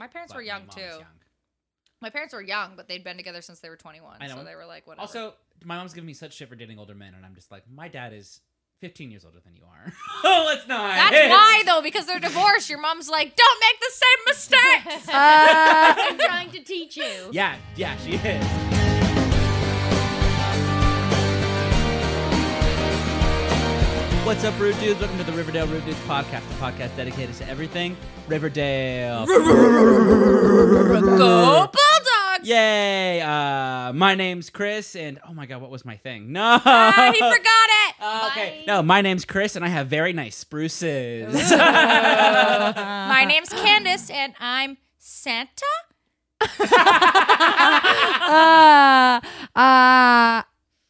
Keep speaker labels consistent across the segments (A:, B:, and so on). A: My parents
B: but
A: were
B: my
A: young
B: mom
A: too.
B: is
A: My parents were young, but they'd been together since they were 21.
B: I know.
A: So they were like, whatever.
B: Also, my mom's giving me such shit for dating older men, and I'm just like, my dad is 15 years older than you are. oh, let's not.
A: that's why though, because they're divorced. Your mom's like, don't make the same mistakes.
C: Uh.
D: I'm trying to teach you.
B: Yeah, yeah, she is. What's up, Rude Dudes? Welcome to the Riverdale Rude Dudes podcast, the podcast dedicated to everything Riverdale.
A: Go Bulldogs!
B: Yay! Uh, my name's Chris, and oh my god, what was my thing? No,
A: Ah, he forgot it.
B: Uh, okay,
D: Bye.
B: no, my name's Chris, and I have very nice spruces.
A: My name's Candace, and I'm Santa.
D: uh, uh,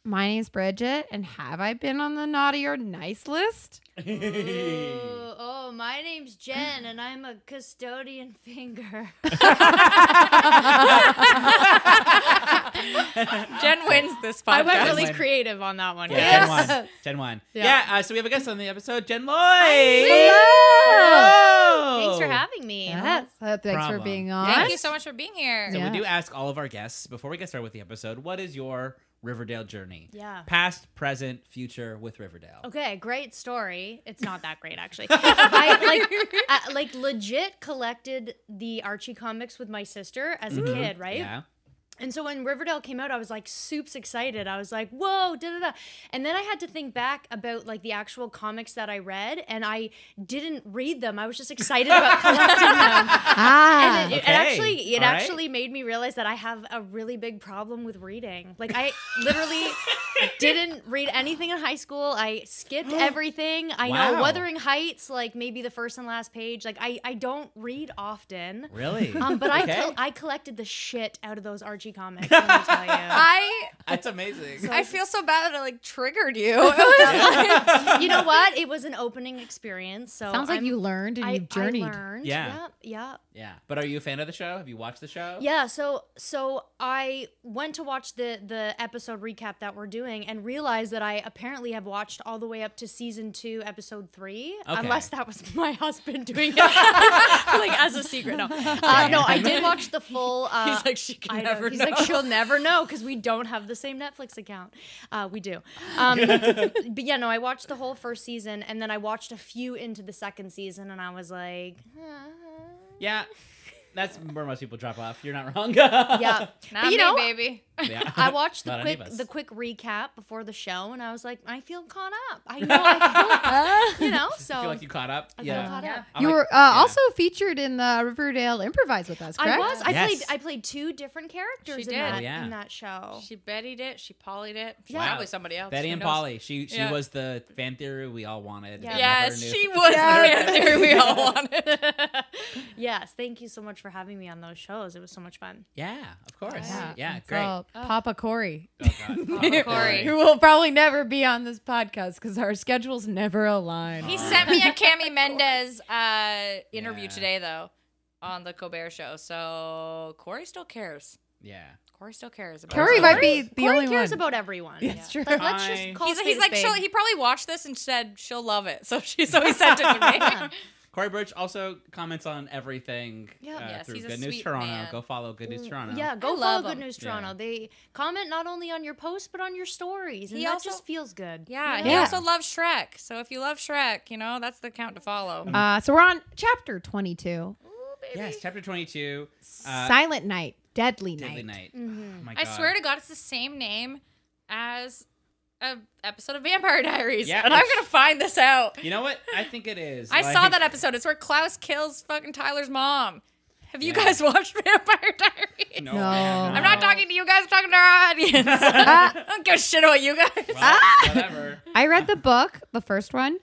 D: my name's Bridget, and have I been on the naughty or nice list?
C: Ooh, oh, my name's Jen, and I'm a custodian finger.
A: Jen wins this podcast.
C: I went really
B: Jen.
C: creative on that one.
B: Yeah,
D: Yes.
B: Gen one. Gen one. Yeah.
C: Yeah.
B: uh, so we have a guest on the episode, Jen Lloyd.
D: Hello.
C: Thanks
B: Oh.
C: for having me.
D: Yes. Uh, thanks
B: Problem.
D: for being on.
A: Thank you so much for being here.
B: So
D: Yeah.
B: we do ask all of our guests before we get started with the episode, what is your Riverdale journey?
C: Yeah.
B: Past, present, future with Riverdale.
C: Okay, great story. It's not that great actually. I like I, like legit collected the Archie comics with my sister as a
B: Mhm.
C: kid, right?
B: Yeah.
C: And so when Riverdale came out, I was like soups excited. I was like, whoa, da da da. And then I had to think back about like the actual comics that I read, and I didn't read them. I was just excited about collecting them.
D: Ah.
C: And it, it
B: Okay.
C: actually it
B: All right.
C: actually made me realize that I have a really big problem with reading. Like I literally didn't read anything in high school. I skipped everything. I
B: Wow.
C: know Wuthering Heights, like maybe the first and last page. Like I I don't read often.
B: Really?
C: Um, but I
B: Okay.
C: col- I collected the shit out of those Archie comics. Let me tell you.
A: I
B: That's amazing.
A: I feel so bad that I like triggered you. It was like-
C: you know what? It was an opening experience. So
D: Sounds like
C: I'm-
D: you learned and
C: I,
D: you journeyed.
C: I learned.
B: Yeah.
C: Yep, yep.
B: yeah. But are you a fan of the show? Have you watched the show?
C: Yeah, so so I went to watch the the episode recap that we're doing and realized that I apparently have watched all the way up to season 2 episode 3
B: Okay.
C: unless that was my husband doing it like as a secret. No. Uh, no, I did watch the full uh
A: He's like, she can
C: I know.
A: never
C: He's
A: know.
C: like, she'll never know because we don't have the same Netflix account. Uh, we do. Um, but yeah, no, I watched the whole first season and then I watched a few into the second season and I was like,
B: Yeah. That's where most people drop off. You're not wrong.
C: yeah.
A: Not
C: but you
A: me,
C: know,
A: baby.
B: Yeah.
C: I watched the
B: Not any of
C: quick
B: us.
C: the quick recap before the show, and I was like, I feel caught up. I know, I feel, you know. So
B: I feel like you caught up.
C: I feel
B: yeah.
C: caught up. oh,
B: I'm
D: you
B: like-
D: were uh,
B: yeah.
D: also featured in the Riverdale Improvise with us, correct?
C: I was. I
B: Yes.
C: played. I played two different characters
A: She
C: in
A: did.
C: that
B: Oh, yeah.
C: in that show.
A: She Betty'd it. She Polly'd it. She's
B: Wow.
A: Probably somebody else.
B: Betty
A: who
B: and
A: knows?
B: Polly. She she
A: Yeah.
B: was the fan theory we all wanted. and
C: Yeah.
B: never
A: Yes,
B: knew.
A: she was the man theory we all wanted.
C: yes. Thank you so much for having me on those shows. It was so much fun.
B: Yeah, of course. Yeah,
D: it's
B: great.
D: all Papa Corey.
B: Oh, God.
A: Papa Corey.
D: Who will probably never be on this podcast because our schedules never align.
A: He sent me a Cami Mendez uh, interview
B: Yeah.
A: today, though, on the Colbert Show. So Corey still cares.
B: Yeah.
A: Corey still cares. About
D: Corey
A: us.
D: might be the
C: Corey
D: only
C: cares
D: one.
C: about everyone.
D: That's true.
C: Like, let's
B: I-
C: just call
A: He's,
C: spade
A: he's
C: a
A: like,
C: spade.
A: she'll, he probably watched this and said she'll love it. So she, so he sent it to me.
B: Corey Birch also comments on everything
C: Yeah.
B: uh,
A: Yes,
B: through
A: he's a
B: Good News
A: sweet
B: Toronto.
A: man.
B: Go follow Good News Toronto.
C: Mm, Yeah, go
A: love
C: follow Good
A: him.
C: News
B: Yeah.
C: Toronto. They comment not only on your posts but on your stories, and
A: He
C: that
A: also-
C: just feels good.
A: Yeah,
D: Yeah.
A: he also loves Shrek. So if you love Shrek, you know that's the count to follow.
D: Uh, so we're on chapter 22
B: Yes, chapter 22, uh,
D: Silent Night, Deadly Night.
B: Deadly
C: Mm.
B: Night.
C: Mm-hmm.
B: Oh my
A: I
B: God.
A: swear to God, it's the same name as a episode of Vampire Diaries.
B: Yeah.
A: and I'm gonna find this out.
B: You know what? I think it is.
A: I
B: Like-
A: saw that episode. It's where Klaus kills fucking Tyler's mom. Have you
B: Yeah.
A: guys watched Vampire Diaries?
B: No.
D: No.
B: I haven't.
A: I'm not talking to you guys. I'm talking to our audience. I don't give a shit about you guys.
B: Well, Whatever.
D: I read the book, the first one.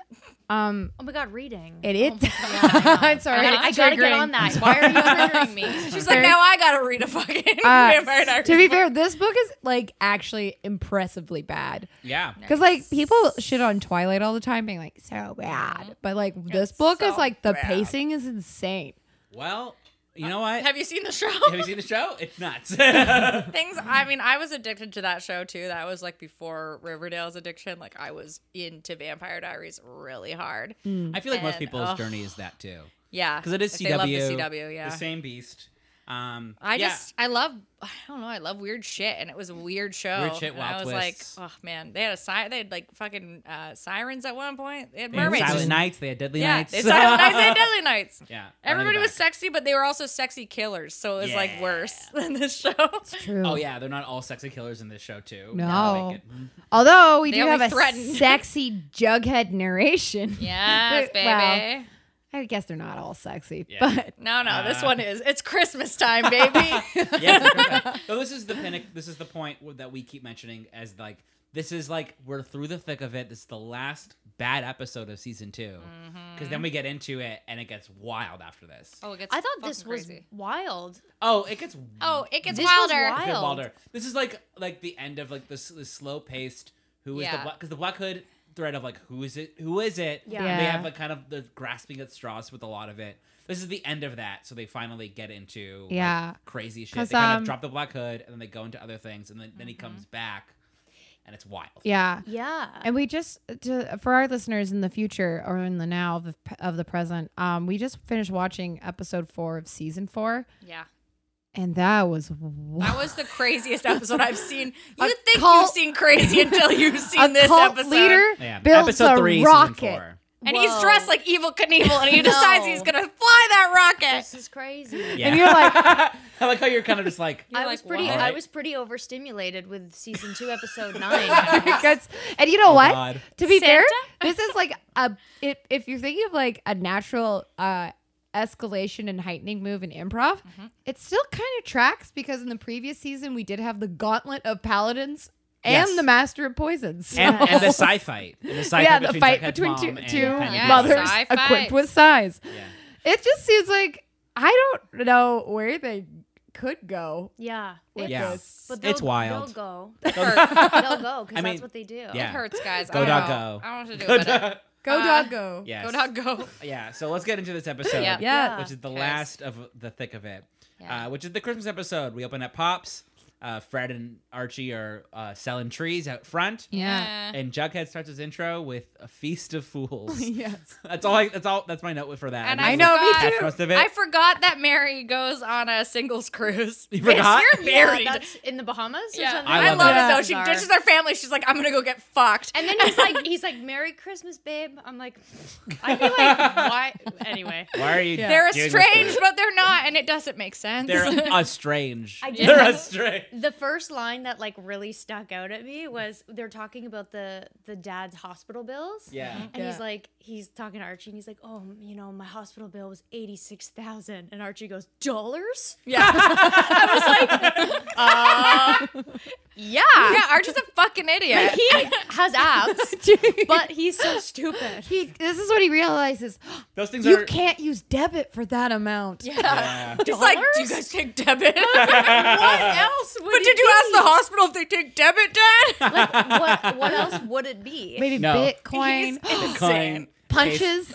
D: Um,
C: Oh my god, reading.
D: it is. I'm sorry.
A: I
C: I,
A: gotta-
D: it's
C: gotta get
D: triggering.
C: on that. Why are you
A: Triggering me. She's like, now I gotta read a fucking
D: Uh,
A: Vampire Diaries.
D: to be fair, this book is like actually impressively bad.
B: Yeah.
D: Because like people shit on Twilight all the time, being like so bad, but like this book is
A: Mm-hmm. so
D: like the
A: bad.
D: pacing is insane.
B: Well, you know what? Have,
A: Have you seen the show?
B: you seen the show? It's nuts. yeah.
A: Things. I mean, I was addicted to that show too. That was like before Riverdale's addiction. Like I was into Vampire Diaries really hard.
B: I feel like most
A: And,
B: people's
A: ugh.
B: journey is that too.
A: Yeah,
B: because it is
A: if
B: CW.
A: Oh. They love the CW.
B: the
A: Yeah.
B: same beast. Um,
A: I
B: yeah.
A: just I love I don't know I love weird shit and it was a weird show.
B: Weird shit,
A: and
B: wild
A: I was
B: twists.
A: like, oh man, they had a si- they had like fucking uh, sirens at one point. They had
B: They had
A: mermaids.
B: Silent Nights. They had Deadly
A: yeah,
B: Nights.
A: they had Silent Nights. They had Deadly Nights.
B: yeah,
A: Everybody
B: running
A: was
B: back.
A: sexy, but they were also sexy killers, so it was like
B: Yeah.
A: worse than this show.
D: True.
B: Oh yeah, they're not all sexy killers in this show too.
D: No.
B: Like, it-
D: Although we
A: They
D: do
A: only
D: have a
A: threaten.
D: sexy jughead narration.
A: Yes,
D: Well,
A: baby.
D: I guess they're not all sexy,
B: Yeah.
D: but
A: No, no, this
B: Uh,
A: one is. It's Christmas time, baby.
B: yeah. so this is the pinnacle. This is the point w- that we keep mentioning as like this is like we're through the thick of it. This is the last bad episode of season two because then we get into it and it gets wild after this.
A: oh, it gets
C: I thought this
A: fucking
C: was
A: crazy.
C: wild.
B: Oh, it gets
A: Oh, it gets
C: This was
A: wilder.
C: wild.
B: Good Balder. This is like like the end of like this, this slow paced. Who is the
A: Yeah.
B: black? Because the Black Hood thread of like who is it? Who is it?
C: Yeah.
B: And they
D: Yeah.
B: have like kind of the grasping at straws with a lot of it. This is the end of that, so they finally get into like,
D: Yeah.
B: crazy shit.
D: 'Cause,
B: They kind
D: um, Mm-hmm.
B: of drop the Black Hood, and then they go into other things, and then, then he comes back, and it's wild.
D: yeah.
C: Yeah.
D: And we just to, for our listeners in the future or in the now of the, of the present, um, we just finished watching episode four of season four,
A: Yeah.
D: and that was
A: That was the craziest episode I've seen.
D: A
A: You think
D: cult-
A: you've seen crazy until you've
D: a
A: seen this
D: cult
A: episode.
D: leader
B: Yeah,
D: builds
B: episode
D: a
B: three, season
D: rocket.
B: four.
A: And
C: Whoa.
A: he's dressed like evil Knievel and he
C: No.
A: decides he's gonna fly that rocket.
C: this is crazy.
B: Yeah.
D: And you're like-
B: I like how you're kind of just like,
A: You're
C: I
A: like,
C: was pretty.
B: "Wow."
C: I was pretty overstimulated with season two, episode nine.
D: Because- and you know what?
B: Oh God.
D: To be fair,
A: Santa?
D: this is like a if, if you're thinking of like a natural uh, escalation and heightening move in improv,
A: Mm-hmm.
D: it still kind of tracks because in the previous season we did have the gauntlet of paladins and
B: Yes.
D: the master of poisons.
B: and,
D: So-
B: and the sci fight, and the sci
D: yeah,
B: between
D: the fight
B: Jughead's
D: between
B: mom
D: two,
B: and
D: two
B: Penny's
A: Yeah.
B: mom.
D: mothers
A: Sci-fi.
D: equipped with size.
B: Yeah.
D: It just seems like I don't know where they could go.
C: Yeah.
D: With
B: Yeah.
D: this.
C: But
B: It's
C: they'll-
B: wild.
C: They'll go.
A: It hurts.
C: They'll go because
B: I mean,
C: that's what they do.
A: It
B: yeah.
A: hurts, guys.
B: Go,
A: I don't
B: dog,
A: know.
B: go.
A: I don't know what to do
B: Go
A: about it.
B: dog.
D: Go
A: Uh,
D: dog go.
B: Yes.
A: Go dog go.
B: Yeah, so let's get into this episode.
A: Yeah.
D: Yeah.
B: Which is the
A: Okay.
B: last of the thick of it.
A: Yeah.
B: Uh, which is the Christmas episode. We open at Pops. Uh, Fred and Archie are uh, selling trees out front.
D: Yeah.
A: Eh.
B: And Jughead starts his intro with a feast of fools.
D: yes.
B: that's all. I, that's all. That's my note for that.
A: And
B: that's
A: I
D: I know, me
A: forgot-
B: that's most of it.
A: I forgot that Mary goes on a singles cruise.
B: You
A: Bitch,
B: forgot?
A: You're married.
C: Yeah, that's in the Bahamas or
A: Yeah.
C: something.
A: I,
B: love
A: love
D: that.
A: it though. She
C: Bizarre.
A: ditches her family. She's like, I'm gonna go get fucked.
C: And then he's like, he's like, "Merry Christmas, babe." I'm like, I'd be like, "Why?" Anyway,
B: Why are you?
D: Yeah.
A: They're
B: doing this
A: estranged,
B: to me?
A: but they're not, and it doesn't make sense.
B: They're estranged.
C: I just-
B: They're estranged.
C: the first line that like really stuck out at me was they're talking about the the dad's hospital bills.
B: Yeah.
C: And he's
D: Yeah.
C: like, he's talking to Archie, and he's like, "Oh, you know, my hospital bill was eighty six thousand. And Archie goes, "Dollars?"
A: yeah.
C: Uh, yeah.
A: yeah, Archie's a fucking idiot.
C: He has abs, but he's so stupid.
D: he, this is what he realizes.
B: Those things
D: You
B: are.
D: can't use debit for that amount.
B: Yeah.
A: He's like, do you
C: Dollars?
A: guys take debit?
C: What else would
A: but
C: it
A: did you
C: be?
A: ask the hospital if they take debit, Dad?
C: Like, what, what else would it be?
D: Maybe
B: No.
D: Bitcoin
B: Coin.
D: punches.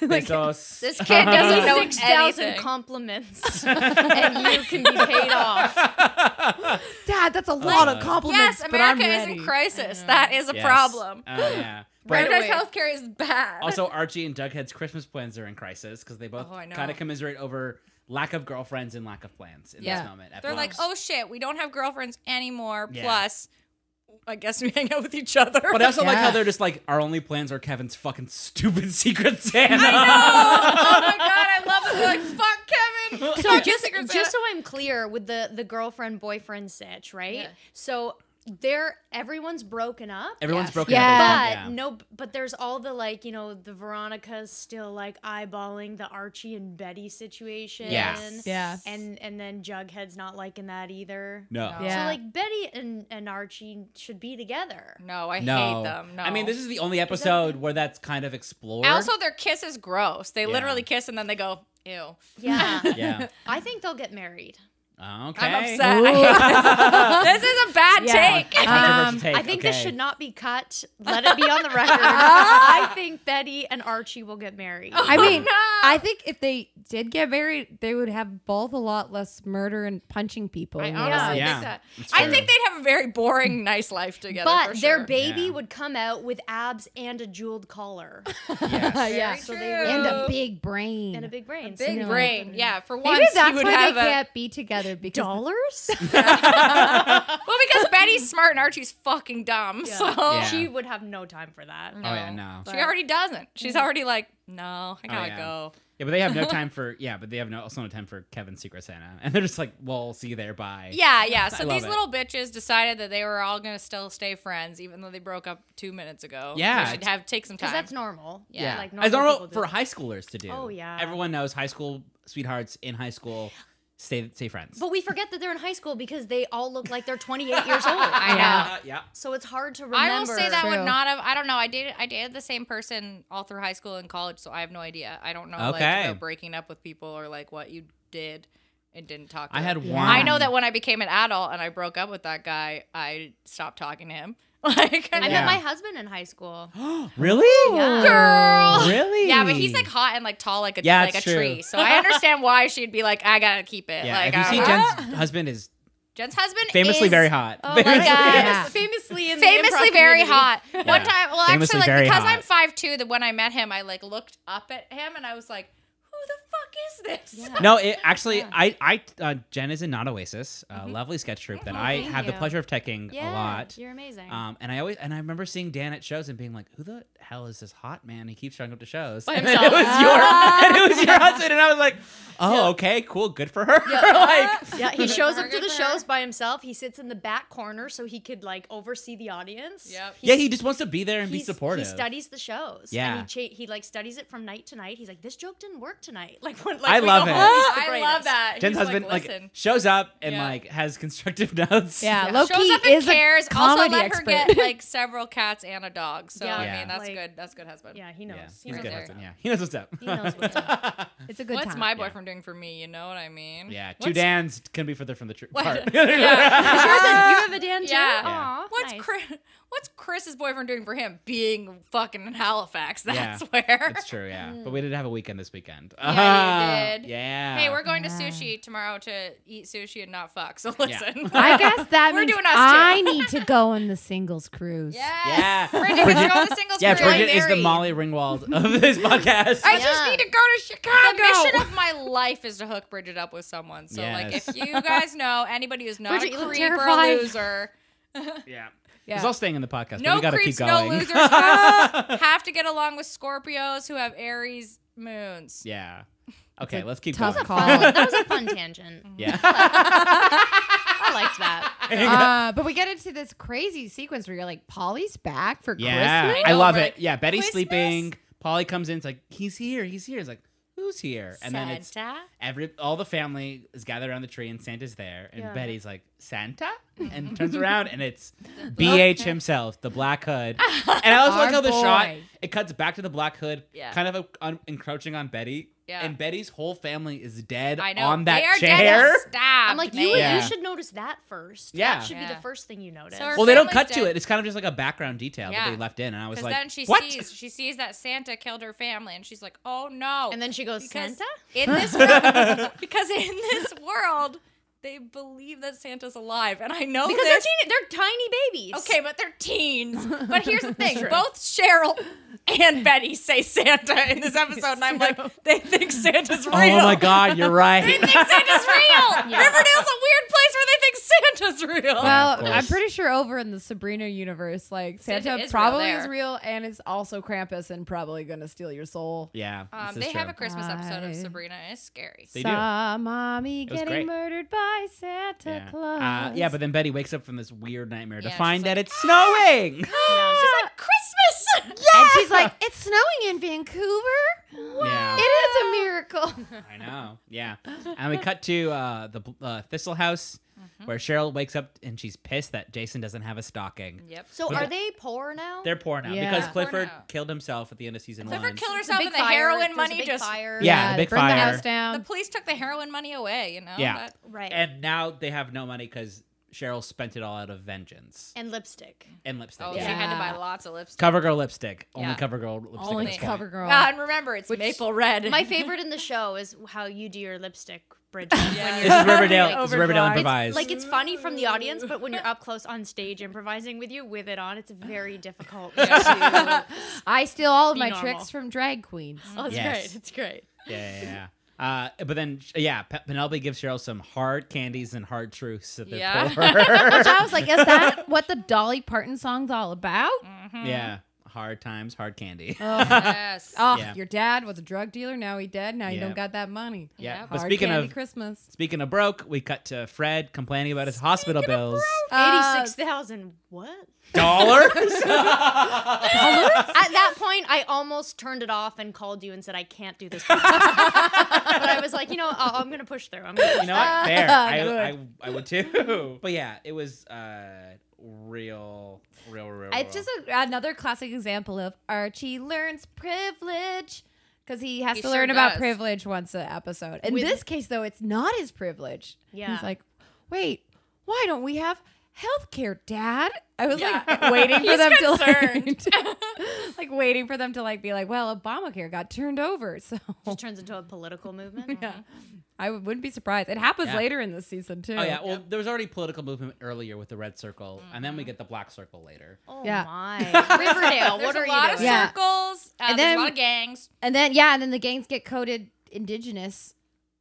B: Pesos.
A: This kid doesn't know
C: Six thousand
A: anything.
C: compliments, and you can be paid off.
D: Dad, that's a lot of compliments.
A: Uh, yes,
D: but I'm
A: America is in
D: ready.
A: crisis. That is a
B: Yes.
A: problem.
B: Oh yeah. But-
A: America's
D: away.
A: healthcare is bad.
B: Also, Archie and Jughead's Christmas plans are in crisis because they both
A: Oh, I know.
B: kind of commiserate over lack of girlfriends and lack of plans in
A: Yeah.
B: this moment. at
A: They're like,
B: Pops.
A: oh shit, we don't have girlfriends anymore.
B: Yeah.
A: Plus, I guess we hang out with each other.
B: But I also like
D: Yeah.
B: how they're just like, our only plans are Kevin's fucking stupid secret Santa.
A: oh my god, I love it. We're like, fuck Kevin.
C: So
A: Fuck
C: just
A: Secret Santa.
C: just so I'm clear with the the girlfriend boyfriend sitch, right?
A: Yeah.
C: So they're everyone's broken up.
B: Everyone's
A: Yes.
B: broken
D: Yeah.
B: up.
C: But
B: Yeah.
C: no, but there's all the like, you know, the Veronica's still like eyeballing the Archie and Betty situation.
B: Yes.
D: Yeah.
C: And and then Jughead's not liking that either.
B: No.
A: No.
D: Yeah.
C: So like Betty and, and Archie should be together.
A: No, I
B: No.
A: hate them. No.
B: I mean, this is the only episode where that's kind of explored.
A: also their kiss is gross. They
B: Yeah.
A: literally kiss and then they go, ew.
C: Yeah.
B: yeah.
C: I think they'll get married.
B: Okay.
A: I'm upset. I hate this. this is a bad
C: Yeah.
A: take.
B: Controversial
D: Um,
B: take,
C: I think this
B: okay.
C: should not be cut. Let it be on the record. I think Betty and Archie will get married.
D: I mean,
A: Oh, No.
D: I think if they did get married, they would have both a lot less murder and punching people.
A: I
D: in their
A: honestly
B: Yeah.
A: think that.
B: It's
A: I
B: true.
A: think they'd have a very boring, nice life together.
C: But
A: for
C: their
A: sure.
C: baby
B: Yeah.
C: would come out with abs and a jeweled collar
B: Yes.
D: life. yeah.
C: so they
A: true.
C: would-
D: And a
A: So-
D: big brain.
C: and a big brain.
A: big
D: No.
A: brain. Yeah, for once
D: Maybe that's
A: he would
D: why
A: have
D: they
A: a
D: can't be together because
C: dollars.
A: well because Betty's smart and Archie's fucking dumb. So
B: Yeah.
C: She would have no time for
A: Mm.
C: that.
B: Oh yeah, no. Oh,
A: she already doesn't. She's
D: Mm.
A: already like, no, I gotta
B: yeah.
A: go.
B: Yeah, but they have no time for yeah, but they have no also no time for Kevin's Secret Santa, and they're just like, "Well, see you there, bye."
A: Yeah, yeah. So
B: love
A: these
B: it.
A: little bitches decided that they were all gonna still stay friends, even though they broke up two minutes ago.
B: Yeah,
A: they should
B: it's-
A: have take some time.
C: Because that's normal.
A: Yeah. Yeah.
C: Like normal,
B: as normal
C: people do.
B: for high schoolers to do.
C: Oh, yeah.
B: everyone knows high school sweethearts in high school stay stay friends.
C: But we forget that they're in high school because they all look like they're 28 years old.
A: I know.
B: Uh, yeah,
C: So it's hard to remember.
A: I will say that
D: True.
A: would not have. I don't know. I dated. I dated the same person all through high school and college, so I have no idea. I don't know like
B: Okay.
A: about breaking up with people or like what you did and didn't talk. To
B: I had
A: them.
B: one.
A: I know that when I became an adult and I broke up with that guy, I stopped talking to him. Like,
C: I
B: Yeah.
C: met my husband in high school.
B: really,
A: girl.
B: really.
A: Yeah, but he's like hot and like tall, like a
B: Yeah,
A: like a
B: it's true.
A: tree. So I understand why she'd be like, I gotta keep it.
B: Yeah,
A: like,
B: if you
A: I-
B: see Jen's husband is
A: Jen's husband
B: famously
A: is
B: very hot.
A: Oh my
B: Famously-
A: God.
D: Yeah.
C: Famously in the
A: famously
C: improv
A: very
C: community.
A: hot. One
B: Yeah.
A: time, well, actually,
B: Famously
A: like
B: very
A: because
B: hot.
A: I'm five two, that when I met him, I like looked up at him and I was like, "Who the fuck is this?"
B: No, it actually, I, I, uh, Jen is in Not Oasis, a
A: Mm-hmm.
B: lovely sketch troupe that
C: Oh,
B: I
C: thank
B: have the
C: you.
B: pleasure of taking
C: Yeah,
B: a lot.
C: You're amazing.
B: Um, and I always and I remember seeing Dan at shows and being like, "Who the hell is this hot man? He keeps showing up to shows."
A: By
B: and
A: himself. Ah.
B: then it was your and it was your husband, and I was like, "Oh, okay, cool, good for her." like,
C: yeah, he
A: Good
C: shows
A: for
C: up
A: her,
C: to the
A: good for her.
C: shows by himself. He sits in the back corner so he could like oversee the audience.
A: Yep.
B: yeah, he just wants to be there and be
C: He's-
B: supportive.
C: He studies the shows.
B: Yeah.
C: and he, cha- he like studies it from night to night. He's like, this joke didn't work tonight. Like, when, like
B: I
C: we
B: love
C: go
B: it.
C: home, he's the
A: I love
C: greatest.
A: that.
B: Jen's
A: He's
B: husband like,
A: listen.
B: shows up and
A: Yeah.
B: like has constructive notes.
D: Yeah,
A: Yeah.
D: Loki
A: shows up and
D: is
A: cares.
D: a comedy
A: also, let
D: expert.
A: her get like several cats and a dog. So
C: Yeah.
A: I
B: Yeah.
A: mean, that's
C: Like-
A: good. That's good husband.
C: Yeah, he knows.
B: yeah,
C: He
B: he's
C: knows
B: good.
A: there.
C: what's
B: Husband.
C: up.
B: Yeah, he knows what's up.
C: He knows what's up.
D: it's a good
A: What's
D: time.
A: my boyfriend doing for me? You know what I mean?
B: yeah, two
A: What's-
B: Dan's can be further from the truth.
A: What?
B: part.
A: Yeah.
C: Yours is- you have a Dan too?
A: Yeah.
B: Yeah.
C: Aw,
A: What's
C: nice.
A: Chris? What's Chris's boyfriend doing for him? Being fucking in Halifax.
B: Yeah.
A: That's where.
B: It's true, yeah. But we did have a weekend this weekend.
A: Yeah, you
B: Ah,
A: did.
B: Yeah.
A: Hey, we're going to
D: Yeah.
A: sushi tomorrow to eat sushi and not fuck. So listen.
D: I guess that
A: We're
D: means
A: doing us too.
D: I need to go on the singles cruise.
A: Yes.
B: Yeah.
A: Bridget,
B: Bridget-
A: Bridget, go on the singles
B: Yeah,
A: cruise.
B: Bridget is the
A: Married.
B: Molly Ringwald of this podcast.
A: I just
C: Yeah.
A: need to go to Chicago.
D: Chicago.
A: The mission of my life is to hook Bridget up with someone. So
B: Yes.
A: like, if you guys know anybody who's not
C: Bridget, you
A: a
C: look
A: creep or a
D: terrified.
A: loser,
B: yeah.
D: Yeah.
B: It's all staying in the podcast. but
A: no
B: we gotta
A: creeps,
B: keep
A: no
B: going.
A: losers, have, have to get along with Scorpios who have Aries moons.
B: yeah. Okay,
D: a
B: let's keep
D: tough
B: going.
D: call.
C: Fun- that was a fun tangent.
B: Yeah.
C: I liked that.
D: Uh, but we get into this crazy sequence where you're like, Polly's back for
B: yeah.
D: Christmas.
B: I love
A: Over
B: it. Yeah, Betty's
A: Christmas?
B: sleeping. Polly comes in, it's like, he's here, he's here. It's like, who's here? And then it's
A: Santa?
B: every all the family is gathered around the tree and Santa's there. And
C: Yeah.
B: Betty's like, Santa? And turns around and it's BH himself, the black hood. And I also like
D: Our
B: how the shot
D: boy.
B: it cuts back to the black hood,
A: Yeah.
B: kind of uh, un- encroaching on Betty.
A: Yeah.
B: And Betty's whole family is dead
A: I know.
B: on that
A: they are
B: chair.
A: dead and stabbed.
C: I'm like,
A: man.
C: you,
B: Yeah.
C: you should notice that first.
B: Yeah.
C: That should be
A: Yeah.
C: the first thing you notice.
A: So our
B: well, they don't
A: family's
B: cut
A: dead.
B: to it. It's kind of just like a background detail
A: Yeah.
B: that they left in, and I was
A: Because
B: like,
A: then she
B: "What?"
A: sees she sees that Santa killed her family, and she's like, "Oh no!"
C: and then she goes,
A: because Oh,
C: Santa?
A: in this world, because in this world, they believe that Santa's alive, and I know
C: Because they're,
A: this.
C: teeny, they're tiny babies.
A: Okay, but they're teens. But here's the thing: both Cheryl and Betty say Santa in this episode, and I'm like, they think Santa's real.
B: Oh my God, you're
A: They
B: right.
A: think Santa's real. Riverdale's a weird place where they think Santa's real.
B: Yeah, of
D: Well, I'm
B: course.
D: pretty sure over in the Sabrina universe, like Santa,
A: Santa is real
D: probably
A: there.
D: is real and is also Krampus and probably gonna steal your soul.
B: yeah,
A: um,
B: this
A: they
B: is
A: have
B: true.
A: a Christmas episode of
D: I-
A: Sabrina. and It's scary.
B: They do.
D: Saw mommy
B: was
D: getting
B: great.
D: murdered by Santa
B: yeah.
D: Claus.
B: Uh, yeah, but then Betty wakes up from this weird nightmare
A: Yeah,
B: to
A: she's
B: find
A: like, "Ah!"
B: that it's snowing.
A: She's like Christmas.
D: and she's like, "It's snowing in Vancouver.
B: Yeah.
D: It is a miracle."
B: I know. Yeah. And we cut to uh, the uh, Thistle House
A: Mm-hmm.
B: where Cheryl wakes up and she's pissed that Jason doesn't have a stocking.
A: Yep.
C: So
B: But
C: are
B: they-
C: they poor now?
B: They're poor now
D: Yeah.
B: because
A: Poor
B: Clifford
A: now.
B: killed himself at the end of season one.
A: Clifford killed
C: There's a
A: herself
C: big
A: and the
C: fire, there's
A: heroin
C: a
A: money
C: big
A: just.
C: fire.
B: Yeah, the
D: they
B: big
D: burned the
B: fire.
D: house down.
A: The police took the heroin money away, you know?
B: Yeah.
A: That-
C: Right.
B: And now they have no money because Cheryl spent it all out of vengeance
C: and lipstick.
B: and lipstick.
A: Oh,
B: yeah.
A: she had to buy
D: Yeah.
A: lots of lipstick.
B: Covergirl lipstick. Only
A: Yeah.
B: Covergirl lipstick.
D: Only
B: at this point.
D: CoverGirl.
A: Ah, and remember, it's maple red.
C: My favorite in the show is how you do your lipstick, Bridget.
A: Yeah.
C: When
B: This
C: you're
B: is Riverdale. This is
D: Overdrive.
B: Riverdale
D: It's
B: improvised.
C: like it's funny from the audience, but when you're up close on stage improvising with you with it on, it's very difficult. to-
D: I steal all of
C: Be
D: my
C: normal.
D: tricks from drag queens.
C: Oh, it's
B: Yes.
C: great. It's great.
B: yeah, yeah. yeah. Uh, but then, yeah, Pe- Penelope gives Cheryl some hard candies and hard truths that they're
A: Yeah.
D: Which
B: poor.
D: I was like, is that what the Dolly Parton song's all about?
A: Mm-hmm.
B: yeah, hard times, hard candy.
C: Mm.
D: Ugh.
A: Yes.
D: Oh,
B: Yeah.
D: your dad was a drug dealer. Now he dead. Now you
B: Yeah.
D: don't got that money.
B: Yeah,
A: Yep.
B: but
D: Hard
B: speaking
D: candy
B: of
D: Christmas,
B: speaking of broke, we cut to Fred complaining about his hospital bills.
D: Uh,
C: Eighty-six thousand. What?
B: Dollars.
C: At that point, I almost turned it off and called you and said I can't do this. podcast." but I was like, you know, I'll, I'm gonna push through. I'm gonna. Push
B: You know what? Fair. I,
D: Good.
B: I, I would too. But yeah, it was uh, real, real, real. Oh,
D: It's
B: real.
D: just a, another classic example of Archie learns privilege because he has
A: He
D: to
A: sure
D: learn about
A: does.
D: privilege once an episode. In
C: With-
D: this case, though, it's not his privilege.
C: Yeah.
D: he's like, wait, why don't we have health care, Dad? I was
A: Yeah.
D: like waiting for
A: He's
D: them
A: concerned.
D: to like, like waiting for them to like be like, well, Obamacare got turned over, so
C: Just turns into a political movement.
A: Mm-hmm.
D: yeah. I w- wouldn't be surprised. It happens
B: Yeah.
D: later in this season too.
B: Oh yeah, well there was already political movement earlier with the red circle, and
A: Mm-hmm.
B: then we get the black circle later.
C: Oh
D: Yeah.
C: my. Riverdale.
A: There's
C: what are
A: a lot
C: you
A: of
C: doing?
D: Yeah.
A: circles. Uh,
D: And
A: there's
D: then-
A: a lot of gangs.
D: And then yeah, and then the gangs get coded indigenous.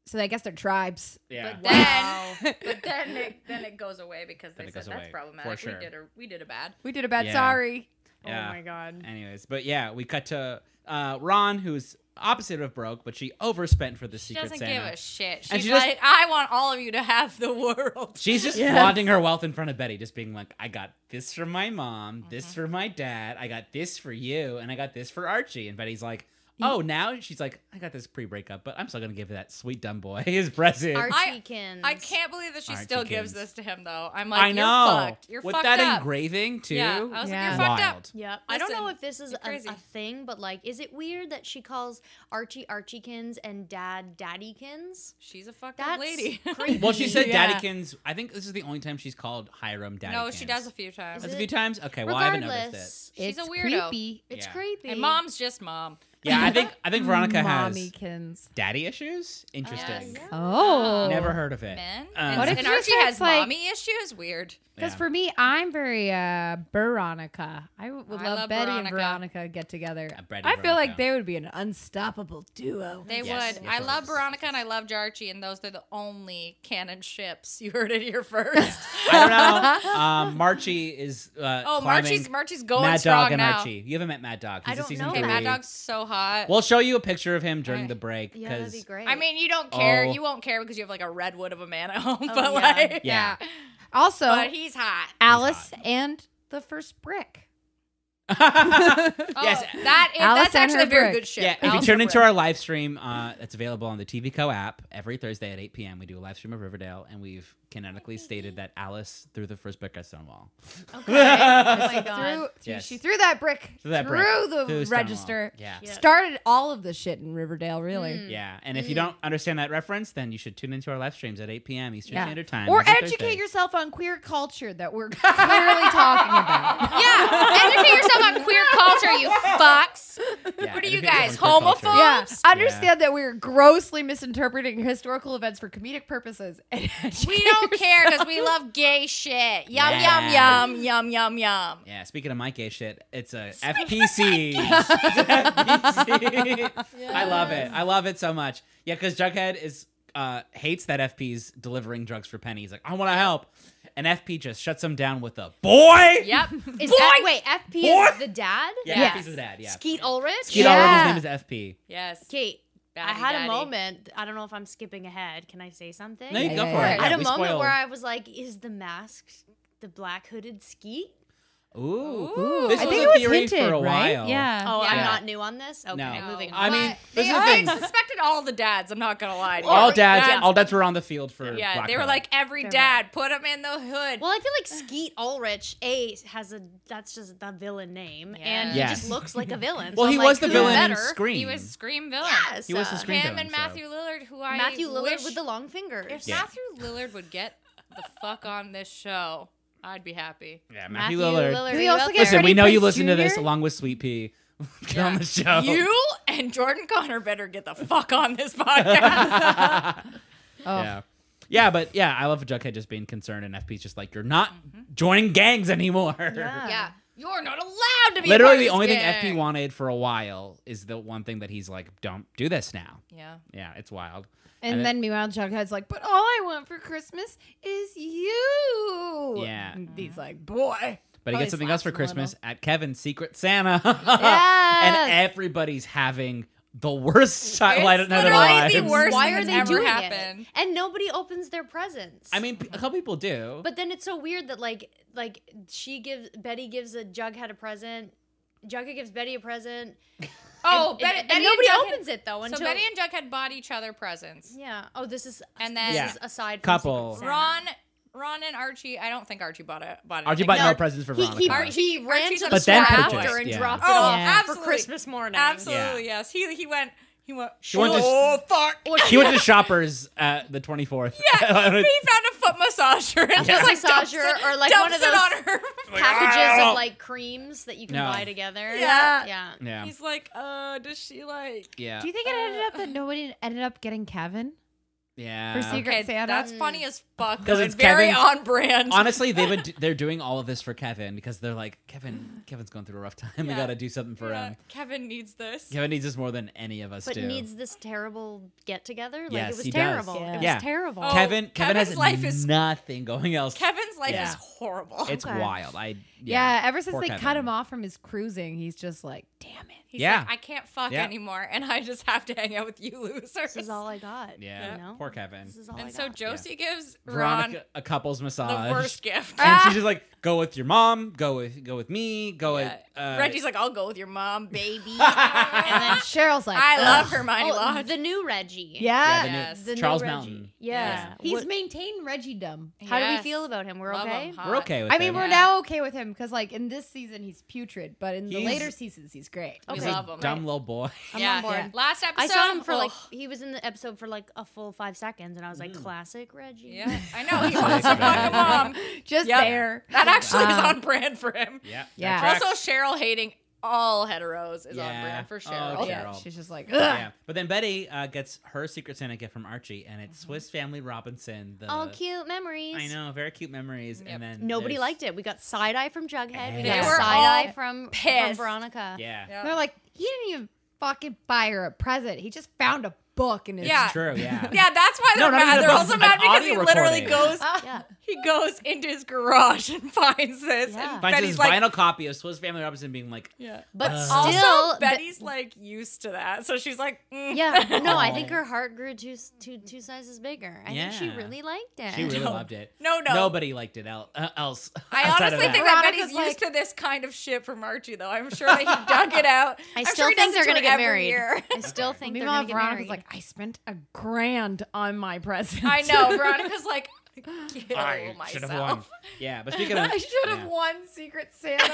D: So I guess they're tribes.
B: Yeah,
A: But
C: Wow.
A: then, but then it, then it goes away because
B: Then
A: they
B: it goes
A: said that's
B: away,
A: problematic.
B: for sure.
A: We did a we did a bad.
D: We did a bad
B: Yeah.
D: sorry.
B: yeah.
C: Oh my god.
B: Anyways, but yeah, we cut to uh, Ron, who's opposite of broke, but she overspent for the
A: She
B: secret
A: doesn't
B: Santa.
A: give a shit.
B: And
A: She's
B: she just-
A: like, I want all of you to have the world.
B: She's just
D: Yes.
B: flaunting her wealth in front of Betty, just being like, "I got this from my mom,
A: Mm-hmm.
B: this for my dad, I got this for you, and I got this for Archie." And Betty's like. Oh, now she's like, I got this pre-breakup, but I'm still gonna give that see dumb boy his present.
C: Archiekins.
A: I can't believe that she
B: Aren't
A: still
B: you
A: gives this
B: kids?
A: to him though. I'm like,
B: I know.
A: you're fucked. You're
B: With
A: fucked
B: that
A: up.
B: engraving too.
A: Yeah, I was
D: Yeah.
A: like, you're fucked up.
B: Wild.
C: Yeah, I don't know
A: Listen,
C: if this is
A: you're
C: a,
A: crazy.
C: a thing, but like, is it weird that she calls Archie Archiekins and Dad Daddykins?
A: She's a fucked
C: That's
A: up lady.
C: creepy.
B: Well, she said
D: Yeah.
B: Daddykins. I think this is the only time she's called Hiram Daddykins.
A: no, she does a few times.
C: Is
B: That's a
C: it-
B: few times. Okay, well, I haven't noticed
C: Regardless,
A: She's
D: it's
A: a weirdo.
D: Creepy.
C: it's
B: Yeah.
C: creepy.
A: And mom's just mom.
B: it. Yeah, I think I think Veronica has
D: Mommykins.
B: daddy issues. Interesting.
C: yeah.
D: Oh.
B: Never heard of it.
A: Uh, Men.
B: Um,
D: What
A: and
D: if
A: and
D: you
A: Archie
D: starts,
A: has
D: like-
A: mommy issues. Weird.
D: Because
B: Yeah.
D: for me, I'm very uh Veronica. I w- would
A: I
D: love,
A: love
D: Betty and
A: Veronica.
D: Veronica get together.
B: Uh, Betty
D: I
B: and
D: feel
B: Veronica.
D: like they would be an unstoppable duo.
A: They
B: Yes,
A: would.
B: yes,
A: I
B: yes,
A: love
B: yes.
A: Veronica and I love Jarchi, and those are the only canon ships. You heard it here first.
B: I don't know. Um, Marchie is. Uh,
A: oh,
B: climbing
A: Marchie's Marchie's going
B: Mad
A: strong
B: Dog and
A: now.
B: Archie. You haven't met Mad Dog. He's
C: I
B: in
C: don't
B: season
C: know
A: Okay,
B: three.
C: that.
A: Mad Dog's so hot.
B: We'll show you a picture of him during
A: Alright.
B: the break
C: yeah, that'd
B: because
C: be great.
A: I mean, you don't care.
B: Oh.
A: You won't care because you have like a redwood of a man at home. but
C: Oh, yeah.
A: like,
B: Yeah.
D: Also,
A: but he's hot.
D: Alice and the first brick.
A: Oh,
B: yes,
A: that is,
D: Alice
A: that's
D: and
A: actually
D: her
A: a very
D: brick.
A: good ship.
B: Yeah, if you
A: Alice
B: tune
A: and
B: into
A: Brick.
B: our live stream, uh, that's available on the TV Co app every Thursday at 8 p.m. We do a live stream of Riverdale, and we've canonically stated that Alice threw the first brick at Stonewall.
C: oh my
D: Threw,
C: god.
D: threw- She
B: Yes.
D: threw that brick
B: Through that
D: through
B: brick.
D: the
B: Through Stonewall.
D: register.
B: Yeah.
C: Yeah.
D: Started all of the shit in Riverdale, really.
A: Mm.
B: Yeah. And if you don't understand that reference, then you should tune into our live streams at 8 p.m. Eastern
D: Yeah.
B: Standard Time.
D: Or
B: every
D: educate
B: Thursday.
D: yourself on queer culture that we're clearly talking about.
A: yeah, educate yourself on queer culture, you fucks.
B: Yeah,
A: What are
B: educate
A: you
B: yourself
A: guys,
B: on queer culture.
A: homophobe?
D: Yeah,
A: Oops.
D: understand that we're grossly misinterpreting historical events for comedic purposes. And
A: We don't care because we love gay shit. Yum
B: Yeah.
A: yum yum yum yum yum.
B: Yeah, speaking of my gay shit, it's a FPC. It's FPC. I love it. I love it so much. Yeah, because Jughead is uh, hates that FP's delivering drugs for Penny. He's like, I want to help, and FP just shuts him down with a boy.
A: Yep.
C: Is
A: Boy!
C: that, wait, FP
B: Boy!
C: is the dad?
B: Yeah,
D: Yes.
B: FP's his dad. Yeah.
C: Skeet Ulrich?
B: Skeet
D: Yeah.
B: Ulrich, His name is FP.
A: Yes.
C: Kate, I
A: Daddy,
C: had
A: daddy.
C: a moment. I don't know if I'm skipping ahead. Can I say something?
B: No, you
D: Yeah,
B: go
D: yeah,
B: for
D: yeah.
B: it.
C: I had
B: Yeah,
C: a
B: we
C: moment
B: spoiled.
C: where I was like, is the mask the black hooded Skeet?
B: Ooh.
A: Ooh.
B: This
D: I
B: was
D: think
B: a
D: it was
B: theory
D: hinted,
B: for a
D: right?
B: while.
D: Yeah.
C: Oh,
A: Yeah.
C: I'm not new on this? Okay,
B: No.
C: moving on.
B: I mean,
A: they
B: this is the
A: I
B: thing.
A: suspected all the dads. I'm not gonna lie. To you.
B: All dads,
A: Dads-
B: all dads were on the field for.
A: Yeah,
B: Black
A: they were
B: Hole.
A: like every
C: They're
A: dad put him in the hood.
C: Well, I feel like Skeet Ulrich A has a that's just the villain name, and he
B: Yes.
C: just looks like a villain.
B: Well,
C: So
B: he
C: I'm
B: was the
C: like, who
B: villain in
C: Better?
B: Scream.
A: he was scream villain.
C: Yes,
B: He was the
C: uh,
B: Scream
A: Him
B: villain,
A: and
B: so-
A: Matthew Lillard, who I
C: Matthew Lillard
A: wish-
C: with the long fingers.
A: If
B: Yeah.
A: Matthew Lillard would get the fuck on this show, I'd be happy.
B: Yeah, Matthew,
C: Matthew
B: Lillard.
C: Lillard.
D: Who
C: Very
D: he also
C: well
D: gets
C: there.
B: Listen,
D: Freddie
B: we know you
D: Prinze
B: listen to this
D: Jr..
B: along with Sweet Pea. Get
A: Yeah.
B: on the show.
A: You and Jordan Connor better get the fuck on this podcast.
D: Oh.
B: Yeah. Yeah, but yeah, I love Jughead just being concerned and FP's just like, you're not
D: Mm-hmm.
B: joining gangs anymore.
C: Yeah.
A: yeah, you're not allowed to be. a part
B: Literally
A: of
B: the
A: this
B: only thing
A: gang.
B: FP wanted for a while is the one thing that he's like, don't do this now.
A: Yeah.
B: Yeah, it's wild.
D: And,
B: And it-
D: then meanwhile, Jughead's like, "But all I want for Christmas is you."
B: Yeah.
D: And he's like, "Boy."
B: But he
D: Probably
B: gets something else
D: slaps
B: for
D: him a little.
B: Christmas at Kevin's Secret Santa.
D: Yes.
B: and everybody's having the worst time.
A: It's
B: I don't know their
A: literally
B: lives.
A: the worst
C: Why
A: thing
C: are
A: that's
C: they
A: ever
C: doing
A: happened.
C: it? And nobody opens their presents.
B: I mean, p- a couple people do.
C: but then it's so weird that like like she gives Betty gives a Jughead a present. Jughead gives Betty a present.
A: Oh,
C: and,
A: Betty,
C: and
A: Betty and
C: nobody
A: Jughead-
C: opens it though until
A: So Betty and Jughead bought each other presents.
C: yeah. Oh, this is
A: And then-
C: this
B: Yeah.
C: is aside from
B: Couple.
C: Secret Santa.
A: Ron, Ron and Archie. I don't think Archie bought it. Bought it.
B: Archie bought
C: No,
B: no presents for
C: He,
B: Veronica.
C: he, he ran
A: Archie's
C: to
A: on
C: the
A: a
C: store
B: But then
C: after
B: purchased,
C: and
B: yeah.
C: dropped it
A: Oh,
C: off
A: absolutely.
C: for Christmas morning.
A: Absolutely yes. He he went. He went.
B: She went to-
A: oh fuck.
B: he went to Shoppers uh, the 24th.
A: he found a foot massager and
B: Yeah.
A: just like dumps
C: Massager
A: it,
C: or, like,
A: dumps
C: one of
A: it
C: those-
A: on her.
B: Oh,
C: Packages of like creams that you can
B: No.
C: buy together.
A: Oh. Yeah.
C: Yeah.
B: yeah.
A: He's like, uh, does she like?
B: Yeah.
D: Do you think it ended up that nobody ended up getting Kevin?
B: yeah.
D: For secret-
A: Okay,
D: Santa?
C: Mm.
A: that's funny as fuck.
B: 'Cause
A: Because
B: it's
A: it's very
B: Kevin's-
A: on brand.
B: Honestly, they've been, they're doing all of this for Kevin because they're like Kevin. Kevin's going through a rough time. We
A: Yeah.
B: got to do something for
A: Yeah,
B: him.
A: Kevin needs this.
B: Kevin needs us more than any of us
C: But
B: do.
C: needs this terrible get together. Like
B: Yes,
C: it was
B: he does.
C: terrible.
D: Yeah.
C: It was
B: Yeah.
C: terrible.
A: Oh,
B: Kevin. Kevin has
A: Kevin's life is-
B: nothing going else.
A: Kevin's life
B: Yeah.
A: is horrible.
B: it's
C: Okay.
B: wild. I yeah.
D: Yeah. ever since
B: Poor
D: they cut
B: Kevin.
D: him off from his cruising, he's just like, "Damn it."
A: He's
B: Yeah.
A: like, I can't fuck
B: Yeah.
A: anymore, and I just have to hang out with you losers.
C: This is all I got.
B: Yeah.
C: You know?
B: Poor Kevin.
C: This is all I
A: and so
C: got.
A: Josie gives Ron
B: Veronica, a couple's massage.
A: the worst Ah! gift.
B: And she's just like, go with your mom. Go with go with me. Go with
A: Yeah.
B: uh,
A: Reggie's like, I'll go with your mom, baby. Oh,
D: And then Cheryl's like,
A: I love
D: "Ugh."
A: Hermione
C: Oh,
A: Lodge.
C: the new Reggie.
D: Yeah.
B: the new-
A: Yes.
C: The new
B: Charles
C: Reggie.
B: Mountain.
C: Yeah.
B: Yeah.
D: He's
C: What-
D: maintained Reggie dumb.
C: how do we
A: Yes.
C: feel about him? We're
A: Love
C: okay.
A: him, hot.
B: We're okay with
D: I mean,
B: him.
D: we're now okay with him because, like, in this season he's putrid, but in the
B: He's-
D: later seasons he's great.
A: We
B: He's
C: okay.
A: love
B: a
A: him.
B: dumb little boy.
A: yeah.
D: board.
A: Yeah. Last episode,
C: I saw him for
A: oh,
C: like he was in the episode for like a full five seconds, and I was like,
B: Mm.
C: classic Reggie.
A: Yeah, I know he wants to fuck
B: Right.
A: a mom.
D: Just
A: Yep.
D: there.
A: That actually is
B: Uh-huh.
D: Um,
A: on brand for him.
B: Yeah.
D: Yeah.
A: Also, Cheryl hating all heteros is on
B: Yeah.
A: brand for
B: Oh,
A: Cheryl.
B: okay.
A: yeah.
D: Yeah,
B: Cheryl.
D: she's just like, Ugh.
B: Yeah, but then Betty uh, gets her Secret Santa gift from Archie, and it's Swiss Family Robinson. The,
C: All cute memories.
B: I know, very cute memories.
A: Yep.
B: And then
C: Nobody
B: there's-
C: liked it. We got side eye from Jughead. We
B: They
C: got
B: were
C: side eye
A: all
C: from, from
A: pissed.
C: Veronica.
B: Yeah,
A: Yeah.
D: They're like, he didn't even fucking buy her a present. He just found a book in his.
A: Yeah.
B: it's true. Yeah,
A: Yeah, that's why
B: No,
A: they're
B: not even
A: mad. They're
B: about-
A: also
B: an
A: mad because he
B: audio
A: literally
B: recording.
A: goes
B: Uh,
C: Yeah.
A: he goes into his garage and finds this.
C: Yeah.
A: And
B: Finds
A: Betty's
B: this
A: like,
B: vinyl copy of Swiss Family Robinson being like,
A: yeah.
C: But
A: Also,
C: still, Be-
A: Betty's like used to that, so she's like, mm.
C: yeah, no, I
B: Oh.
C: think her heart grew two s- two two sizes bigger. I think she
B: Yeah.
C: really liked it.
B: she really loved it.
A: No, no.
B: nobody liked it el- uh, else.
A: I
B: outside of
A: honestly think
B: that.
A: that
D: Veronica's
A: Betty's used to this kind of shit from Archie, though. I'm sure that he dug it out.
C: I
A: I'm
C: still
A: sure he
C: think
A: does
C: they're
A: it to
C: gonna
A: her every
C: get married.
A: year.
C: I still think they're
D: Meanwhile,
C: gonna get
D: Veronica's
C: married.
D: like, I spent a grand on my present.
A: I know. Veronica's like, kill
B: I should have won.
A: myself.
B: Yeah, but speaking of,
D: I should have
B: yeah.
D: won Secret Santa.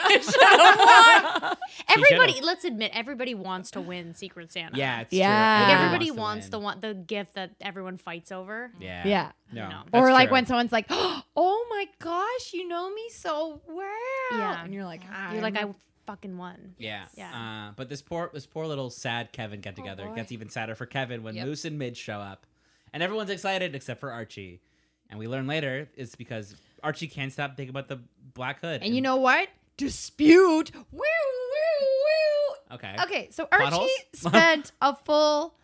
B: should've.
C: everybody, let's admit, everybody wants to win Secret Santa.
B: Yeah, it's
D: Yeah.
B: true.
C: Like
D: Yeah.
C: everybody wants
B: to
C: the one the gift that everyone fights over.
B: win. Yeah,
D: Yeah.
B: No,
C: No.
B: that's
D: or like
B: true.
D: when someone's like, "Oh my gosh, you know me so well,"
C: Yeah.
D: and you're like, i
C: You're like, I fucking won.
B: Yeah.
C: Yeah.
B: Uh, but this poor this poor little sad Kevin got together. it
D: boy.
B: gets even sadder for Kevin when
A: Yep.
B: Moose and Midge show up. And everyone's excited except for Archie. And we learn later it's because Archie can't stop thinking about the black hood.
D: and you know what? Dispute. Woo, woo, woo.
B: Okay.
D: Okay, so Archie
B: Potholes?
D: spent a full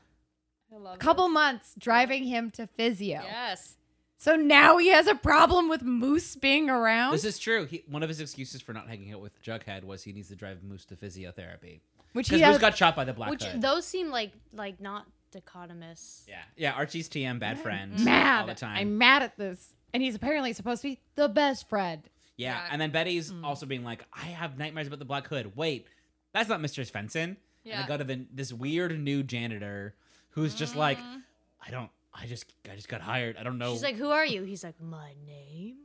A: I love
D: couple months driving him to physio.
A: Yes.
D: So now he has a problem with Moose being around,
B: This is true. He, one of his excuses for not hanging out with Jughead was he needs to drive Moose to physiotherapy.
D: which he
B: Because
D: has.
B: Moose got shot by the black
C: Which
B: hood.
C: those seem like like not dichotomous.
B: yeah. Yeah, Archie's TM bad friend
D: mad.
B: all the time.
D: I'm mad at this, and he's apparently supposed to be the best friend.
B: Yeah,
A: Yeah.
B: and then Betty's
C: Mm.
B: also being like, "I have nightmares about the Black Hood." Wait, that's not Mister Svensson. And I
A: Yeah.
B: go to the, this weird new janitor who's
C: Mm.
B: just like, "I don't. I just. I just got hired. I don't know."
C: She's like, "Who are you?" He's like, "My name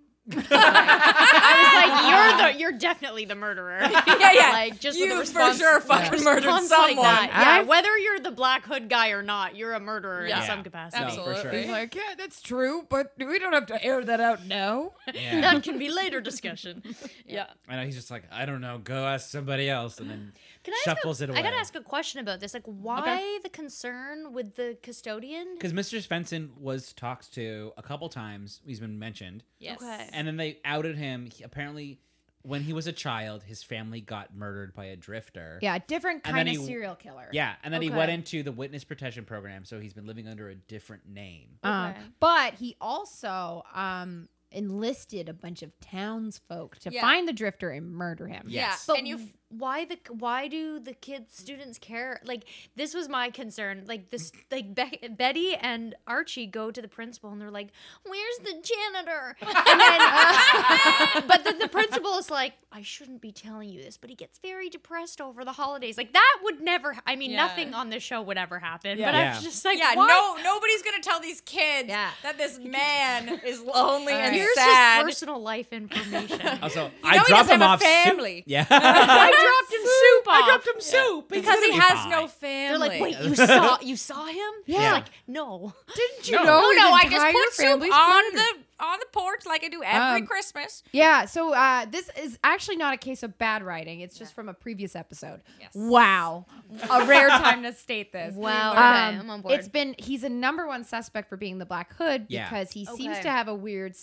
C: I was like, you're the, you're definitely the murderer.
A: Yeah, yeah.
C: Like just with
A: you
C: the
A: for
C: response,
A: sure fucking murdered
C: response
A: someone.
C: Like that. Yeah,
D: I-
C: whether you're the black hood guy or not, you're a murderer
A: Yeah.
C: in some
B: Yeah.
C: capacity.
B: No, for sure.
A: Absolutely.
D: He's like, yeah, that's true, but we don't have to air that out now.
B: Yeah.
C: That can be later discussion. Yeah.
B: I know he's just like, I don't know, go ask somebody else, and then
C: Can I
B: shuffles
C: ask
B: it
C: a,
B: away.
C: I gotta ask a question about this. Like, why the concern with the custodian?
B: because Mr. Svensson was talked to a couple times. He's been mentioned,
A: Yes.
C: Okay.
B: and then they outed him. He, apparently, when he was a child, his family got murdered by a drifter.
D: Yeah, different
B: And then
D: kind of
B: he-
D: serial killer.
B: Yeah, and then he
C: Okay.
B: went into the witness protection program, so he's been living under a different name.
D: Um,
C: Okay.
D: but he also um, enlisted a bunch of townsfolk to
A: Yeah.
D: find the drifter and murder him.
B: Yeah. Yes.
A: Yeah.
C: But
A: and you
C: w- why the why do the kids students care? Like this was my concern. Like this like Be- Betty and Archie go to the principal and they're like, "Where's the janitor?" And then, but then the principal is like, "I shouldn't be telling you this," but he gets very depressed over the holidays. Like that would never. ha- I mean,
A: Yeah.
C: nothing on this show would ever happen.
D: Yeah.
C: But
B: Yeah.
C: I'm just like,
A: yeah,
C: why?
A: no, nobody's gonna tell these kids
D: Yeah.
A: that this man is lonely
D: All
A: and
D: right.
C: Here's
A: sad.
C: his personal life information.
B: Also,
A: know
B: I
A: he
B: dropped
A: doesn't have
B: him
A: a
B: off. soup-
A: family.
B: Yeah,
C: I dropped him soup. Off.
B: I dropped him soup He's
A: because he
B: gonna be
A: has
B: fine.
A: no family.
C: They're like, wait, you saw you saw him?
D: Yeah.
C: It's Like, no.
D: Didn't you
B: No.
D: know?
A: Oh
D: his
A: no, I just
D: entire
A: put soup
D: family's
A: on
D: murdered?
A: the on the porch like I do every
D: Um,
A: Christmas.
D: Yeah, so uh, this is actually not a case of bad writing. It's just from a previous episode.
A: Yes.
D: Wow. a rare time to state this.
C: Wow.
D: Um,
C: Okay, I'm on board.
D: It's been, he's a number one suspect for being the Black Hood
B: Yeah.
D: because he seems
C: Okay.
D: to have a weird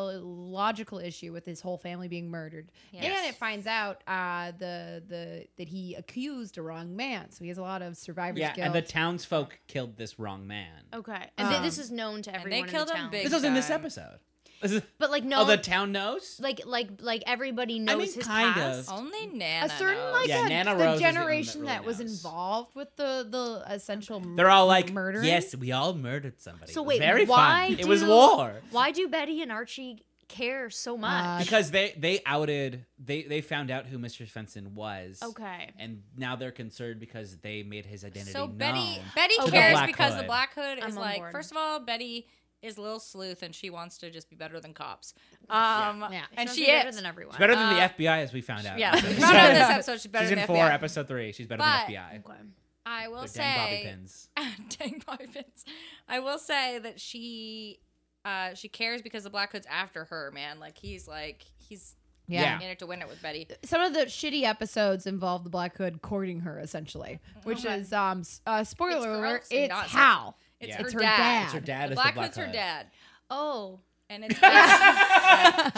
D: psychological issue with his whole family being murdered. And it finds out uh, the the that he accused a wrong man. So he has a lot of survivor's
B: yeah,
D: guilt.
B: and the townsfolk killed this wrong man.
C: Okay. And th-
D: Um,
C: this is known to everyone. in the
A: killed him
C: town.
A: big.
B: This was in this
A: time.
B: episode. This is-
C: But like no
B: Oh, the town knows.
C: like like like everybody knows
B: mean,
C: his
B: kind
C: past.
B: of.
A: Only Nana.
D: a certain
A: knows.
D: like
B: Yeah,
D: a,
B: Nana
D: the
B: Rose is the only one that
D: generation
B: really
D: that was
B: knows.
D: involved with the the essential
B: They're all like,
D: murder.
B: yes, we all murdered somebody.
C: So
B: It was
C: wait,
B: very
C: why
B: fun.
C: do
B: It was war
C: Why do Betty and Archie care so much?
B: Uh, because they they outed they they found out who Mr. Svensson was.
C: okay.
B: and now they're concerned because they made his identity
A: So
B: known.
A: Betty Betty
C: To the
A: cares
B: Black
A: because
B: Hood.
A: the Black Hood
C: I'm
A: is
C: on
A: like
C: board.
A: first of all Betty is a little sleuth and she wants to just be better than cops. Um
D: Yeah.
A: and
C: Sounds
A: she
C: better
A: is
C: than everyone.
B: She's better
A: Uh,
B: than the FBI, as we found out.
A: Yeah, we
B: So-
A: found out this episode she's better
B: She's
A: than
B: in
A: the
B: four,
A: FBI.
B: episode three. She's better
A: But-
B: than the FBI.
C: Okay.
A: I will
B: They're
A: say
B: dang bobby pins.
A: dang bobby pins. I will say that she uh she cares because the Black Hood's after her, man. Like he's like he's
B: Yeah.
A: in it to win it with Betty.
D: some of the shitty episodes involve the Black Hood courting her essentially, which
A: Okay.
D: is um s- uh, spoiler
A: It's
D: alert,
A: gross and
D: it's
A: not
D: Hal.
A: It's,
B: Yeah.
A: her,
D: It's her
A: dad.
D: dad.
B: It's her dad
A: The
B: is
A: Black
B: the Black
A: Hood's her
B: Hood.
A: dad.
C: Oh.
A: And it's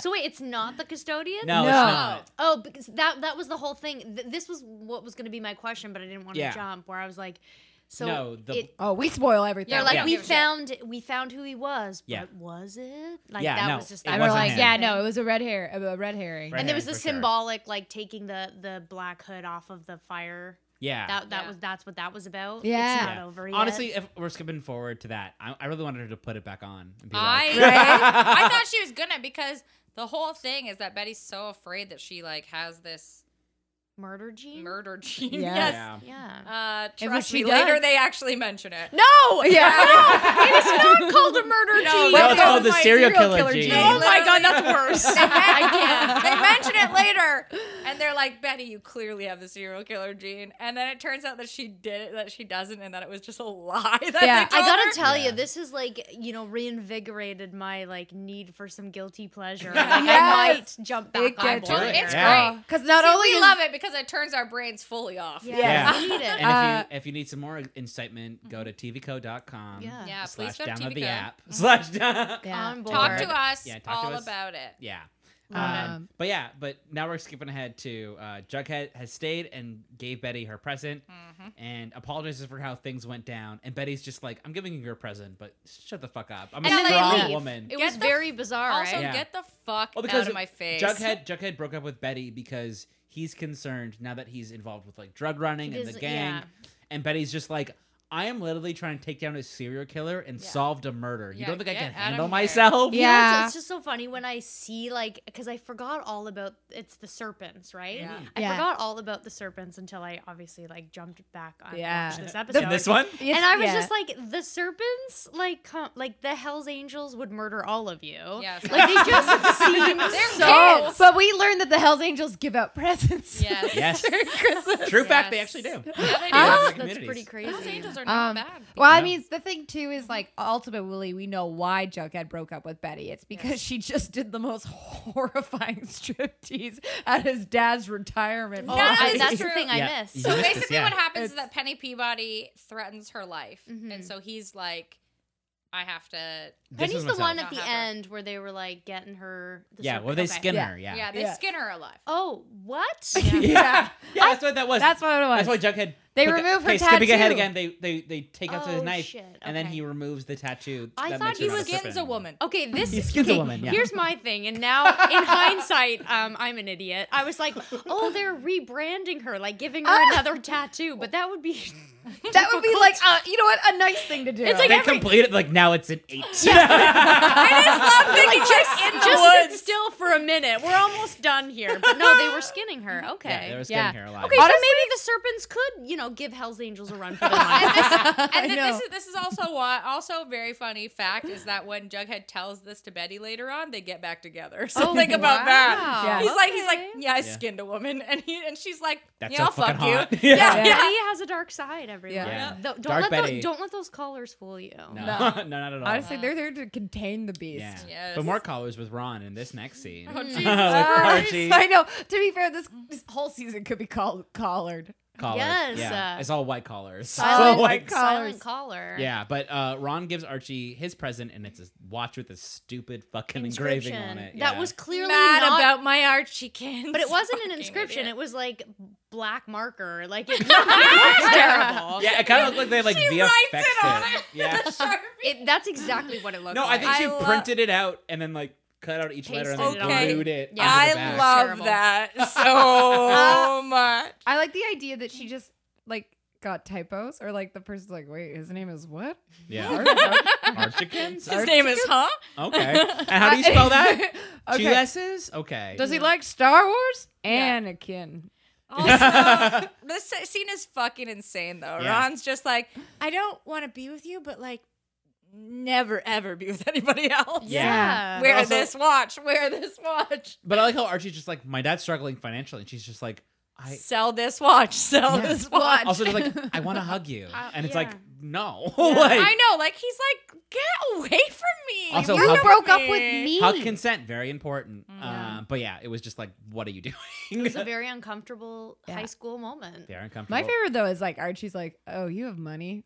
C: So wait, it's not the custodian?
B: No,
D: No.
B: it's not.
C: Oh, because that that was the whole thing. Th- this was what was going to be my question, but I didn't want to
B: Yeah.
C: jump where I was like so
B: No, the-
C: it,
D: Oh, we spoil everything.
C: They're like,
B: Yeah.
C: we
A: Give a shit.
C: found we found who he was, but
B: Yeah.
C: was it? Like
B: Yeah,
C: that
B: no,
C: was just
B: it
C: that
B: wasn't
D: and we're
C: was
D: like,
C: the
B: him.
D: yeah,
C: thing.
D: no, it was a red hair, a red herring.
B: Red
C: and there was the
B: herring, for sure.
C: symbolic like taking the the black hood off of the fire.
B: Yeah.
C: That that
A: Yeah.
C: was that's what that was about.
D: Yeah.
C: it's not
B: Yeah.
C: over yet.
B: Honestly, if we're skipping forward to that, I, I really wanted her to put it back on. And be
A: I
B: like,
A: I thought she was gonna because the whole thing is that Betty's so afraid that she like has this
C: murder gene.
A: murder gene.
D: Yeah.
A: Yes.
B: yeah.
C: yeah.
A: Uh,
D: And
A: trust
D: when
A: me.
D: she
A: Later
D: does-
A: they actually mention it.
D: No, yeah,
A: it is not called a murder
D: no,
B: No, it's
D: that
B: called
D: was
B: the
D: my
B: serial killer gene.
A: Oh my God,
D: that's worse.
A: They, mention it later, and they're like, "Betty, you clearly have the serial killer gene." And then it turns out that she did, that she doesn't, and that it was just a lie. That they
D: Yeah, I
C: I
A: told
C: gotta
A: her.
C: tell
B: Yeah.
C: you, this has like you know reinvigorated my like need for some guilty pleasure. Like,
D: Yes.
C: I might jump back
D: It
C: on
D: gets
B: Do
C: board.
B: it.
A: It's
B: Yeah.
A: great.
D: because not
A: See,
D: only
A: we
D: is-
A: love it because it turns our brains fully off.
C: Yeah,
B: Yeah.
C: we need it.
B: And
D: Uh,
B: if you if you need some more incitement, go to tvco.com.
C: Yeah.
A: Yeah,
B: Slash
A: please go to Mm-hmm.
B: download
A: TV
B: the
A: Guide.
B: app. Slash down.
D: Yeah.
C: on board.
A: Uh, Talk to us
B: Yeah, talk
A: all
B: to us.
A: about it.
B: Yeah.
D: Love
B: Um,
D: it.
B: but yeah, but now we're skipping ahead to uh, Jughead has stayed and gave Betty her present
A: Mm-hmm.
B: and apologizes for how things went down. And Betty's just like, I'm giving you your present, but shut the fuck up. I'm a
C: And then they
B: strong
C: leave.
B: woman.
C: It
A: Get
C: was
A: the-
C: very bizarre.
A: Also,
C: right?
B: Yeah.
A: get the fuck
B: Well, because
A: out of my face.
B: Jughead, Jughead broke up with Betty because he's concerned now that he's involved with like drug running
C: He
B: and the
C: doesn't-
B: gang,
C: yeah.
B: and Betty's just like, I am literally trying to take down a serial killer and
A: Yeah.
B: solved a murder. You
A: Yeah,
B: don't think I
A: get
B: can
A: out of
B: handle
A: here.
B: myself?
C: You know, it's-
D: Yeah.
C: it's, just so funny when I see like because I forgot all about it's the serpents, right?
A: Yeah.
C: I
D: Yeah.
C: forgot all about the serpents until I obviously like jumped back on
D: Yeah.
C: watched this
B: In
C: episode.
B: this one?
D: Yes,
C: and I was
D: yeah.
C: just like, the serpents, like, com- like the Hell's Angels would murder all of you.
A: Yes.
C: like they just seem
A: They're
C: so.
A: kids.
D: but we learned that the Hell's Angels give out presents.
A: Yes.
B: Yes.
D: during Christmas.
B: True fact, they
A: Yes.
B: actually do.
A: Yeah, they do.
B: Huh?
C: That's,
B: Other
C: that's pretty
B: communities.
C: crazy.
A: Those angels are
D: Um,
A: not bad.
D: Well, I
B: Yeah.
D: mean, the thing too is like ultimately we know why Jughead broke up with Betty. It's because she just did the most horrifying striptease at his dad's retirement.
A: No,
C: Oh,
A: no,
D: party.
C: I,
A: it's
C: that's the
A: true.
C: thing I
B: Yeah.
C: missed.
B: You
A: So
B: missed this,
A: basically,
B: yeah.
A: what happens is
D: It's-
A: that Penny Peabody threatens her life, and
C: Mhm.
A: so he's like, "I have to."
B: This
C: Penny's
B: is
C: the
B: myself.
C: one at
A: Not
C: the
A: have her.
C: end where they were like getting her. The
B: Yeah,
C: serpent.
B: well, they
C: Okay.
B: skin
D: Yeah.
B: her.
A: Yeah,
B: Yeah.
A: they
D: Yeah.
A: skin her alive.
C: Oh, what?
B: Yeah, yeah. that's what that was.
D: That's what it was.
B: That's why Jughead.
D: They
B: took-
D: remove her
B: okay, Skipping ahead
D: tattoo.
B: again, they they they take out his
C: Oh,
B: knife,
C: shit.
B: and then
C: Okay.
B: he removes the tattoo.
C: I
B: that
C: thought
B: makes her
C: he
B: not
C: was-
B: serpent
A: skins a
B: anymore.
A: woman.
C: Okay, this
B: He
C: is
B: skins a woman, yeah.
C: Here's my thing, and now in hindsight, um, I'm an idiot. I was like, oh, they're rebranding her, like giving
B: Ah.
C: her another tattoo, but that would be
D: that would be like, uh, you know what, a nice thing to do.
C: It's like
B: They
C: every-
B: complete it like now it's an eight.
C: like just just sit still for a minute. We're almost done here, but no, they were skinning her. Okay,
B: Yeah, they were
D: Yeah.
B: skinning her alive.
C: okay,
D: Honestly-
C: so maybe the serpents could, you know, give Hell's Angels a run for their money.
A: and
D: I
A: then
D: know.
A: this is this is also why also a very funny fact is that when Jughead tells this to Betty later on, they get back together. So think about that.
D: Yeah.
A: He's like he's like,
C: Oh, Okay.
A: yeah, I
B: Yeah.
A: skinned a woman, and he and she's like,
B: That's
A: yeah,
B: so
A: I'll fuck
B: fucking
A: you.
B: hot.
A: Yeah,
D: Yeah.
A: yeah.
C: Betty has a dark side, everyone.
B: Yeah.
C: Th- don't
B: Dark
C: let tho-
B: Betty.
C: don't let those collars fool you.
B: No,
D: No.
B: no, not at all.
D: Honestly, they're there to contain the beast.
B: yeah.
A: Yes.
B: But more collars with Ron in this next scene.
A: Oh,
B: With
A: Jesus
B: Archie
D: Uh, I know. To be fair, this, this whole season could be called collared.
B: collars.
C: Yes,
B: Yeah.
C: uh,
B: it's all white collars.
D: Silent-
B: So white
C: Silent
D: Silent
C: collar.
B: Yeah, but uh, Ron gives Archie his present, and it's a watch with a stupid fucking engraving on it.
C: Inscription.
B: Yeah.
C: That was clearly
A: mad
C: not
A: about my Archie kids.
C: But it wasn't an
A: Fucking
C: inscription.
A: idiot.
C: It was like black marker. Like it, it was terrible.
B: Yeah, it kind of looked like they like
A: She writes
B: VFX
A: it on
B: it.
A: it.
B: Yeah.
C: It, that's exactly what it looked
B: No, I
C: like.
B: think she
A: I love-
B: printed it out and then like cut out each letter and
C: Pasted
B: then
A: it on.
B: glued it.
C: Yeah.
B: onto the
A: I
B: back.
A: love
C: Terrible.
A: that so much.
D: I like the idea that she just like got typos or like the person's like, wait, his name is what?
B: Yeah,
D: His
B: Archikins.
A: His name is huh?
B: Okay, and how do you spell that? Two S's. Okay.
D: Does he like Star Wars?
A: Yeah.
D: Anakin.
A: Also, this se- scene is fucking insane though.
B: Yeah.
A: Ron's just like, I don't want to be with you, but like, never ever be with anybody else.
B: Yeah.
C: Yeah.
A: Wear
B: Also-
A: this watch. Wear this watch.
B: But I like how Archie's just like, my dad's struggling financially, and she's just like, I
A: Sell this watch. Sell
D: Yeah.
A: this watch.
B: also just like, I want to hug you,
C: Uh,
B: and it's
C: yeah.
B: like, no, like,
A: I know. Like he's like, get away from me.
B: Also,
A: You're
B: how-
A: not
D: Broke up with me.
B: hug consent, very important.
A: Mm, Yeah.
B: Um, but yeah, it was just like, what are you doing?
C: it was a very uncomfortable
D: Yeah.
C: high school moment.
B: They're uncomfortable.
D: My favorite though is like Archie's like, oh, you have money.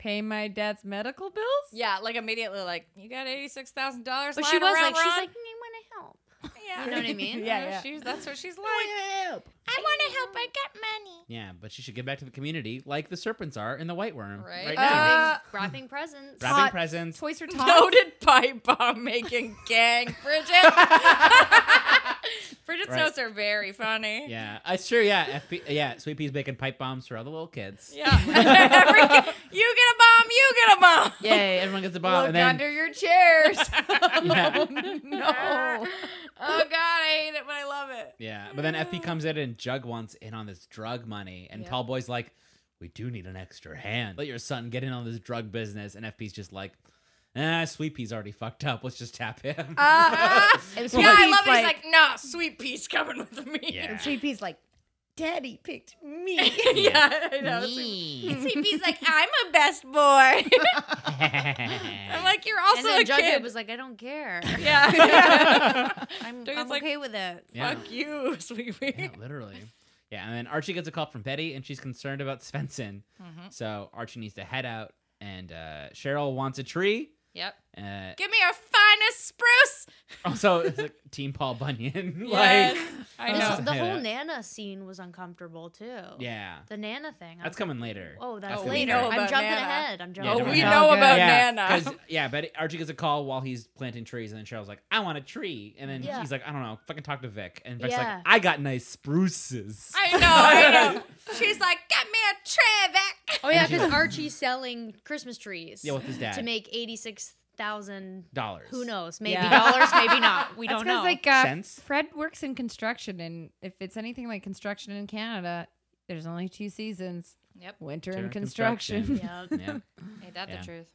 D: Pay my dad's medical bills?
A: Yeah, like immediately, like you got eighty six thousand dollars.
C: But she was
A: around,
C: like, she's
A: Ron?"
C: like, I want to help.
A: yeah.
C: You know what I mean?
D: Yeah, yeah.
A: She's, that's what she's like. I want to help. I got money.
B: Yeah, but she should give back to the community like the serpents are in the White Worm
A: Right.
B: right,
D: Uh,
B: now.
C: wrapping, wrapping presents.
B: Wrapping
D: hot-
B: presents.
D: Toys for Tots.
A: Noted pipe bomb making gang, Bridget. Bridget's
B: Right.
A: notes are very funny.
B: Yeah, uh, sure. Yeah, FP, yeah. Sweet Pea's making pipe bombs for all the little kids.
A: Yeah. Every kid- you get a bomb, you get a bomb.
B: Yay! Everyone gets a bomb,
D: Look
B: and then
D: under your chairs.
B: Yeah.
D: Oh, no.
A: Oh god, I hate it, but I love it.
B: yeah, but then FP comes in and Jug wants in on this drug money, and
A: Yeah.
B: Tallboy's like, "We do need an extra hand. Let your son get in on this drug business." And FP's just like, "Ah, Sweet Pea's already fucked up. Let's just tap him."
A: Uh,
D: It was
A: yeah, I
D: Sweet
A: love
D: Pea's
A: it. He's like, nah, sweet pea's coming with me.
B: Yeah.
D: Sweet Pea's like, Daddy picked me.
A: yeah, I know. Sweet Sweet Pea's like, I'm a best boy. I'm like, you're also
C: And then
A: a kid.
C: Jughead was like, I don't care.
A: yeah.
C: I'm,
A: Jughead's
C: I'm
A: like-
C: okay with it.
B: Yeah.
A: Fuck you, sweet pea.
B: Yeah, literally. Yeah, and then Archie gets a call from Betty, and she's concerned about Svensson.
C: Mm-hmm.
B: So Archie needs to head out, and uh, Cheryl wants a tree.
A: Yep.
B: Uh,
A: Give me our finest spruce.
B: Also, it's like Team Paul Bunyan.
A: Yes,
B: like,
A: I
B: This
A: know. Oh,
B: is-
C: the
B: Yeah.
C: whole Nana scene was uncomfortable too.
B: yeah,
C: The Nana thing. I
B: that's
C: was
B: coming later.
C: like, Oh, that's
B: That's
A: we
C: later. uh.
A: know
C: I'm
A: about
C: jumping
A: Nana.
C: ahead. I'm
B: Yeah,
A: oh,
C: jumping
B: don't
A: we
B: worry.
C: ahead.
A: know
D: Oh,
A: about
D: good.
B: yeah,
A: Nana.
B: yeah, but Archie gets a call while he's planting trees, and then Cheryl's like, "I want a tree," and then
C: Yeah.
B: he's like, "I don't know, fucking talk to Vic," and Vic's
C: Yeah.
B: like, "I got nice spruces."
A: I know, I know. She's like, get me a tray, Vic.
C: Oh yeah,
B: And she's
C: because
B: like-
C: Archie's selling Christmas trees.
B: Yeah, with his dad.
C: to make eighty six thousand.
B: dollars.
C: Who knows? Maybe
D: Yeah.
C: dollars, maybe not. We don't know.
D: like uh,
B: Sense?
D: Fred works in construction, and if it's anything like construction in Canada, there's only two seasons:
A: Yep,
B: Winter
D: winter and
B: and
D: construction.
B: construction.
C: yeah.
B: Yeah.
A: ain't that
B: the Yeah.
A: truth?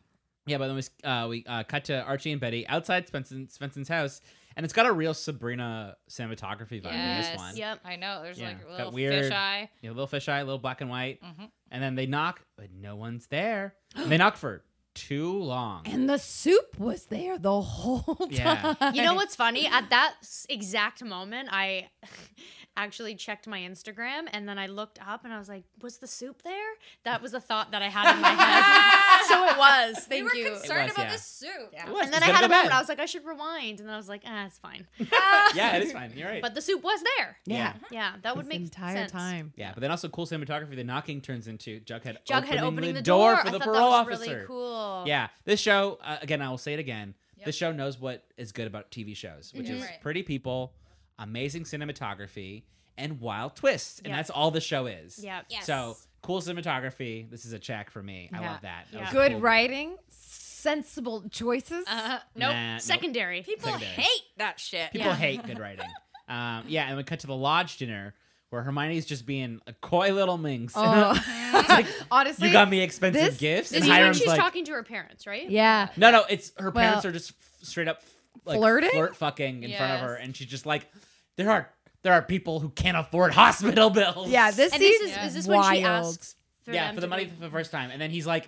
B: Yeah, but then we, uh, we uh, cut to Archie and Betty outside Svensson, Svensson's house, and it's got a real Sabrina cinematography vibe in
A: Yes.
B: this one. Yeah,
C: Yep.
A: I know. There's
B: Yeah,
A: like a
B: that
A: little
B: weird-
A: fisheye.
B: You know, little fisheye, little black and white.
C: Mm-hmm.
A: Mhm.
B: And then they knock, but no one's there. And they knock for too long.
D: And the soup was there the whole
B: Yeah.
D: time.
C: You know what's funny? At that s- exact moment, I actually checked my Instagram and then I looked up and I was like, "Was the soup there?" That was a thought that I had in my head. so it was.
A: We
C: Thank
A: were
C: you.
A: concerned
B: was,
A: about
B: yeah.
A: this soup.
B: It was,
C: And
B: it's
C: then I
B: gonna
C: had
B: go
C: a moment.
B: bad.
C: I was like, "I should rewind," and then I was like, "Ah, it's fine."
B: yeah, it is fine. You're right.
C: But the soup was there.
D: Yeah.
B: Uh-huh.
C: Yeah, that would
D: This
C: make
D: entire
C: sense.
D: time.
B: yeah, but then also cool cinematography. The knocking turns into Jughead,
C: Jughead
B: opening,
C: opening,
B: the, door, for
C: I
B: the
C: thought
B: parole
C: that was
B: officer.
C: Really cool.
B: Yeah, this show uh, again. I will say it again.
A: Yep.
B: This show knows what is good about TV shows, which
A: Mhm.
B: is
A: Right.
B: pretty people, amazing cinematography, and wild twists. And
C: Yeah.
B: that's all the show is.
C: Yeah.
A: Yes.
B: So cool cinematography. This is a check for me. I
C: Yeah.
B: love that. that
C: Yeah.
B: was
D: Good
B: cool.
D: writing, sensible choices.
C: Uh-huh.
A: Uh,
B: Nah,
A: nope.
B: nope.
C: Secondary.
A: People
B: Secondary.
A: hate that shit.
B: People hate good writing. Um, yeah, and we cut to the lodge dinner where Hermione's just being a coy little minx.
D: Oh.
B: It's like,
D: Honestly,
B: you got me expensive
D: this-
B: gifts.
C: This
B: and
C: is when
B: Hiram's
C: she's
B: like,
C: talking to her parents, right?
D: yeah.
B: No, no, it's her
D: Well-
B: parents are just f- straight up like,
D: Flirting?
B: flirt fucking in front of her,
A: Yes.
B: and she's just like, there are there are people who can't afford hospital bills.
D: Yeah, this
C: And this
D: scene
C: is, is this
D: wild.
C: when she asks for
B: yeah
C: them
B: for the
C: to
B: money
C: be-
B: for the first time, and then he's like,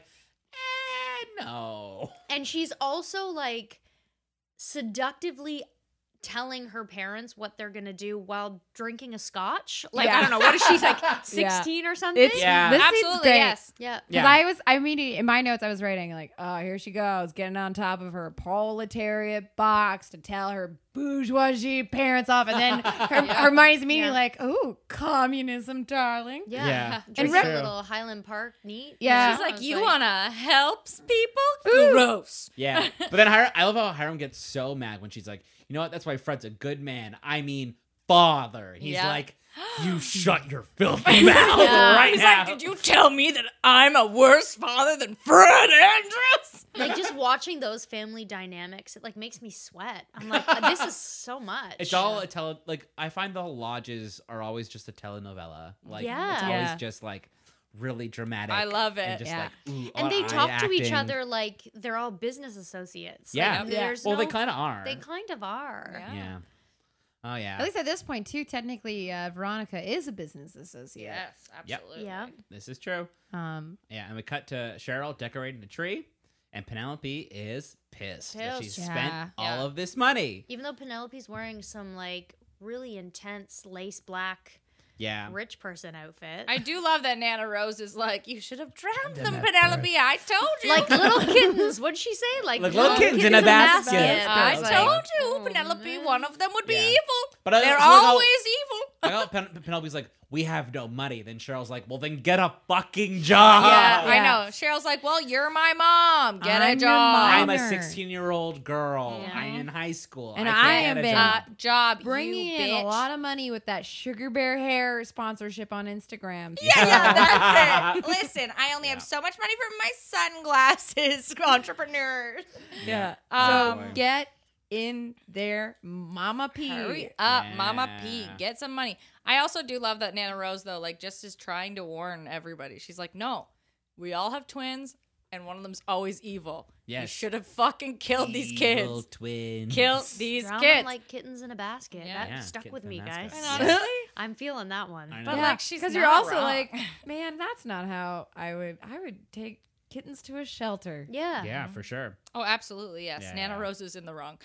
B: eh, no,
C: and she's also like seductively telling her parents what they're gonna do while drinking a scotch. Like
D: Yeah.
C: I don't know, what is she's like sixteen or something?
D: It's
B: Yeah.
D: this scene's
A: Absolutely,
D: great.
A: yes.
C: yeah.
D: Because
B: Yeah.
D: I was, I mean, in my notes, I was writing like, "Oh, here she goes, getting on top of her proletariat box to tell her bourgeoisie parents off," and then her,
A: Yeah.
D: Hermione's meaning
C: Yeah.
D: like, "Oh, communism, darling."
C: Yeah.
B: Yeah.
C: Drinking
D: And
C: a
B: Red-
C: little Highland Park neat.
D: Yeah.
A: She's
C: I
A: like,
C: was
A: you wanna helps people? Gross.
B: yeah. But then Hiram, I love how Hiram gets so mad when she's like, you know what? That's why Fred's a good man. I mean, father. He's
A: Yeah.
B: like, you shut your filthy mouth right
A: He's
B: now.
A: like, did you tell me that I'm a worse father than Fred Andrews?
C: like just watching those family dynamics, it like makes me sweat. I'm like, "Uh, this is so much.
B: It's all a tele like I find the lodges are always just a telenovela. Like it's
C: Yeah.
B: always
D: Yeah.
B: just like really dramatic.
A: I love it,
B: And just
D: yeah.
B: like ooh, uh,
C: and they
B: eye
C: talk to each
B: acting.
C: other like they're all business associates.
B: Yeah.
C: Like,
D: Yeah.
C: There's
B: Well,
C: no,
B: they kind of are.
C: they kind of are.
A: Yeah.
B: yeah. Oh yeah.
D: At least at this point, too, technically, uh, Veronica is a business associate.
A: absolutely.
C: Yeah.
B: this is true.
D: Um,
B: Yeah, and we cut to Cheryl decorating a tree, and Penelope is pissed that she's
C: Pissed.
D: Yeah.
B: spent
A: Yeah.
B: all of this money.
C: Even though Penelope's wearing some like really intense lace black
B: Yeah.
C: rich person outfit.
A: I do love that Nana Rose is like, you should have drowned
B: Them
A: them,
B: at
A: Penelope. I told you.
C: like little kittens. What'd she say? Like,
B: Like little kittens in a basket.
A: I
B: It's like-
A: told you,
C: Oh,
A: Penelope,
C: man.
A: one of them would be
B: Yeah.
A: evil.
B: But I-
A: They're
B: it's like how-
A: always evil.
B: I got Pen- Penelope's like, we have no money. Then Cheryl's like, well, then get a fucking job.
A: yeah,
D: Yeah.
A: I know. Cheryl's like, well, you're my mom. Get
D: I'm
A: a
D: your
A: job.
B: I'm a
D: Honor.
B: 16 year old girl.
C: Yeah.
B: I'm in high school.
D: And
B: can't
D: I am
B: get a
D: been-
B: job.
A: Hot job.
D: bringing
A: you
D: in
A: bitch.
D: a lot of money with that sugar bear hair sponsorship on Instagram.
A: Yeah, yeah, that's it. Listen, I only
B: Yeah.
A: have so much money for my sunglasses, entrepreneurs.
B: Yeah.
D: Um,
B: Boy.
D: get in there, Mama P.
A: Hurry up, Mama P.
B: Yeah.
A: Get some money. I also do love that Nana Rose, though, like, just is trying to warn everybody. She's like, no, we all have twins, and one of them's always evil. You
B: Yes.
A: should have fucking killed these
B: Evil
A: kids.
B: Twins.
A: Kill these
C: Drown 'em
A: kids.
C: like kittens in a basket.
A: Yeah.
C: That
B: Yeah,
C: stuck
B: kittens
C: with
B: in a
C: me,
B: basket.
C: guys.
A: and
B: Yeah.
A: honestly,
C: I'm feeling that one.
B: I
C: But
B: know.
A: but
B: Yeah,
A: like, she's
D: because you're
A: not
D: also
A: wrong.
D: like, man, that's not how I would. I would take kittens to a shelter.
C: yeah. yeah.
B: Yeah, for sure.
A: oh, absolutely, yes.
B: Yeah,
A: Nana
B: yeah.
A: Rose is in the wrong.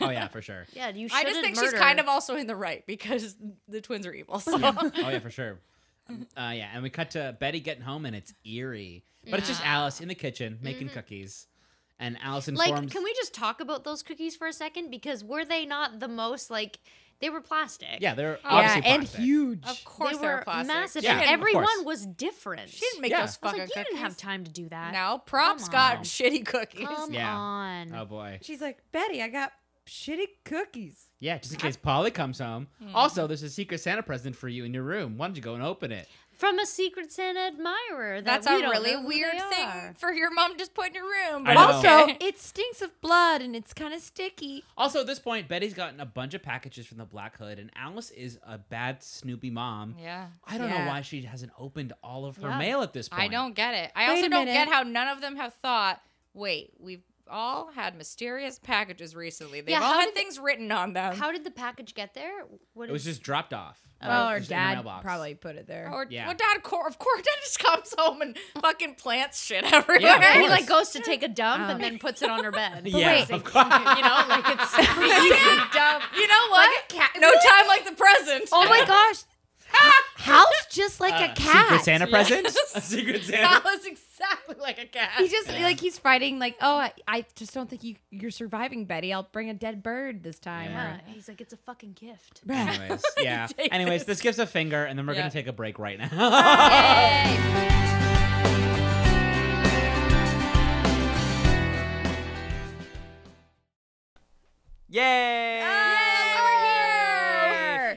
B: Oh yeah, for sure.
C: you
A: I
C: shouldn't
A: just think
C: murder.
A: she's kind of also in the right because the twins are evil. So.
B: Oh yeah, for sure. Um, Uh, yeah,
A: Mm-hmm.
B: and we cut to Betty getting home, and it's eerie, but it's just Alice in the kitchen making cookies, and Allison
C: Like,
B: forms.
C: can we just talk about those cookies for a second? Because were they not the most like they were plastic?
B: yeah, they're
D: yeah,
B: obviously
D: and
B: plastic.
D: huge.
A: Of course
C: They
A: they
C: were
A: are plastic.
C: massive,
A: She
B: Yeah.
C: and
A: didn't-
B: every-
C: everyone
B: course.
C: was different.
A: she didn't make
B: Yeah.
A: those
C: I was
A: fucking
C: like, you
A: cookies.
C: didn't have time to do that.
A: No, props
C: Come
A: got
C: on.
A: shitty cookies.
C: Come
B: Yeah.
C: on.
B: Oh boy.
D: She's like, Betty, I got shitty cookies.
B: Yeah, just in case Polly comes home. Also, there's a Secret Santa present for you in your room. Why don't you go and open it?
C: From a Secret Santa admirer. That
A: That's
C: we
A: a
C: don't
A: really
C: know who
A: weird
C: they
A: thing
C: are.
A: for your mom to just put in your room.
B: I
A: but
B: know.
D: Also,
A: okay.
D: it stinks of blood and it's kind of sticky.
B: Also, at this point, Betty's gotten a bunch of packages from the Black Hood, and Alice is a bad Snoopy mom.
A: yeah.
B: I don't
D: Yeah.
B: know why she hasn't opened all of her
C: Yeah.
B: mail at this point.
A: I don't get it. I
D: Wait
A: also
D: a
A: don't
D: minute.
A: get how none of them have thought, wait, we've all had mysterious packages recently. They've
C: Yeah,
A: all
C: how
A: had
C: did they-
A: things written on them.
C: How did the package get there? What
B: It was
C: is-
B: just dropped off.
D: Oh, Well,
B: Like,
D: her
B: just in the
D: dad
B: mailbox.
D: probably put it there.
A: or
B: Yeah.
A: well, dad, cor- of course, dad just comes home and fucking plants shit everywhere.
B: Yeah, of
C: He
B: course.
C: like goes to take a dump and
D: Oh.
C: then puts it on her bed.
B: Yeah,
D: wait.
B: of course.
C: You know, like it's pretty easy dump.
A: you know what? no time like the present.
D: oh my gosh. House just like
B: Uh,
D: a cat.
B: Secret Santa present? A Secret
A: that
B: Santa.
A: was exactly like a cat.
D: He just like he's fighting like, oh, I, I just don't think you you're surviving, Betty. I'll bring a dead bird this time.
B: Yeah.
D: Yeah.
C: Yeah. He's like, it's a fucking gift.
B: Anyways, yeah.
A: Take
B: Anyways,
A: this.
B: this gives a finger, and then we're
A: Yeah.
B: gonna take a break right now. Yay!
A: Yay!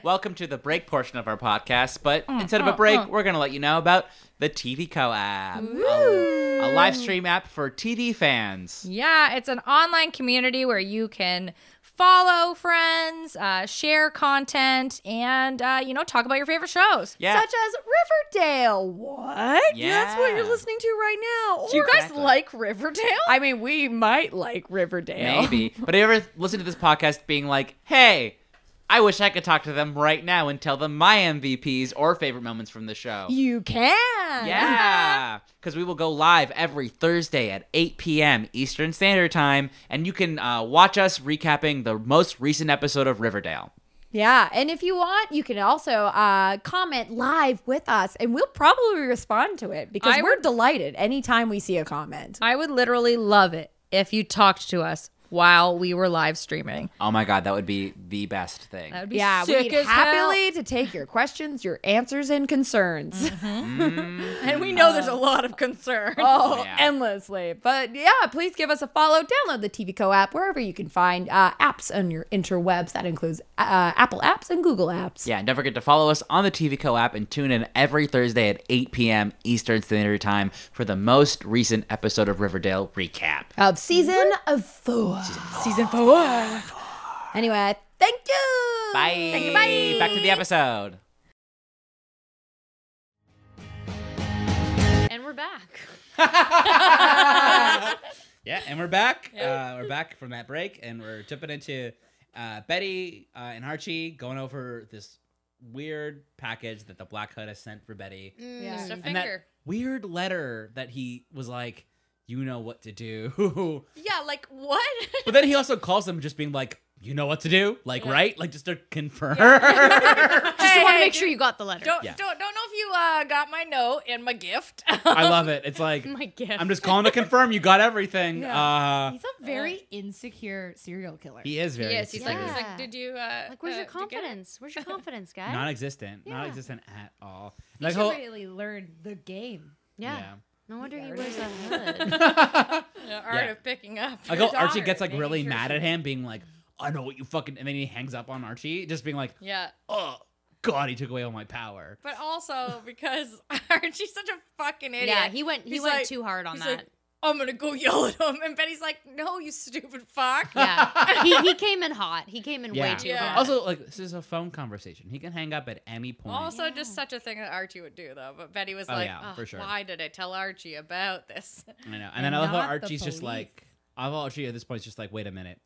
B: Welcome to the break portion of our podcast, but instead of a break, we're going to let you know about the TV Co app, a, a live stream app for TV fans.
A: Yeah, it's an online community where you can follow friends, uh, share content, and uh, you know talk about your favorite shows.
B: Yeah.
D: Such as Riverdale. What? That's what
B: Yeah.
D: you're listening to right now. Oh,
A: Do you
D: Or-
A: guys
B: Exactly.
A: like Riverdale?
D: I mean, we might like Riverdale.
B: Maybe. but have you ever listened to this podcast being like, hey, I wish I could talk to them right now and tell them my MVPs or favorite moments from the show?
D: You can.
B: Yeah, because we will go live every Thursday at 8 p.m. Eastern Standard Time, and you can uh, watch us recapping the most recent episode of Riverdale.
D: Yeah, and if you want, you can also uh, comment live with us, and we'll probably respond to it because
A: I
D: we're
A: would-
D: delighted anytime we see a comment.
A: I would literally love it if you talked to us while we were live streaming.
B: Oh my god, that would be the best thing.
A: That would be
D: Yeah,
A: sick
D: we'd
A: as
D: happily to take your questions, your answers, and concerns.
B: Mm-hmm.
A: hell. and we know there's a lot of concern.
D: Oh,
B: Yeah.
D: endlessly. But yeah, please give us a follow. Download the TVCo app wherever you can find uh, apps on your interwebs. That includes uh, Apple apps and Google apps.
B: Yeah, and don't forget to follow us on the TV Co app and tune in every Thursday at 8 p.m. Eastern Standard Time for the most recent episode of Riverdale recap.
D: Of season
B: Mm-hmm.
D: of four. Season four. Anyway, thank you.
B: Bye.
D: Thank you. Bye.
B: Back to the episode.
C: And we're back.
B: Yeah, and we're back. Uh, we're back from that break, and we're jumping into uh, Betty uh, and Archie going over this weird package that the Black Hood has sent for Betty.
D: Yeah.
A: Just a
B: And that
A: finger.
B: weird letter that he was like, "You know what to do,"
A: yeah, like what?
B: but then he also calls them just being like, "You know what to do," like right, like just to confirm.
C: Just
A: Hey,
C: want to
A: hey,
C: make sure you got the letter.
A: Don't
B: Yeah.
A: don't don't know if you uh, got my note and my gift.
B: I love it. It's like
C: My gift.
B: I'm just calling to confirm you got everything. Uh,
D: He's a very insecure serial killer.
B: he is very
A: yes, he's like he's
C: Yeah.
A: like, did you uh,
C: like, where's
A: uh,
C: your
A: did you get it?"
C: confidence? Where's your confidence, guy?
B: non-existent,
C: Yeah.
B: non-existent at all.
D: He
B: Like
D: should
B: whole-
D: really learn the game.
C: yeah.
B: yeah.
C: No wonder he
D: Yeah.
C: wears a hood.
A: Yeah, uh, art
B: Yeah.
A: of picking up.
B: Like how
D: Your
B: Archie
D: daughter,
B: gets like
D: making
B: really
D: sure
B: mad
D: she-
B: at him, being like, "I know what you fucking," and then he hangs up on Archie, just being like,
A: yeah.
B: "Oh God, he took away all my power."
A: But also because Archie's such a fucking idiot.
C: yeah, he went. He
A: He's
C: went
A: like-
C: too hard on
A: he's
C: that.
A: like, I'm gonna go yell at him, and Betty's like, "No, you stupid fuck."
C: yeah, he, he came in hot. He came in way
B: Yeah.
C: too
A: Yeah.
C: hot.
B: Also, like this is a phone conversation; he can hang up at any point.
A: Also, just such a thing that Archie would do, though. But Betty was
B: Oh,
A: like,
B: yeah,
A: "Ugh,
B: for sure.
A: "Why did I tell Archie about this?"
B: I know. And, then I love how
D: Not the
B: Archie's just
D: police.
B: like, Oh, I love Archie at this point is just like, "Wait a minute,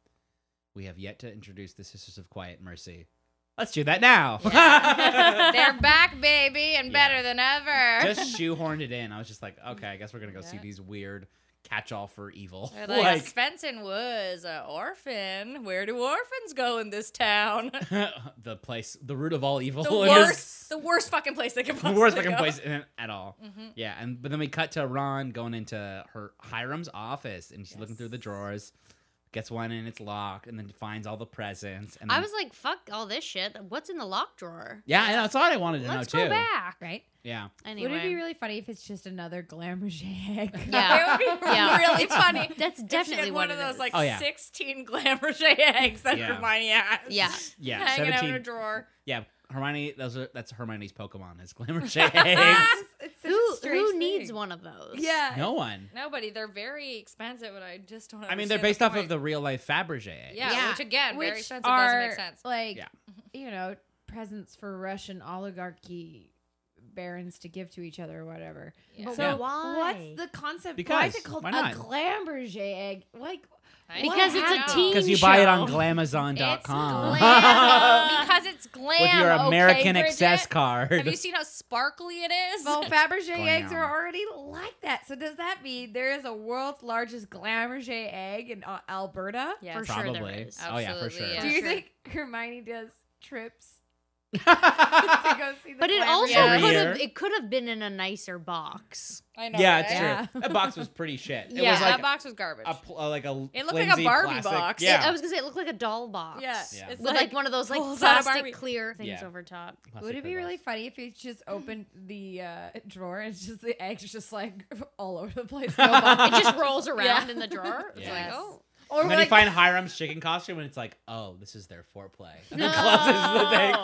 B: we have yet to introduce the Sisters of Quiet Mercy. Let's do that now."
A: They're back, baby, and
B: Yeah.
A: better than ever.
B: just shoehorned it in. I was just like, okay, I guess we're gonna go see
A: Mm. Yeah.
B: these weird catch-all for evil.
A: They're Like, Svensson was an orphan. Where do orphans go in this town?
B: the place, the root of all evil.
A: The
B: It was
A: worst, the worst fucking place they could
B: the
A: possibly
B: Oh, worst fucking
A: go. Mm-hmm.
B: place in- at all. Yeah, and but then we cut to Ron going into her Hiram's office, and she's looking through the drawers, gets one and it's locked, and then finds all the presents. And
C: I
B: then-
C: was like, fuck all this shit. What's in the lock drawer?
B: Mm. yeah, I know, that's all I wanted to
C: Let's
B: know
C: go
B: too.
C: back.
D: right?
B: Yeah,
C: Anyway.
D: Would it be really funny if it's just another glamour shag?
C: Yeah.
A: It would be
C: Yeah.
A: really funny.
C: That's
A: if she
C: definitely
A: had
C: what
A: one of
C: it
A: those
C: is.
A: like
B: Oh, yeah.
A: 16 glamour eggs that
B: Yeah.
A: Hermione has.
C: Yeah.
B: yeah,
A: Hanging out in a
B: seventeen.
A: drawer.
B: Yeah, Hermione. Those are that's Hermione's Pokemon. Is Glamour Shakes.
C: Who who needs one of those?
D: Yeah.
B: no one.
A: Nobody. They're very expensive, and I just don't.
B: I mean, they're
A: understand
B: based off of
A: point.
B: the real life Fabergé egg.
A: Yeah,
C: Yeah.
A: which again,
D: Which
A: very expensive.
D: are
A: doesn't make sense.
D: like
B: Yeah.
D: you know presents for Russian oligarchy barons to give to each other or whatever.
A: Yeah.
D: But
C: So
B: Yeah.
C: why?
D: what's the concept? why
B: Because,
D: is it called
B: why
D: a
B: not?
D: Glamberger egg? Like
A: I
C: Because
A: don't
C: it's a
A: know.
C: teen
B: Because you buy it on
C: show.
A: It's
B: glamazon.com.
A: glam. because it's glam.
B: With your American
A: okay,
B: Access
A: Bridget?
B: card.
A: Have you seen how sparkly it is?
D: well, Fabergé eggs
B: Glam.
D: are already like that. So does that mean there is a world's largest Glamberger egg in uh, Alberta?
A: Yes.
C: For sure there
B: Probably.
C: is.
B: Oh, yeah, for
A: Absolutely,
B: sure.
A: yeah.
D: Do you
A: sure.
D: think Hermione does trips to
B: yeah,
D: go see the
C: But it
D: Glamour
C: also
B: Every
D: Egg?
C: could
B: year.
C: have it could have been in a nicer box.
A: I know.
B: it's
A: right?
B: true.
D: Yeah.
B: That box was pretty shit. It
A: Yeah,
B: was like
A: that box was garbage.
B: a pl- uh, like a
A: It looked like a
B: flimsy
A: Barbie
B: plastic-
A: box.
B: Yeah,
C: I was gonna say it looked like a doll box.
A: yeah,
B: Yeah.
A: it's
C: With like, one of those like
A: pulls out a Barbie.
C: plastic clear things
B: Yeah.
C: over top.
B: Plastic
D: Would it be
B: box.
D: really funny if you just opened the uh, drawer and it's just the eggs just like all over the place? No
C: it
D: box.
C: just rolls around in the drawer. It's
B: Yeah.
C: like, oh.
D: or
B: And then you
D: like,
B: find Hiram's chicken costume, and it's like, oh, this is their foreplay. And then closes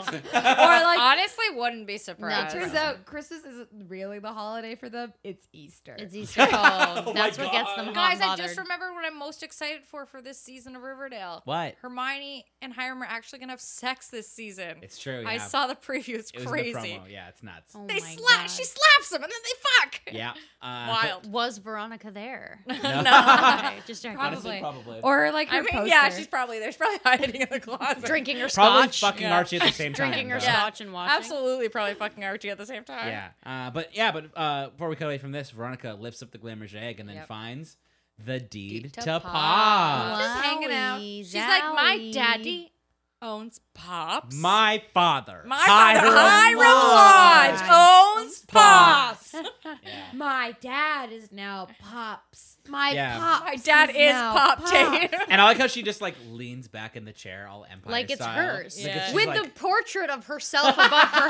B: the thing.
D: or like
A: Honestly, wouldn't be
D: it
A: surprised.
C: No,
D: turns out Christmas isn't really the holiday for them. It's Easter.
C: It's Easter. Oh,
B: Oh my
C: that's what gets
B: God.
C: them
A: Guys, I
C: hot
A: just
C: bothered.
A: remembered what I'm most excited for for this season of Riverdale.
B: what?
A: Hermione and Hiram are actually gonna have sex this season.
B: It's true. Yeah.
A: I saw the preview. It's
B: it was
A: crazy.
B: In the promo. Yeah, it's nuts.
C: Oh
A: They
C: my
A: slap.
C: God.
A: She slaps him, and then they fuck.
B: Yeah. Uh,
A: Wild.
C: was Veronica there.
B: No.
C: Okay, just checking.
B: but- honestly,
D: Probably.
B: probably.
D: or like her
A: I mean, yeah,
D: poster.
A: she's probably there. She's probably hiding in the closet.
C: drinking her
B: probably
C: scotch.
B: fucking
A: Yeah.
B: Archie at the same time.
C: drinking her
B: though.
C: scotch and watching.
A: Absolutely, probably fucking Archie at the same time.
B: Yeah. Uh, but yeah, but uh, before we cut away from this, Veronica lifts up the glamour egg and then
A: Yep.
B: finds the deed,
A: to
B: to,
A: Pop.
B: Pop. Ah.
A: Just hanging out.
C: Wowie,
A: She's like, my
C: zowie."
A: daddy owns Pops.
B: My father.
A: my father, Hiram Lodge,
D: Lodge
A: owns Pops.
B: Yeah.
D: My dad is now pops. My
B: Yeah.
D: pops.
A: My dad is
D: now
A: Pop
D: Pops.
A: Tate.
B: And I like how she just like leans back in the chair, all empire
C: Like it's
B: style.
C: hers.
B: Like,
A: Yeah.
B: she's
C: With
B: like-
C: the portrait of herself above her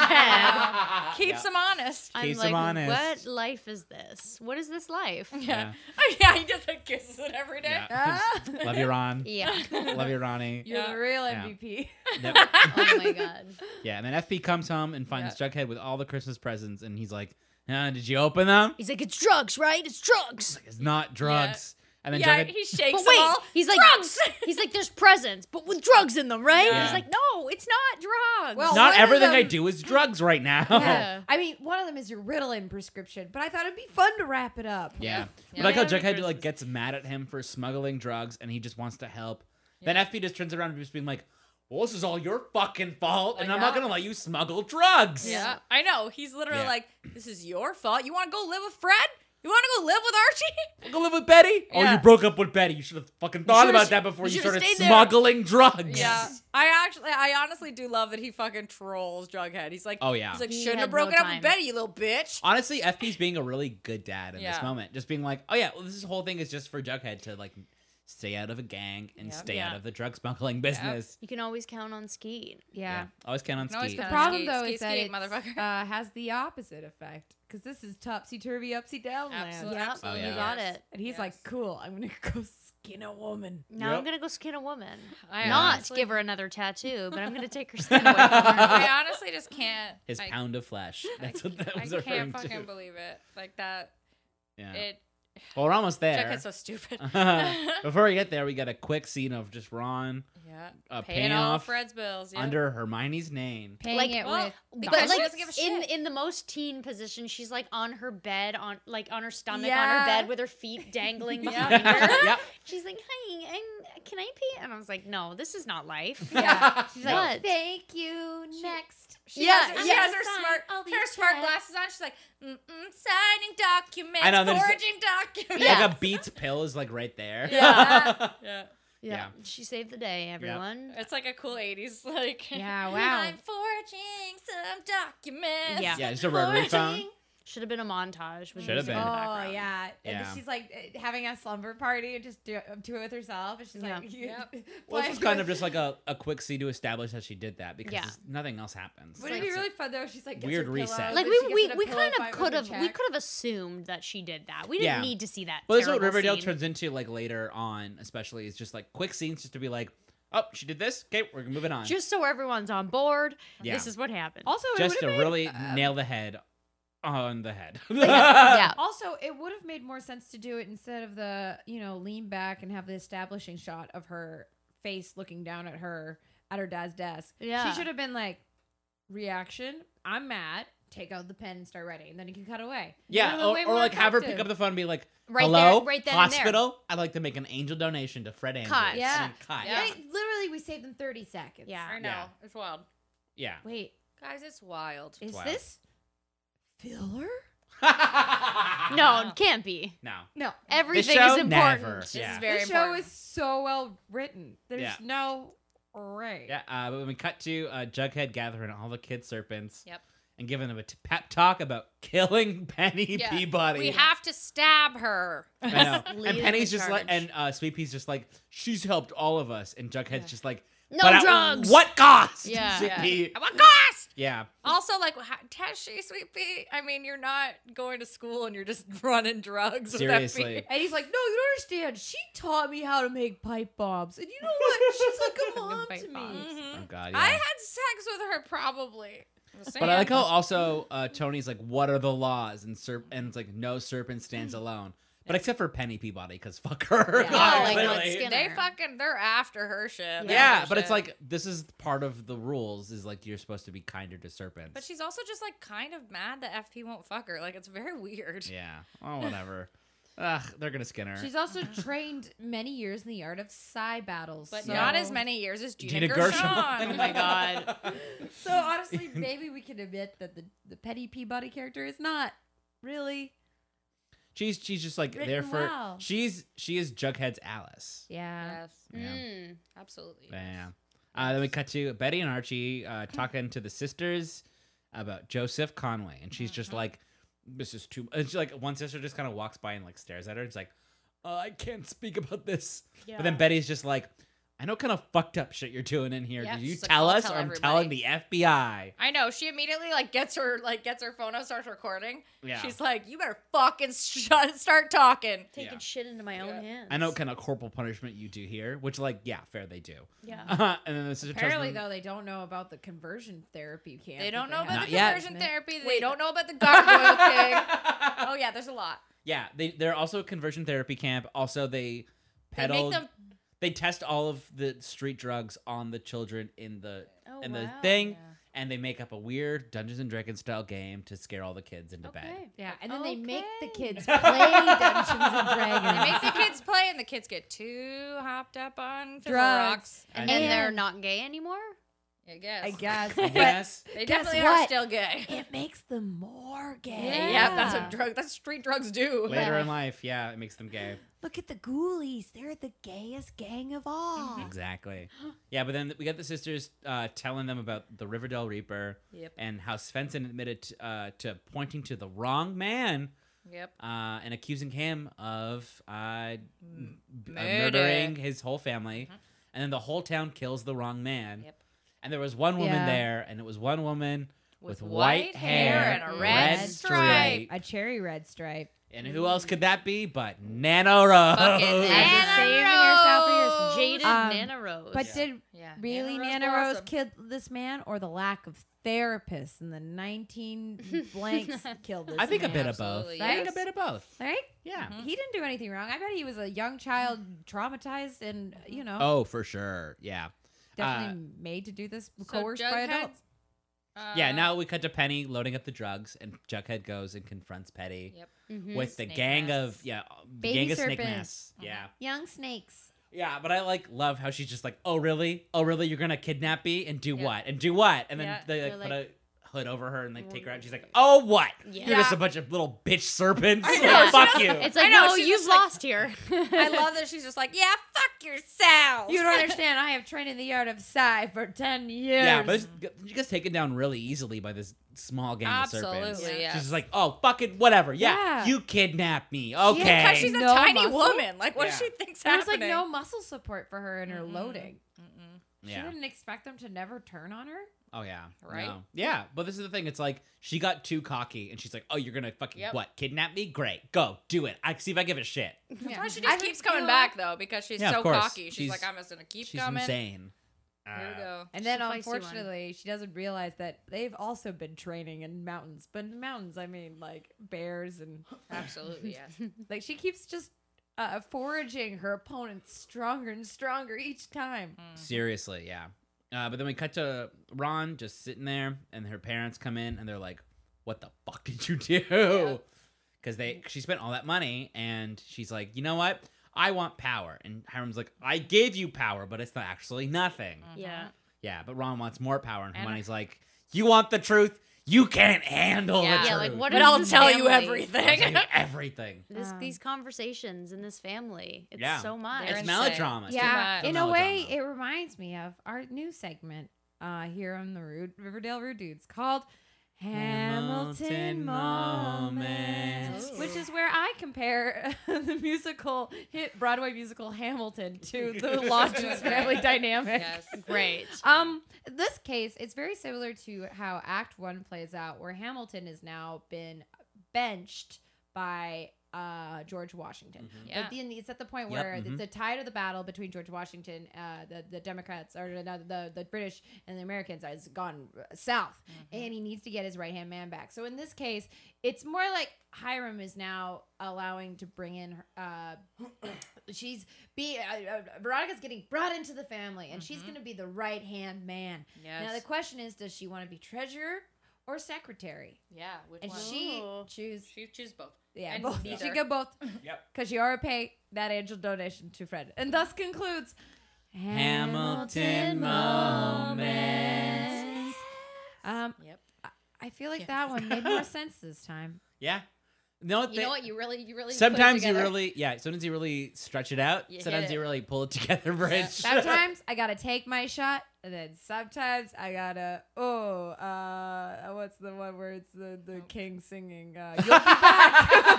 C: head.
A: Keeps him honest.
C: I'm
B: Keeps
C: like,
B: 'em honest.
C: what life is this? What is this life?
A: Yeah. Oh, yeah, he just like kisses it every day.
B: Yeah.
D: Ah,
B: Love you, Ron.
C: Yeah.
B: Love you, Ronnie.
D: You're
A: Yeah.
D: the real
B: Yeah.
D: MVP.
B: Yep.
C: Oh my god.
B: Yeah. And then FP comes home and finds Jughead with all the Christmas presents, and he's like, "Uh, "Did you open them?
C: He's like, it's drugs, right? It's drugs.
B: It's not drugs." And then
A: Yeah,
B: Jughead,
A: he shakes
C: But
A: them
C: wait,
A: all.
C: he's like,
A: drugs.
C: he's like, there's presents, but with drugs in them, right?
B: Yeah.
C: He's like, no, it's not drugs.
D: Well, one
B: not
D: of
B: everything I
D: them-
B: do is drugs right now.
C: Yeah.
D: I mean, one of them is your Ritalin prescription, but I thought it'd be fun to wrap it up.
B: Yeah.
A: Yeah.
B: Like how
A: Yeah.
B: Jughead like gets mad at him for smuggling drugs and he just wants to help. Then FP just turns around and just being like, Well, this is all your fucking fault, and
A: Like,
B: I'm not
A: yeah.
B: gonna let you smuggle drugs.
A: yeah, I know. He's literally
B: Yeah.
A: like, this is your fault. You want to go live with Fred? You want to go live with Archie?
B: Go live with Betty? Oh,
A: Yeah.
B: you broke up with Betty. You should have fucking thought
C: should've-
B: about that before
C: you
B: you,
C: should've
B: started
C: stayed there.
B: smuggling drugs.
A: Yeah. I actually, I honestly do love that he fucking trolls Jughead. He's like,
B: Oh, yeah.
A: He's like,
C: He
A: shouldn't
C: had
A: have broken
C: no
A: up
C: time.
A: with Betty, you little bitch.
B: Honestly, FP's being a really good dad in
A: Yeah.
B: this moment. Just being like, Oh yeah, well, this whole thing is just for Jughead to like stay out of a gang and
A: Yep.
B: stay
C: Yeah.
B: out of the drug smuggling business.
C: you can always count on Skeet.
D: Yeah.
B: Always count on
A: Can always
B: Skeet.
A: count
D: problem
A: Ski-
D: though
A: ski,
D: is that
A: ski,
D: it
A: motherfucker.
D: uh, has the opposite effect because this is topsy turvy, upsy down land.
A: Absolutely.
C: Yep,
A: absolutely.
B: Oh,
C: you
B: yeah.
C: got it.
D: And he's like, "Cool, I'm gonna go skin a woman."
C: Now I'm
B: Yep.
C: gonna go skin a woman.
A: I
C: Not
A: honestly-
C: give her another tattoo, but I'm gonna take her skin away from her.
A: I honestly just can't.
B: His
A: I,
B: pound of flesh. That's what that
A: I
B: was referring
A: can't
B: to.
A: fucking believe it. Like that.
B: Yeah. Uh-huh.
A: It.
B: well, we're almost there.
A: Jughead's so stupid.
B: Before we get there, we got a quick scene of just Ron
A: yeah.
B: uh,
A: Paying
B: paying
A: all
B: off
A: Fred's bills. Yeah.
B: under Hermione's name.
D: Paying
C: Like,
D: it
A: well,
D: with
A: Because
C: But
A: she
C: like
A: doesn't give a
C: in
A: shit.
C: in the most teen position, she's like on her bed, on like on her stomach, on
D: Yeah.
C: her bed with her feet dangling
A: Yeah.
C: behind her.
B: yep.
C: She's like, "Hi, I'm can I pee? And I was like, no, this is not life.
D: Yeah.
C: She's
B: No.
C: like,
D: Thank you. Next.
A: She
C: Yeah,
A: has her, she
C: yeah.
A: has her
C: Sign
A: smart
C: all
A: her
C: these
A: smart
C: checks.
A: glasses on. She's like, Mm-mm, signing documents,
B: I know, there's-
A: forging documents.
C: Yeah.
B: Like a Beats pill is like right there.
A: Yeah. yeah.
C: yeah.
B: Yeah.
C: She saved the day, everyone.
A: It's like a cool 80s like
D: Yeah, wow.
A: I'm forging some documents.
C: Yeah.
B: yeah, just a rotary phone.
A: Forging.
C: Should have been a montage. with
B: Should have
C: music in
B: been.
C: the
D: Oh
C: background.
D: yeah. And
B: Yeah.
D: she's like eh, having a slumber party and just do, do it with herself. And she's like,
A: Yep.
B: Well, this
D: playing
B: is kind
D: with-
B: of just like a, a quick scene to establish that she did that because
C: Yeah.
B: it's- nothing else happens.
D: Wouldn't it be
B: That's
D: really fun though? She's like gets
B: Weird
D: her
B: reset.
D: pillows
C: Like
D: and
C: we
D: she gets
C: we,
D: in a
C: we
D: pillow
C: kind of
D: fight with
C: could
D: her
C: have we
D: check.
C: could have assumed that she did that. We didn't
B: Yeah.
C: need to see that.
B: Well, that's what
C: terrible
B: Riverdale
C: scene.
B: turns into like later on, especially is just like quick scenes just to be like, oh, she did this. Okay, we're moving on.
C: Just so everyone's on board,
B: Yeah.
C: this is what happened.
D: Also, it
B: just
D: would've
B: to
D: made-
B: really
D: uh,
B: nail the head on the head.
C: um, yeah,
D: Also, it would have made more sense to do it instead of the, you know, lean back and have the establishing shot of her face looking down at her at her dad's desk.
C: Yeah.
D: She should have been like, reaction, I'm mad. Take out the pen and start writing. And then you can cut away. Would've
B: Yeah,
D: been
B: or,
D: way
B: or
D: more
B: like have her pick
D: effective.
B: up the phone and be like,
C: Right
B: "Hello,
C: there- right then and there."
B: hospital. I'd like to make an angel donation to Fred Andrews."
C: Cut.
D: Yeah.
B: And then cut.
A: Yeah.
D: Right? Literally, we saved them 30 seconds.
C: Yeah.
A: I know.
B: Yeah.
A: It's wild.
B: Yeah.
D: Wait,
A: Guys, it's wild.
D: is
B: wild.
D: this filler?
C: no, it can't be.
B: No.
D: No.
C: Everything
B: show?
C: is important.
B: Never.
A: This
B: Yeah.
A: is very
D: this show
A: important.
D: is so well written. There's
B: Yeah.
D: no right.
B: Yeah. Uh, but when we cut to uh, Jughead gathering all the kid serpents
A: Yep.
B: and giving them a t- pep talk about killing Penny
A: Yeah.
B: Peabody.
A: We have to stab her.
B: I know. and
C: leading
B: Penny's
C: the
B: just like,
C: charge.
B: and uh, Sweet Pea's just like, she's helped all of us. And Jughead's just like,
C: No
B: "But at
C: drugs."
B: what cost?
C: Yeah.
B: Sweet
A: Yeah.
B: Pea.
A: At what cost?
B: Yeah.
A: Also, like ha- Tashi, sweet pea. I mean, you're not going to school and you're just running drugs. with that
B: Seriously.
A: pea.
D: And he's like, no, you don't understand. She taught me how to make pipe bombs. And you know what? She's like a mom
C: Pipe
D: to me.
C: bombs.
A: Mhm.
B: Oh, God. Yeah.
A: I had sex with her, probably.
B: But I like how also uh, Tony's like, "What are the laws?" and serp- and it's like, "No serpent stands
A: Mm.
B: alone." But except for Penny Peabody, because fuck her.
D: Yeah.
C: Oh,
A: like,
B: Clearly.
C: let's get-
A: they
C: Skinner.
A: fucking they're after her shit.
B: yeah,
A: They're after
B: but
A: shit.
B: it's like this is part of the rules. Is like you're supposed to be kinder to serpents.
A: But she's also just like kind of mad that FP won't fuck her. Like it's very weird.
B: yeah. Oh, whatever. Ugh, they're gonna skin her.
D: She's also trained many years in the art of psi battles.
A: But
D: so-
A: not as many years as Gina,
B: Gina
A: Gershon.
B: Gershon.
A: Oh my god.
D: So honestly, maybe we can admit that the, the petty Peabody character is not really.
B: she's she's just like there
D: Written
B: for.
D: well.
B: She's she is Jughead's Alice.
D: Yeah.
A: Yes,
B: Yeah.
C: Mm.
A: absolutely.
B: Yeah. Uh, then we cut to Betty and Archie uh, talking to the sisters about Joseph Conway, and she's
A: Mm-hmm.
B: just like, "This is too." And she like one sister just kind of walks by and like stares at her. It's like, uh, "I can't speak about this." But then
C: Yeah.
B: Betty's just like, "I know what kind of fucked up shit you're doing in here.
A: Yeah,
B: Did you
A: she's like,
B: tell
A: "I'll
B: us,
A: tell
B: or I'm telling
A: everybody."
B: the FBI?"
A: I know. She immediately like gets her like gets her phone out, starts recording.
B: Yeah.
A: She's like, "You better fucking sh- start talking."
C: Taking
B: Yeah.
C: shit into my
A: Yeah.
C: own hands.
B: I know what kind of corporal punishment you do here, which like, yeah, fair they do.
C: Yeah.
B: and then the sister
D: Apparently,
B: tells them,
D: though, they don't know about the conversion therapy camp.
A: They
D: that
A: don't know
D: have.
A: about
B: Not
A: the
B: yet.
A: conversion therapy. They
C: Wait.
A: don't know about the gargoyle thing. Oh yeah, there's a lot.
B: Yeah, they they're also a conversion therapy camp. Also, they
A: They
B: peddle.
A: make them
B: they test all of the street drugs on the children in the
C: Oh,
B: in the
C: wow.
B: thing and they make up a weird dungeons and dragons style game to scare all the kids into bed
C: Okay.
D: Yeah, and then they make the
C: Okay.
D: kids play Dungeons and
A: they make
D: Dragons.
A: the kids play, and the kids get too hopped up on fizzle
D: Drugs.
A: rocks.
B: I
C: And
B: know.
C: they're not gay anymore.
A: I guess.
D: I guess. But
B: yes
A: They
D: Guess
A: definitely are
D: what?
A: still gay.
D: it makes them more gay.
C: Yeah.
A: Yep, that's
C: Yeah.
A: what drug. That's what street drugs do.
B: later in life yeah it makes them gay
D: Look at the ghoulies. They're the gayest gang of all.
B: exactly yeah but then we got the sisters uh, telling them about the riverdale reaper
A: Yep.
B: and how svensson admitted uh, to pointing to the wrong man
A: Yep.
B: uh, and accusing him of uh, m- b- uh,
A: Murder. Mm-hmm.
B: murdering his whole family. And then the whole town kills the wrong man.
A: Yep.
B: And there was one woman
D: Yeah.
B: there, and it was one woman with,
A: With
B: white,
A: white
B: hair,
A: hair
D: and a
B: red, stripe.
D: red
A: stripe.
D: A cherry red stripe.
B: And who else could that be but Nana Rose?
A: Mm. Fucking
D: Nana
A: Nana
D: saving herself for years.
A: Rose.
C: Jaded
D: Um,
C: Nana Rose.
D: But
B: Yeah.
D: did
A: Yeah.
D: really Nana Rose, kill this man, or the lack of therapists in the 19 blanks killed this
B: I think a
D: man?
B: bit of both.
A: Absolutely,
B: I think a
A: yes. Mm-hmm.
B: bit of both.
D: Right?
B: Yeah.
D: He didn't do anything wrong. I bet he was a young child, traumatized, and you know,
B: Oh, for sure. Yeah.
D: definitely made to do this,
A: So
D: coerced by
A: Jughead,
D: adults.
B: Yeah,
A: uh,
B: now we cut to Penny loading up the drugs, and Jughead goes and confronts Petty
A: Yep.
C: Mhm.
B: with the
A: Snake Mm-hmm.
B: gang
A: mass.
B: of, yeah, the
D: Baby
B: gang of snake
D: serpents.
B: mass. Yeah.
D: Young snakes.
B: Yeah, but I like love how she's just like, oh really, oh really, you're gonna kidnap me and do
A: Yeah.
B: what and do what, and then
A: Yeah,
B: they like,
C: they're
B: put
C: like-
B: a hood over her and like take her out. And she's like, oh what,
C: Yeah.
B: you're just a
A: Yeah.
B: bunch of little bitch serpents.
A: I
B: Like,
A: know, she
B: fuck
A: does-
B: you.
C: It's
A: I
C: like,
A: know,
C: no,
A: she's
C: you've
A: just like-
C: lost here.
A: I love that she's just like, yeah, fuck
B: Oh,
A: yourself.
D: You don't understand. I have trained in the art of psi for ten years.
B: yeah, but it's- she gets taken down really easily by this small gang of serpents.
A: Absolutely,
B: She's just
A: yes.
B: like, oh fucking whatever. Yeah,
D: Yeah.
B: you kidnapped me.
D: Yeah,
B: Okay.
A: because she's a
D: No
A: tiny
D: muscle?
A: woman. Like, what
B: Yeah.
A: does she think's
D: there was
A: happening?
D: like no muscle support for her in her loading. Mm-hmm. She
B: yeah.
D: didn't expect them to never turn on her.
B: Oh yeah.
A: Right?
B: No. Yeah, but this is the thing. It's like she got too cocky, and she's like, "Oh, you're gonna fucking
A: Yep.
B: what? Kidnap me? Great, go do it. I see if I give a shit."
A: That's why she just
D: I just
A: keeps
D: feel
A: coming
D: like-
A: back though, because she's
B: Yeah, of
A: so
B: course.
A: cocky. She's,
B: She's-
A: like, I'm just gonna keep
B: She's
A: coming.
B: insane. Uh,
A: Here we go.
D: And
C: She's
D: then
C: a feisty one.
D: unfortunately, she doesn't realize that they've also been training in mountains. But in mountains, I mean like bears and
B: Uh,
A: Absolutely, yes.
D: like she keeps just uh, foraging her opponent stronger and stronger each time.
B: Seriously, yeah. Uh, but then we cut to Ron just sitting there, and her parents come in, and they're like, "What the fuck did you do?" Because they she spent all that money, and she's like, "You know what? I want power." And Hiram's like, "I gave you power, but it's not actually nothing."
C: yeah.
B: Yeah, but Ron wants more power, and
A: Mm. And-
B: Hermione's like, "You want the truth? You can't handle the
A: Yeah,
B: truth.
A: like,
C: what
A: But
C: is
A: I'll
C: this
A: tell you
C: family?
B: I'll tell
A: everything.
B: you everything.
C: This,
D: Um,
C: these conversations in this family, it's
B: Yeah.
C: so much.
A: They're
B: it's
A: insane.
B: melodrama. It's
D: yeah,
A: too
B: much.
D: in a way,
B: Melodrama.
D: it reminds me of our new segment uh, here on the Rude, Riverdale Rude Dudes called
B: Hamilton
D: Hamilton Moments,
A: Moments.
D: which is where I compare the musical hit Broadway musical Hamilton to the Lodge's family dynamic.
A: yes.
C: great.
D: Um, this case, it's very similar to how Act One plays out, where Hamilton has now been benched by uh, George Washington.
B: Mhm.
A: Mm. Yeah.
D: But then it's at the point
B: Yep,
D: where the
B: mhm.
D: the tide of the battle between George Washington, uh, the the Democrats or no, the the British and the Americans has gone south,
A: Mm-hmm.
D: and he needs to get his right hand man back. So in this case, it's more like Hiram is now allowing to bring in. Uh, she's be uh, uh, Veronica's getting brought into the family, and she's going to be the right hand man. Now the
A: Yes.
D: question is, does she want to be treasurer or secretary?
A: yeah. Which
D: And
A: one?
D: she
C: Ooh.
D: choose
A: She choose both.
D: yeah,
A: And
D: both.
A: neither.
D: She could both.
B: Yep.
D: Because she already paid that angel donation to Fred. And thus concludes
B: Hamilton Moments.
D: Um,
A: Yep.
D: I feel like
A: Yes.
D: that one made more sense this time.
B: Yeah. No,
A: You know what? You really, you really. put it
B: Sometimes you
A: together.
B: really, yeah. Sometimes you really stretch it out.
A: You hit
B: sometimes
A: it.
B: you really pull it together, Bridge.
D: Sometimes I gotta take my shot, and then sometimes I gotta oh, uh, what's the one where it's the, the king singing? Uh, you'll be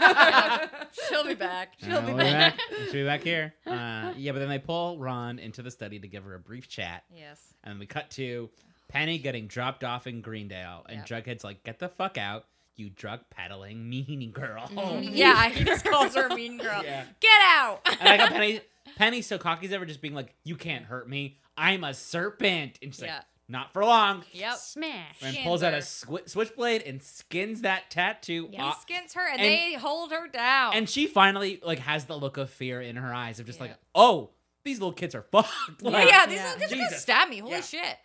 D: back.
A: She'll be back.
D: She'll be
B: Uh, we'll
A: back.
B: She'll be back here. Uh, yeah, but then they pull Ron into the study to give her a brief chat,
A: Yes.
B: and we cut to Penny getting dropped off in Greendale, and Jughead's like, "Get the fuck out, you drug peddling mean girl."
A: Yeah, he just calls her a mean girl.
B: Yeah.
A: Get out.
B: And I got Penny. Penny's so cocky as ever, just being like, "You can't hurt me. I'm a serpent," and she's
A: Yeah.
B: like, "Not for long."
A: Yep.
C: Smash.
B: And
A: Skins
B: pulls out a
A: her.
B: swi- switchblade and skins that tattoo
A: He
B: off.
A: skins her, and,
B: Uh, and-
A: they hold her down.
B: And she finally like has the look of fear in her eyes of just
A: Yeah.
B: like, oh, these little kids are fucked.
A: yeah,
B: Like,
A: yeah, these
D: Yeah.
A: little kids are gonna
B: Jesus.
A: stab me. Holy
B: Yeah.
A: shit.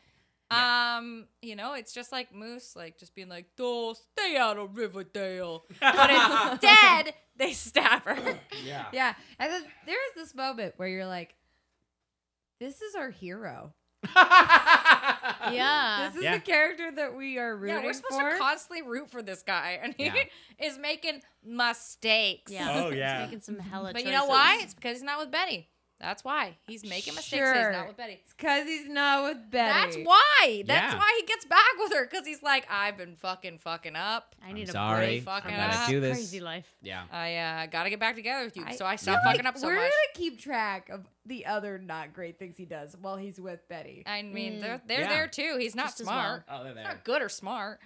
B: Yeah.
A: Um, you know, it's just like Moose, like just being like, "Oh, stay out of Riverdale," but instead they stab her.
B: yeah.
D: yeah, and then there is this moment where you're like, this is our hero.
C: Yeah.
D: This is
B: Yeah.
D: the character that we are rooting
A: Uh, yeah, we're supposed
D: for.
A: to constantly root for this guy, and he
B: Yeah.
A: is making mistakes.
C: Yeah.
B: Oh, yeah.
C: He's making some hella
A: but you know
C: choices.
A: why? It's because he's not with Betty. That's why he's making mistakes. so He's
D: Sure.
A: not with Betty.
D: Because he's not with Betty.
A: That's why. That's
B: Yeah.
A: why he gets back with her because he's like, I've been fucking fucking up.
C: I need
B: I'm
C: a
B: sorry.
C: break.
A: Fuck
B: I
A: it
B: gotta
A: up.
B: do this.
C: Crazy life.
B: Yeah.
A: I uh, gotta get back together with you,
D: I-
A: so I
B: Yeah.
A: stop
D: Like,
A: fucking up so
D: we're
A: much.
D: gonna keep track of the other not great things he does while he's with Betty.
A: I mean,
D: Mm.
A: they're they're
B: Yeah.
A: there too. He's not
C: Just as
A: smart.
B: Oh, they're
A: He's
B: there.
A: Not good or smart.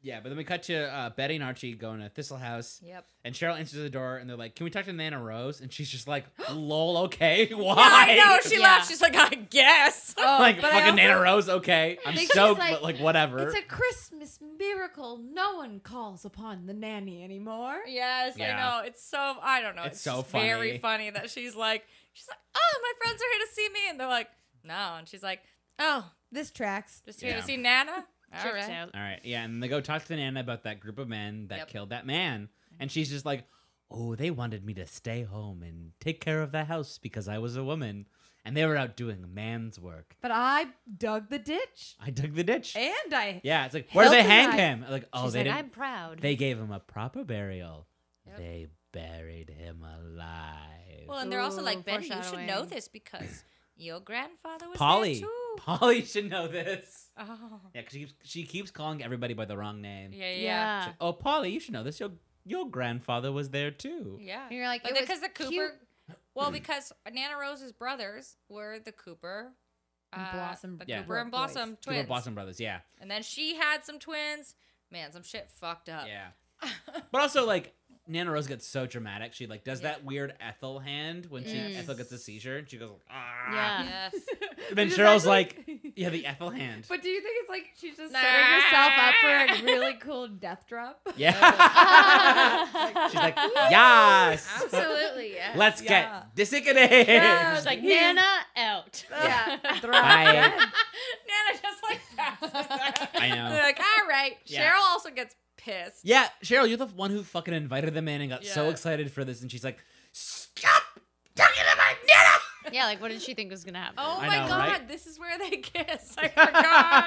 B: Yeah, but then we cut to uh, Betty and Archie going to Thistle House,
A: Yep.
B: and Cheryl answers the door, and they're like, "Can we talk to Nana Rose?" And she's just like, "Lol, okay, why?"
A: I know. She
C: Yeah.
A: laughs. She's like, I guess.
D: Oh,
B: like
D: but I
B: fucking
D: also-
B: Nana Rose, okay. I'm
D: think she's
B: stoked,
D: like,
B: but like whatever.
D: It's a Christmas miracle. No one calls upon the nanny anymore.
A: Yes,
B: Yeah.
A: I know. It's so I don't know.
B: It's
A: It's,
B: so
A: just very
B: funny.
A: funny that she's like, she's like, oh, my friends are here to see me, and they're like, no, and she's like, oh,
D: This tracks.
A: just here
B: Yeah.
A: to see Nana. All
C: Trips
A: right.
C: out.
B: All right, yeah, and they go talk to Nana about that group of men that
A: Yep.
B: killed that man, and she's just like, oh, they wanted me to stay home and take care of the house because I was a woman, and they were out doing man's work.
D: But I dug the ditch
B: I dug the ditch.
D: and I
B: yeah, it's like where would they hang
D: Help me.
B: him? Like oh,
C: She's
B: they
C: like,
B: didn't.
C: I'm proud.
B: They gave him a proper burial. They buried him alive.
A: Well, and they're also
D: Ooh,
A: like, Ben, you should know
D: foreshadowing.
A: this because your grandfather was there
B: Polly,
A: too.
B: Polly should know this.
A: Oh.
B: Yeah, 'cause she keeps, she keeps calling everybody by the wrong name.
A: Yeah, yeah.
C: yeah.
B: She's like, oh, Polly, you should know this. Your your grandfather was there too.
A: Yeah.
D: And you're like, it was
A: because the Cooper.
D: cute.
A: Well, because Nana Rose's brothers were the Cooper.
D: And
A: uh,
D: Blossom
A: the
B: Yeah.
A: Cooper and
D: boys.
A: Blossom
B: Two were
A: twins.
B: Boston brothers. Yeah,
A: And then she had some twins. Man, some shit fucked up.
B: yeah. but also, like Nana Rose gets so dramatic. She like does
A: Yeah. Mm.
B: that weird Ethel hand when she Ethel gets a seizure and she goes like, ah.
C: Yeah.
A: Yes.
B: And then
D: Which is
B: Cheryl's
D: actually-
B: like, yeah, the Ethel hand.
D: But do you think it's like she's just
A: Nah.
D: setting herself up for a really cool death drop?
B: yeah. She's like, yes.
A: Absolutely. Yeah.
B: Let's
D: Yeah.
B: get disicinated.
D: Yeah.
C: She's like,
D: He's-
C: Nana out.
D: Yeah.
B: Bye.
A: Nana just like passes
B: I know.
A: They're like, all right.
B: Yeah.
A: Cheryl also gets pissed.
B: Yeah, Cheryl, you're the one who fucking invited them in and got so
A: Yeah.
B: excited for this, and she's like, "Stop talking about Nana."
C: Yeah, like what did she think was gonna happen?
A: Oh
B: I
A: my
B: know,
A: god,
B: right?
A: this is where they kiss. I forgot.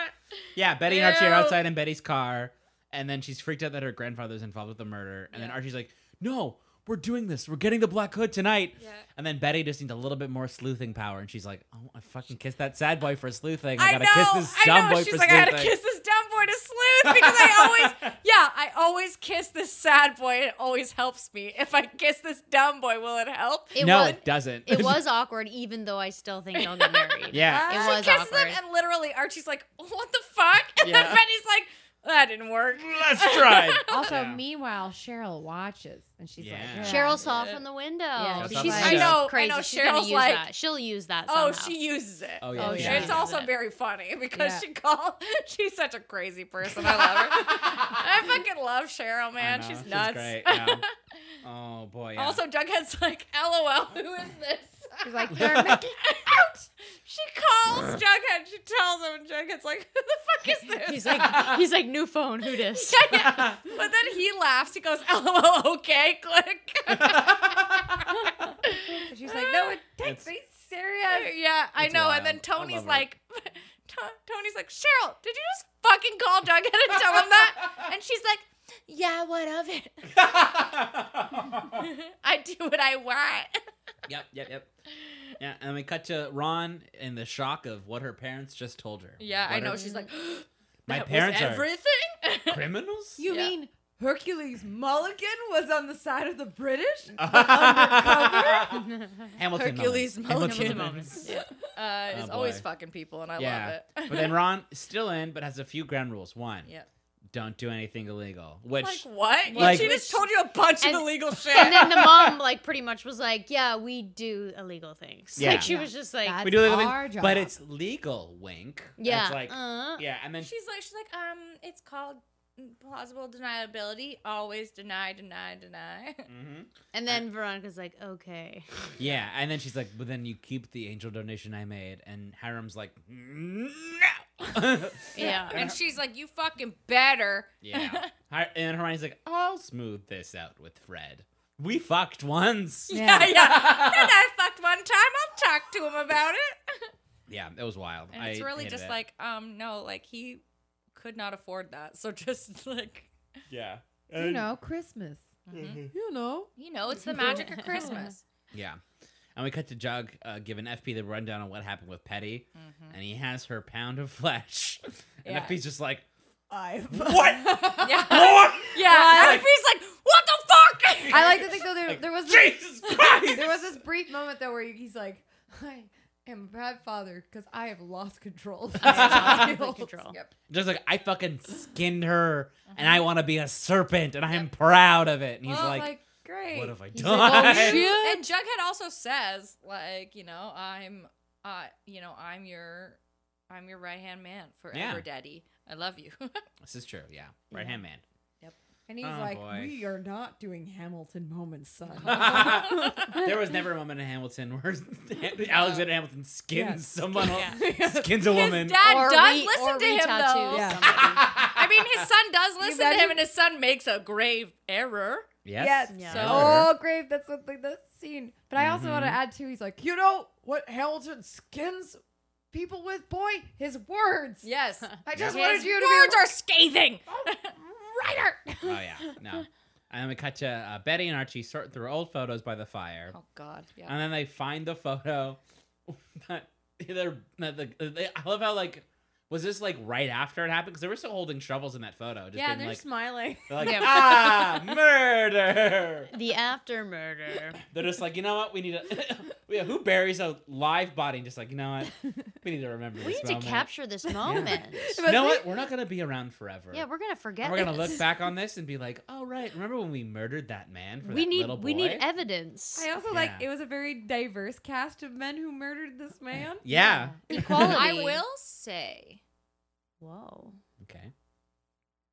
B: Yeah, Betty and Archie are
A: Ew.
B: outside in Betty's car, and then she's freaked out that her grandfather's involved with the murder, and then
A: Yeah.
B: Archie's like, "No, we're doing this. We're getting the Black Hood tonight."
A: Yeah.
B: And then Betty just needs a little bit more sleuthing power, and she's like, "Oh, I fucking kissed that sad boy for sleuthing. I,
A: I
B: gotta
A: know.
B: kiss this dumb
A: I know.
B: boy
A: She's
B: for
A: like, I
B: sleuthing."
A: had to kiss this dumb boy to sleuth because I always, yeah, I always kiss this sad boy. It always helps me. If I kiss this dumb boy, will it help?
C: It
B: no,
C: was
B: it doesn't.
C: it was awkward, even though I still think they'll get married.
B: yeah,
C: It
A: she
C: was
A: kisses
C: awkward.
A: him, and literally Archie's like, "What the fuck?" And
B: Yeah.
A: then Betty's like, "That didn't work."
B: let's try.
D: Also,
B: Yeah.
D: meanwhile, Cheryl watches and she's
B: Yeah.
D: like,
C: Cheryl saw from the window.
D: Yeah,
B: she's
C: she's
B: like-
C: like,
B: I
A: know, I
C: crazy.
A: know,
C: She's gonna
A: Cheryl's
C: use
A: like-
C: that. She'll use that.
A: Oh,
C: somehow.
A: she uses it.
B: Oh yeah,
D: Oh,
B: she
D: yeah.
A: It's
B: does.
C: all-
A: also very funny because
D: Yeah.
A: she called. She's such a crazy person. I love her. I fucking love Cheryl,
B: I
A: man.
B: know,
A: She's nuts.
B: great, yeah. Oh boy. yeah.
A: Also, Jughead's like, "LOL, who is this?"
D: she's like, they're making out.
A: She calls Jughead. She tells him, and Jughead's like, "Who the fuck is this?"
C: He's like, he's like, new phone. Who dis?
A: but then he laughs. He goes, "LOL, okay, click."
D: And she's like, no, it
B: It's-
D: takes me serious.
A: yeah, I
B: It's
A: know.
B: wild.
A: And then
B: I
A: Tony's
B: love her.
A: like, To- Tony's like, "Cheryl, did you just fucking call Jughead and tell him that?" And she's like, "Yeah, what of it? I do what I want."
B: yep, yep, yep. Yeah, and we cut to Ron in the shock of what her parents just told her.
A: Yeah, I
B: What her-
A: know. She's like,
B: my parents are
A: everything."
B: criminals.
D: You
A: Yeah.
D: mean Hercules Mulligan was on the side of the British?
B: Hamilton
A: Hercules
B: moments.
A: Mulligan.
B: Hamilton
C: Moments.
A: yeah, uh, it's
B: boy.
A: always fucking people, and I
B: Yeah,
A: love it.
B: but then Ron is still in, but has a few ground rules. One,
A: yeah.
B: don't do anything illegal. Which
A: Like what? Yeah,
B: Like-
A: she just told you a bunch
C: And-
A: of illegal shit.
C: And then the mom, like, pretty much was like, "Yeah, we do illegal things."
B: Yeah.
C: Like, she
D: Yeah.
C: was just like,
D: That's
B: we do illegal
D: our
B: things,
D: job.
B: but it's legal. Wink.
C: "Yeah,
B: It's like
C: uh,
B: yeah, and then
A: she's like, she's like, um, it's called plausible deniability. Always deny, deny, deny.
B: Mhm.
C: And then Veronica's like, "Okay."
B: yeah, and then she's like, but then you keep the angel donation I made, and Hiram's like, no.
C: Yeah.
A: And she's like, you fucking better.
B: Yeah. Hi- And Hermione's like, I'll smooth this out with Fred. We fucked once.
A: Yeah, yeah. and I fucked one time. I'll talk to him about it.
B: Yeah, it was wild.
A: And it's
B: I
A: really
B: hated
A: just
B: it.
A: like, um, no, like he could not afford that. So just like,
B: yeah.
D: you know, Christmas.
B: Mm-hmm.
D: You know.
A: you know, it's the magic of Christmas.
B: Yeah. And we cut to Jug uh, giving FP the rundown on what happened with Petty, and he has her pound of flesh, and
A: Yeah.
B: FP's just like, "Oh,
D: I
B: "What?
A: Yeah.
B: What?
A: Yeah. And he's like, what the fuck?
D: I like to think though there,
B: Like,
D: there was this-
B: Jesus Christ!"
D: there was this brief moment though where he's like, I am a bad father because I have lost control. of my
C: Complete
D: child."
C: control.
D: Yep.
B: just like I fucking skinned her, and I want to be a serpent, and I am proud of it. And he's
A: Well,
B: like,
D: Like, great.
B: "What have I
D: He's
B: done?"
D: like, "Oh,
A: and,
D: shit."
A: and Jughead also says, like, you know, I'm, uh, you know, I'm your, I'm your right hand man forever,
B: Yeah.
A: Daddy. I love you.
B: This is true. Yeah, right hand man.
D: And he's
B: Oh,
D: like,
B: boy.
D: we are not doing Hamilton moments, son.
B: there was never a moment in Hamilton where Alexander Hamilton skins
D: Yeah.
B: someone, skins a woman.
A: His dad
C: Or
A: does
C: re-
A: listen
C: or
A: to him
C: re-tattoo
A: though.
D: Yeah.
C: somebody.
A: I mean, his son does listen to him,
D: imagine?
A: and his son makes a grave error.
B: Yes.
C: Yeah.
A: So-
B: Sure.
D: Oh, great. That's what like, that scene. But I also want
B: Mm-hmm.
D: to add too. He's like, you know what Hamilton skins people with, boy, his words.
A: Yes.
D: I
A: His
D: just wanted you to
A: words
D: be
A: are scathing.
D: writer.
B: oh yeah. No. And then we cut to uh, Betty and Archie sorting through old photos by the fire,
A: Oh God. Yeah.
B: and then they find the photo that they're that the. They, I love how like. Was this like right after it happened? Because they were still holding shovels in that photo. Just
E: yeah,
B: being,
E: they're
B: like,
E: smiling.
B: they're like,
A: Yeah.
B: ah, murder.
C: The after murder.
B: They're just like, you know what? We need a. yeah, who buries a live body? And just like, you know what? We need to remember.
C: We
B: this
C: need to
B: moment.
C: capture this moment.
B: You know what? We're not gonna be around forever.
C: yeah, we're gonna forget.
B: And we're gonna
C: this.
B: look back on this and be like, oh right, remember when we murdered that man for
C: We
B: that
C: need
B: little boy?
C: we need evidence.
D: I also like
B: Yeah.
D: it was a very diverse cast of men who murdered this man.
B: yeah.
C: Equality.
A: I will say,
C: Whoa.
B: Okay.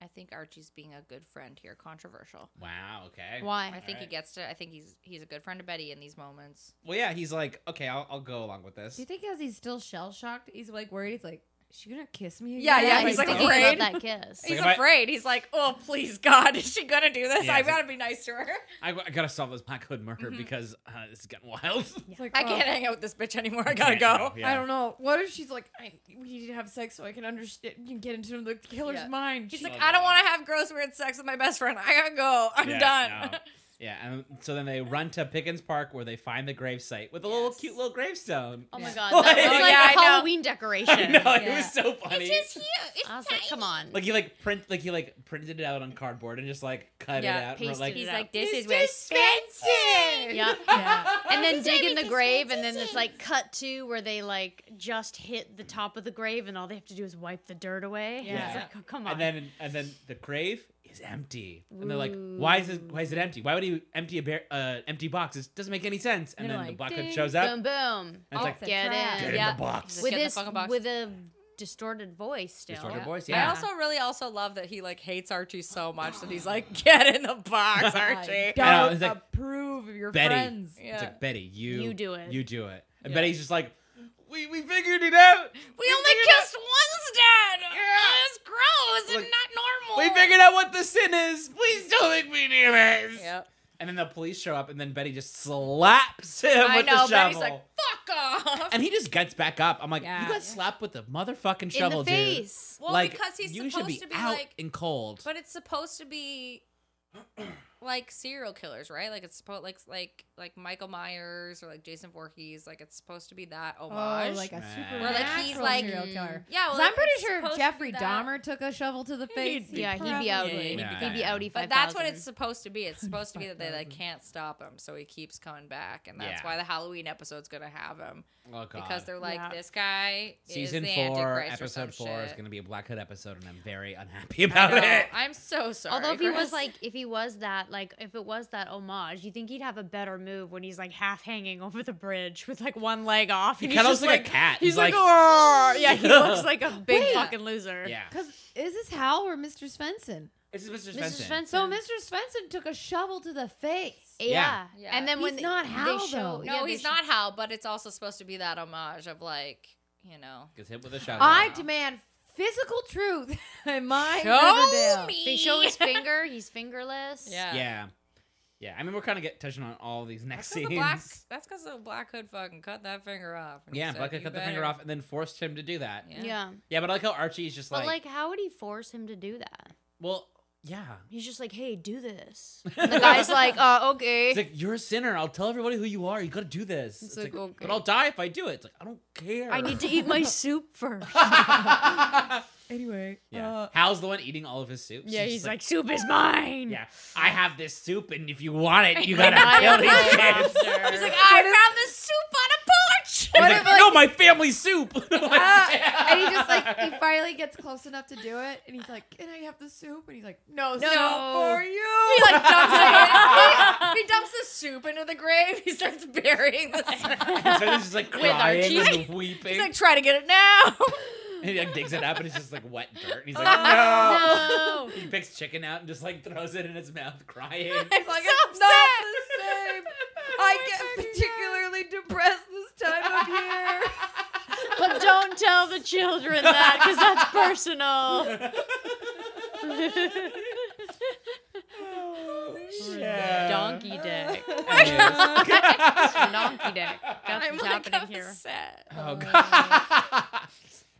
A: I think Archie's being a good friend here. Controversial.
B: Wow. Okay.
A: I
C: Why?
A: think he
B: Alright.
A: gets to. I think he's he's a good friend to Betty in these moments.
B: Well, yeah, he's like, okay, I'll, I'll go along with this.
D: Do you think as he's still shell shocked, he's like worried? He's like, is she gonna kiss me?
A: Yeah,
D: again?"
A: yeah, he's, like,
C: thinking
A: afraid.
C: about that kiss.
B: like,
A: He's
B: if I-
A: afraid. He's like, oh please God, is she gonna do this?
B: Yeah,
A: I
B: it's like-
A: gotta be nice to her.
B: I, I gotta solve this Black Hood murder
C: Mm-hmm.
B: because uh, this is getting wild.
D: It's like,
A: I
D: oh,
A: can't hang out with this bitch anymore. I gotta
B: Yeah,
A: go.
B: yeah.
D: I don't know. What if she's like, I, we need to have sex so I can understand, can get into the killer's
A: Yeah.
D: mind.
A: He's
D: She-
A: like,
B: Oh,
A: I don't
B: God.
A: want to have gross weird sex with my best friend. I gotta go. I'm
B: Yeah,
A: done.
B: no. Yeah, and so then they run to Pickens Park where they find the gravesite with a little
A: Yes.
B: cute little gravestone.
C: Oh
A: Yeah.
C: my god, that
B: Like-
C: was like
A: Oh, yeah,
C: a
A: I know.
C: Halloween decoration.
B: I know, it
E: Yeah.
B: was so funny.
A: huge.
C: I was like, come on.
B: Like he like print like he like printed it out on cardboard and just like cut
A: Yeah,
B: it out. and we're
C: pasted
B: like,
C: it
A: He's
C: out.
A: like, this is
D: Mr.
A: where
D: Spencer!
C: yeah.
E: Yeah.
C: And
A: Um,
C: then
E: This is
C: dig in the
E: Mrs.
C: grave, and then
E: Francis.
C: it's like cut to where they like just hit the top of the grave, and all they have to do is wipe the dirt away.
B: Yeah.
C: It's like, oh, come on.
B: And then and then the grave is empty. And they're like, why is it why is it empty? Why would he empty a bear, uh, empty box? It doesn't make any sense. And
D: They're
B: then the
D: like,
B: black hood
D: "Ding,
B: shows up.
C: boom, boom.
B: And it's like
D: the
C: Get
D: trap.
C: in.
B: get
A: yeah.
B: in the box.
A: Just
C: With
A: get in the
C: this,
A: fucking box.
C: with a distorted voice still.
B: Distorted
A: Yeah.
B: voice,
A: I
B: yeah.
A: also really also love that he like hates Archie so much that he's like, get in the box,
D: I
A: Archie.
D: don't
B: I know, it's like,
D: approve of your
B: Betty.
D: friends.
A: Yeah.
B: It's like Betty, you
C: You do it.
B: You do it. And
A: Yeah.
B: Betty's just like, We we figured it out.
A: We only kissed once, Dad. It's gross
B: Like,
A: and not
B: We
A: normal.
B: figured out what the sin is. Please don't make me do this.
A: Yep.
B: And then the police show up and then Betty just slaps him
A: I
B: with
A: know.
B: the
A: Betty's
B: shovel.
A: like, fuck off.
B: and he just gets back up. I'm like,
D: Yeah.
B: you got slapped with the motherfucking
C: in
B: shovel,
C: the face.
B: dude.
A: well,
B: like,
A: because he's
B: you
A: supposed
B: should be,
A: to be
B: out
A: like,
B: and cold.
A: but it's supposed to be like serial killers, right? Like it's supposed like like like Michael Myers or like Jason Voorhees. Like it's supposed to be that homage.
D: Oh, like a
B: Smash.
D: super
B: Or
A: like he's like-
D: serial killer.
A: yeah, well,
D: 'Cause I'm
A: like,
D: pretty
A: it's
D: sure
A: supposed
D: if
A: to be
D: Jeffrey
A: that.
D: Dahmer took a shovel to the face.
C: yeah, he'd be outie.
D: probably-
C: He'd,
B: Yeah,
C: he'd be
B: yeah.
C: outie
A: But
C: five
A: that's what it's supposed to be. It's supposed to be that they like
D: 25,000.
A: can't stop him, so he keeps coming back, and that's
B: Yeah.
A: why the Halloween episode's gonna have him
B: oh, God.
A: because they're like,
C: Yeah.
A: this guy
B: Season
A: is the
B: four,
A: Antichrist or some
B: episode four is
A: shit.
B: going to be a Black Hood episode, and I'm very unhappy
A: I
B: about
A: know.
B: it.
A: I'm so sorry.
C: Although if he was
A: Chris.
C: like, if he was that, like, if it was that homage, you think he'd have a better move when he's like half hanging over the bridge with like one leg off.
B: He
C: and
B: kind of
C: he's
B: looks
C: just
B: like, a cat.
C: He's, like, "Arr!" yeah, he looks like a big
D: Wait.
C: fucking loser.
B: yeah.
D: Because is this Hal or Mr. Svensson?
B: This is Mr.
C: Mr.
B: Svensson.
C: Svensson.
D: So Mr. Svensson took a shovel to the face.
C: Yeah.
A: Yeah.
C: and then
D: He's
C: when they-
D: not
C: they
D: Hal,
C: show,
D: though.
A: no,
C: yeah, they
A: he's
C: show-
A: not Hal, but it's also supposed to be that homage of like, you know,
B: Gets hit with a shovel.
D: I demand physical truth in my
A: show
D: Riverdale.
A: me.
C: They show his finger. He's fingerless.
A: yeah.
B: yeah. Yeah. I mean, we're kind of get touching on all these next
A: That's because
B: scenes.
A: the black. That's because the black hood fucking cut that finger off. and
B: yeah,
A: said,
B: Black Hood
A: "You
B: cut the
A: better-"
B: finger off and then forced him to do that. Yeah,
A: Yeah.
C: Yeah.
B: but I like how Archie's just
C: But
B: like,
C: like, how would he force him to do that?
B: well, yeah.
C: He's just like, hey, do this. And the guy's like, uh, okay.
B: It's like you're a sinner. I'll tell everybody who you are. You gotta do this. It's
D: like, okay.
B: But I'll die if I do it. It's like I don't care.
C: I need to eat my soup first.
D: Anyway,
B: yeah.
D: uh,
B: Hal's the one eating all of his soups.
C: yeah,
B: just
C: he's like, soup is mine.
B: yeah. I have this soup, and if you want it, you gotta kill these kids.
A: He's like, I found the soup on a porch.
B: He's
D: What
B: like,
D: if, like-
B: no, my family soup.
D: Ah, and he just like he finally gets close enough to do it, and he's like, "Can I have the soup?" And he's like, "No, soup for you."
A: He like dumps it. in- He, he dumps the soup into the grave. He starts burying the soup.
B: and so he's just like crying
A: Archie.
B: and weeping.
A: He's like, try to get it now.
B: and he like digs it up, and it's just like wet dirt. And he's like, no.
C: Oh, No.
B: He picks chicken out and just like throws it in his mouth, crying.
A: He's
D: like,
A: so
D: "It's
A: upset.
D: not the same.
C: Oh
D: I get particularly depressed this time of year.
C: But don't tell the children that because that's personal.
B: Yeah.
E: Donkey dick.
A: Oh
B: Anyways.
C: Oh,
E: Donkey dick. That's
A: I'm
E: what's
A: like
E: happening
A: happening
E: here.
A: upset.
B: Oh god.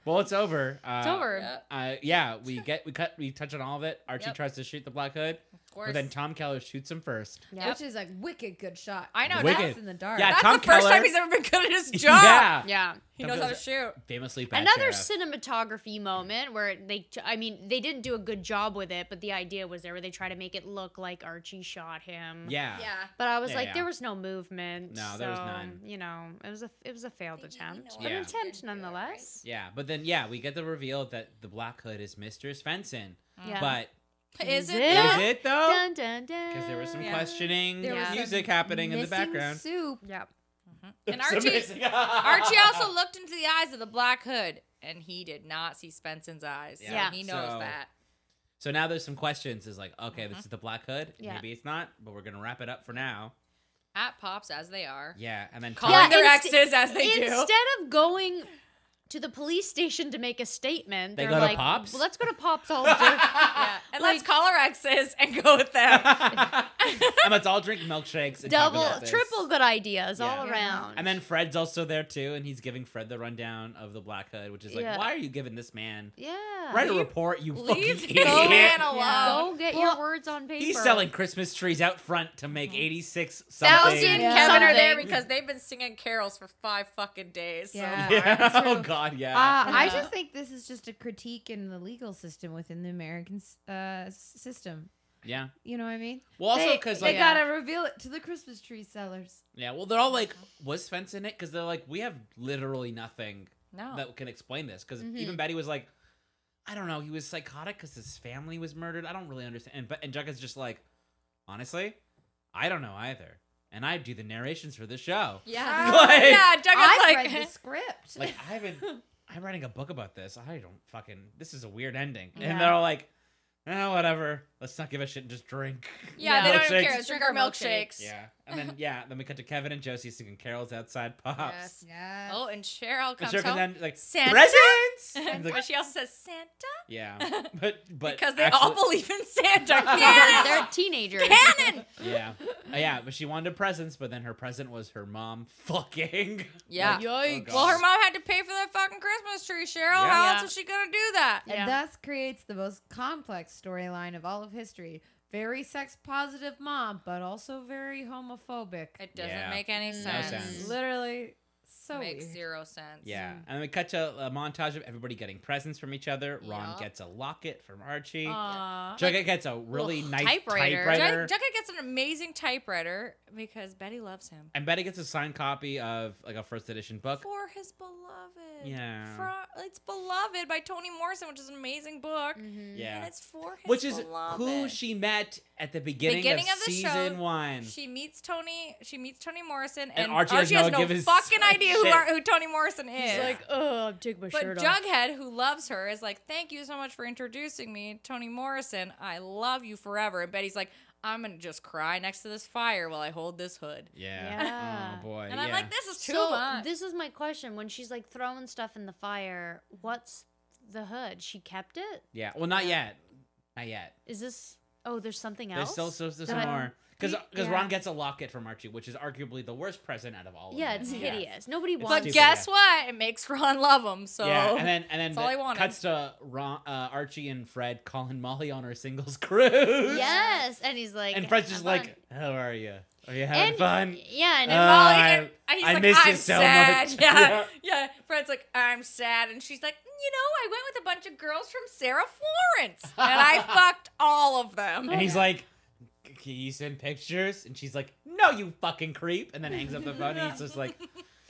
B: well, it's over. Uh,
C: It's over.
A: Yeah.
B: Uh, yeah, we get we cut we touch on all of it. Archie
A: Yep.
B: tries to shoot the Black Hood,
A: Of
B: but
A: course.
B: then Tom Keller shoots him first.
A: Yep.
D: Which is a wicked good shot.
A: I know,
D: That's
B: Wicked.
D: in the dark.
B: Yeah,
A: That's
B: Tom
A: the first
B: Keller-
A: time he's ever been good at his job.
B: Yeah,
E: Yeah.
A: He
B: Tom
A: knows how to
B: Keller's
A: shoot.
B: famously bad.
C: Another
B: sheriff.
C: cinematography moment where they, t- I mean, they didn't do a good job with it, but the idea was there where they try to make it look like Archie shot him.
B: Yeah.
C: But I was
B: Yeah,
C: like,
B: yeah.
C: there was no movement.
B: No, there was
C: so,
B: none.
C: You know, it was a it was a failed
A: You- you
C: attempt,
A: know
C: but
B: Yeah.
C: an
B: what
A: they
C: attempt
A: did do, right?
C: nonetheless.
B: Yeah, but then yeah, we get the reveal that the Black Hood is Mistress Fenson.
C: Yeah.
B: But
A: Is
C: Is
A: it? though?
C: it?
B: "Ah, is it though?
C: Dun, dun, dun.
B: Because there was some
A: Oh. Yeah.
B: questioning
D: There
C: was some
B: music happening in the
D: Missing
B: background.
D: Soup.
C: Yep.
A: And Archie, Archie also looked into the eyes of the Black Hood, and he did not see Spenson's eyes. so
C: Yeah.
A: he knows
B: So-
A: that.
B: So now there's some questions. Is like, okay, this is the Black Hood.
C: Yeah.
B: Maybe it's not, but we're gonna wrap it up for now.
A: At pops as they are,
B: Yeah, and then
A: calling
C: Yeah,
A: their
C: inst-
A: exes as they do.
C: Instead of going to the police station to make a statement,
B: They
C: are
B: go to
C: like,
B: Pops?
C: Well, let's go to Pops all day.
A: Yeah. And let's call our exes and go with them.
B: and let's all drink milkshakes. And talk
C: Double,
B: about this.
C: triple good ideas all
B: Yeah.
C: around.
B: And then Fred's also there too, and he's giving Fred the rundown of the Black Hood, which is like,
C: Yeah.
B: why are you giving this man?
C: yeah.
B: Write a report, you
A: Leave
B: fucking
A: this
B: idiot.
A: man
C: Yeah.
A: alone.
C: Go get your words on paper.
B: He's selling Christmas trees out front to make eighty six
A: Thousand
B: something.
D: Yeah.
A: Kevin are there
C: Something.
A: because they've been singing carols for five fucking days. So.
D: Yeah.
B: Yeah.
D: True.
B: Oh God, yeah.
D: Uh, I
C: Yeah.
D: just think this is just a critique in the legal system within the American s- uh, s- system.
B: yeah.
D: You know what I mean?
B: Well, also
D: They-
B: because
D: they
B: like,
D: gotta reveal it to the Christmas tree sellers.
B: yeah. Well, they're all like, was fence in it? Because they're like, we have literally nothing
A: No.
B: that can explain this. Because
C: Mhm.
B: even Betty was like, I don't know, he was psychotic because his family was murdered. I don't really understand. And, Be- and Jughead's just like, honestly, I don't know either. And I do the narrations for the show.
A: yeah.
B: Like-
A: yeah,
D: I
A: Jughead's
D: read the
A: like,
D: script.
B: Like I haven't. I'm writing a book about this. I don't fucking. This is a weird ending.
C: Yeah.
B: And they're all like, eh, whatever. Let's not give a shit and just drink.
A: yeah, they don't even
B: Milkshakes.
A: care. Let's drink our milkshakes.
B: Yeah. And then yeah. Then we cut to Kevin and Josie singing carols outside pops.
A: Yes.
D: yeah.
A: Oh, and Cheryl
B: But
A: comes
B: Jerk
A: home.
B: then like
A: Santa?
B: presents. And like,
A: but she also says Santa
B: yeah. But but
A: because they all
B: actually-
A: believe in Santa.
C: They're,
A: Cannon,
C: they're teenagers.
A: cannon.
B: Yeah. Uh, yeah. But she wanted presents, but then her present was her mom fucking.
A: Yeah.
B: Yikes.
A: well, her mom had to pay for that fucking Christmas tree, Cheryl.
B: Yeah.
A: How
E: Yeah.
A: else was she gonna do that?
D: And
E: Yeah.
D: thus creates the most complex storyline of all of history. Very sex positive mom, but also very homophobic.
A: It doesn't
B: Yeah.
A: make any sense.
B: sense.
D: Literally so
A: Makes
D: weird.
A: zero sense.
B: Yeah. And then we cut to a montage of everybody getting presents from each other. Ron
A: Yup.
B: gets a locket from Archie.
A: Aw.
B: Jughead gets a really
C: ugh,
B: nice typewriter.
C: typewriter.
A: Jughead Jughead gets an amazing typewriter because Betty loves him
B: and Betty gets a signed copy of like a first edition book.
A: for his beloved.
B: Yeah.
A: Fro- it's beloved by Toni Morrison, which is an amazing book,
C: Mhm.
A: and
B: yeah.
A: it's for his
B: Which is
A: beloved.
B: who she met at the beginning,
A: Beginning
B: of,
A: of the
B: season
A: show,
B: one.
A: She meets Tony. She meets Tony Morrison, and,
B: And
A: Archie,
B: Archie has
A: has no,
B: no give his
A: fucking idea who,
B: shit.
A: Ar- who Tony Morrison is.
C: He's like, oh, I'm taking my
A: but
C: shirt off.
A: Jughead, who loves her, is like, "Thank you so much for introducing me, Tony Morrison. I love you forever." And Betty's like, "I'm gonna just cry next to this fire while I hold this hood."
B: yeah.
C: Yeah.
B: Oh boy.
A: And I'm
B: yeah.
A: like, "This is too
C: so
A: much."
C: this is my question: When she's like throwing stuff in the fire, what's the hood? She kept it.
B: yeah. Well, not yet. Not yet.
C: Is this? Oh, there's something
B: There's
C: else.
B: still, still, still
C: That
B: some
C: I-
B: more. Because
C: Yeah.
B: Ron gets a locket from Archie, which is arguably the worst present out of all. of
C: yeah,
B: them.
C: it's hideous. Nobody
B: It's
A: but
C: wants.
B: stupid,
A: guess
B: yeah.
A: what? It makes Ron love him. So
B: Yeah, and then and then
A: That's all I
B: the-
A: wanted.
B: cuts to Ron, uh, Archie and Fred calling Molly on her singles cruise.
C: yes, and he's like,
B: and Fred's
C: "Have
B: just
C: fun."
B: like, "How are you? Are you having
C: and,
B: fun?"
C: Yeah, and
B: Uh,
C: then
A: Molly,
B: I-
A: and, and he's
B: I
A: like,
B: miss you
A: I'm
B: so
A: sad.
B: much.
A: Yeah, yeah,
B: Yeah.
A: Fred's like, I'm sad, and she's like, you know, I went with a bunch of girls from Sarah Florence, and I fucked all of them.
B: And he's like, "Can you send pictures?" And she's like, "No, you fucking creep!" And then hangs up the phone. And he's just like,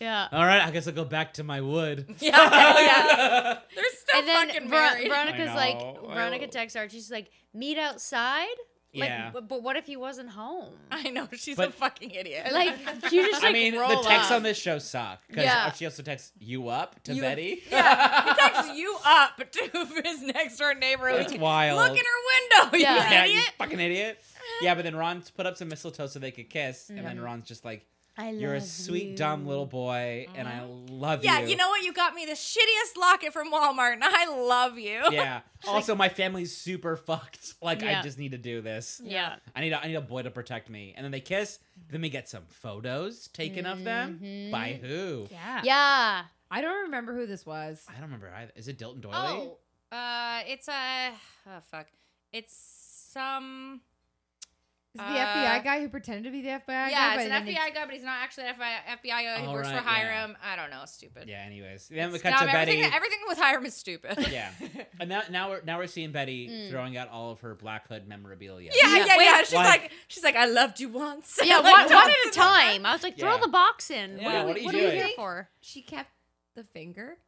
C: yeah.
B: "All right, I guess I'll go back to my wood."
A: yeah, yeah, they're still
C: And then
A: fucking
C: Ver-
A: married.
C: Veronica's
B: I
C: like,
B: know.
C: Veronica
B: Oh.
C: texts Archie. She's like, meet outside. Like,
B: Yeah.
C: "But- but what if he wasn't home?
A: I know she's a
B: But-
A: fucking idiot.
C: Like, you just
B: I
C: like
B: mean, the
C: roll
B: texts
C: up.
B: on this show suck because
C: Yeah.
B: she also texts you up to
A: You-
B: Betty.
A: yeah, he texts you up to his next door neighbor. who's
B: That's wild.
A: Look in her window, you
C: Yeah.
B: yeah, you
A: idiot. Mm-hmm.
B: fucking idiot. Yeah, but then Ron put up some mistletoe so they could kiss, and then Ron's just like,
C: I love
B: You're a sweet,
C: you.
B: dumb little boy, and I love
A: Mm-hmm. Yeah,
B: you.
A: you know what? You got me the shittiest locket from Walmart, and I love you.
B: Yeah. also, my family's super fucked. Like, I
E: Yeah.
B: just need to do this.
E: Yeah.
B: I need a, I need a boy to protect me. And then they kiss. Then we get some photos taken of them.
C: Mhm.
B: By
A: Mm-hmm.
B: who?
E: Yeah.
C: Yeah.
D: I don't remember who this was.
B: I don't remember either. Is it Dilton Doily?
A: Oh, uh, it's a oh fuck, it's some
D: Is it the
A: Uh,
D: FBI guy who pretended to be the FBI guy?
A: yeah,
D: but
A: it's an
D: then
A: FBI
D: he-
A: guy, but he's not actually an FBI, guy. He
B: All
A: works
B: right,
A: for
B: yeah.
A: Hiram. I don't know. it's Stupid.
B: Yeah. Anyways, then we
A: It's
B: cut
A: dumb.
B: to Betty.
A: everything, everything with Hiram is stupid.
B: yeah. And now now we're now we're seeing Betty
C: Mm.
B: throwing out all of her Black Hood memorabilia.
A: Yeah, yeah, yeah.
E: Wait,
A: She's
B: why-
A: like, she's like, I loved you once.
E: Yeah,
A: Like,
E: one, one
A: don't-
E: at a time. I was like, throw
B: Yeah.
E: the box in.
B: Yeah,
E: what
B: what
E: are
B: are
E: we,
B: you
E: what are we
B: doing?
E: here for?
D: She kept the finger.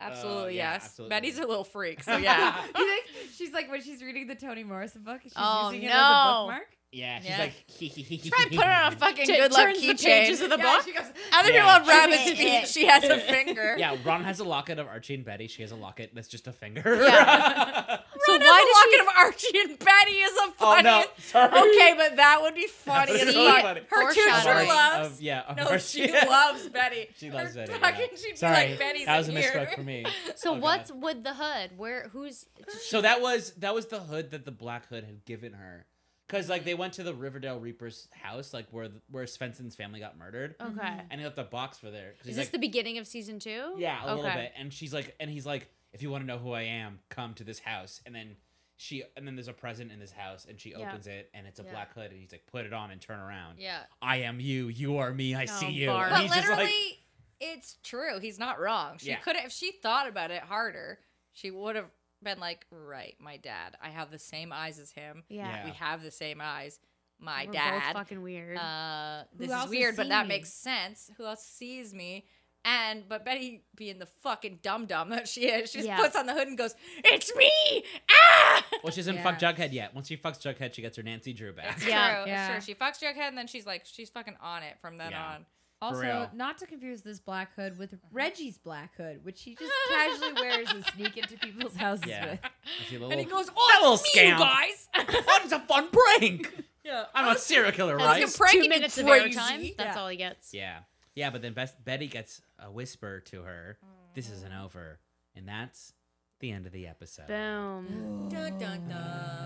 A: Absolutely,
B: Oh, yeah,
A: yes.
B: absolutely.
A: Betty's a little freak, so yeah.
D: you think she's like when she's reading the Tony Morrison book? She's
E: Oh,
D: using it as a
E: no.
D: bookmark.
B: Yeah. She's
A: Yeah.
B: like, he he he.
A: Try and put it on a fucking
E: T-
A: good luck
E: turns the
A: keychain.
E: pages of the
A: Yeah,
E: book.
A: she goes, Other
B: Yeah.
A: people have rabbit's feet. She has a finger.
B: Yeah, Ron has a locket of Archie and Betty. She has a locket that's just a finger.
E: Yeah.
A: So
E: So
A: Ron
E: why
A: has a locket of Archie and Betty is a
B: oh
A: funny.
B: no, sorry.
A: Okay, but that would be funny.
B: That
A: as
B: would
E: be
A: fuck.
B: funny.
A: Her two sure
E: Foreshadowing
A: loves.
B: Of, yeah, of
A: no,
B: Archie.
A: she loves Betty.
B: She loves
A: Her
B: Betty.
A: Fucking,
B: yeah.
A: she'd be
B: Sorry,
A: like Betty's
B: that was a
A: in
B: mistake
A: here.
B: for me.
E: So
B: Oh, God.
E: what's with the hood? Where? Who's?
B: So that was that was the hood that the Black Hood had given her, because like they went to the Riverdale Reaper's house, like where where Svensson's family got murdered,
A: Oh.
E: Okay.
B: and he left a box for there. 'cause
E: Is
B: he's
E: this
B: like,
E: the beginning of season two?
B: Yeah, a little
E: Okay.
B: bit. And she's like, and he's like, if you want to know who I am, come to this house. And then she, and then there's a present in this house, and she
E: Yeah.
B: opens it, and it's a
A: Yeah.
B: black hood, and he's like, put it on and turn around.
A: Yeah.
B: I am you. You are me. I see you.
E: Barb.
B: And
A: But
B: he's just
A: literally,
B: like,
A: it's true. He's not wrong. She
B: Yeah.
A: could have, if she thought about it harder, she would have been like, right, my dad. I have the same eyes as him.
B: Yeah.
A: We have the same eyes. My
C: We're
A: dad.
C: Both fucking weird.
A: uh, this
D: else
A: is
D: has
A: weird, but
D: seen
A: that
D: me?
A: makes sense. Who else sees me? And but Betty being the fucking dum dum that she is, she just
C: Yeah.
A: puts on the hood and goes, "It's me!" Ah!
B: well, she doesn't fuck Jughead yet. Once she fucks Jughead, she gets her Nancy Drew back.
E: Yeah.
A: True,
D: Yeah.
A: sure. She fucks Jughead, and then she's like, she's fucking on it from then
B: Yeah.
A: on.
D: Also,
B: real.
D: not to confuse this black hood with Reggie's black hood, which she just casually wears and sneak into people's houses
B: Yeah.
D: with.
B: And she little,
A: And he goes,
B: that
A: "Oh,
B: little
A: it's me, you
B: scamp.
A: guys!"
B: That was a fun prank.
A: yeah,
B: I'm a serial killer,
A: I was
B: right?
A: gonna prank
E: Two
A: you,
E: minutes of
A: crazy.
E: airtime. That's
D: Yeah.
E: all he gets.
B: Yeah. Yeah, but then Best- Betty gets a whisper to her. This isn't
A: Mm.
B: over. And that's the end of the episode.
C: Boom.
A: Dun, dun,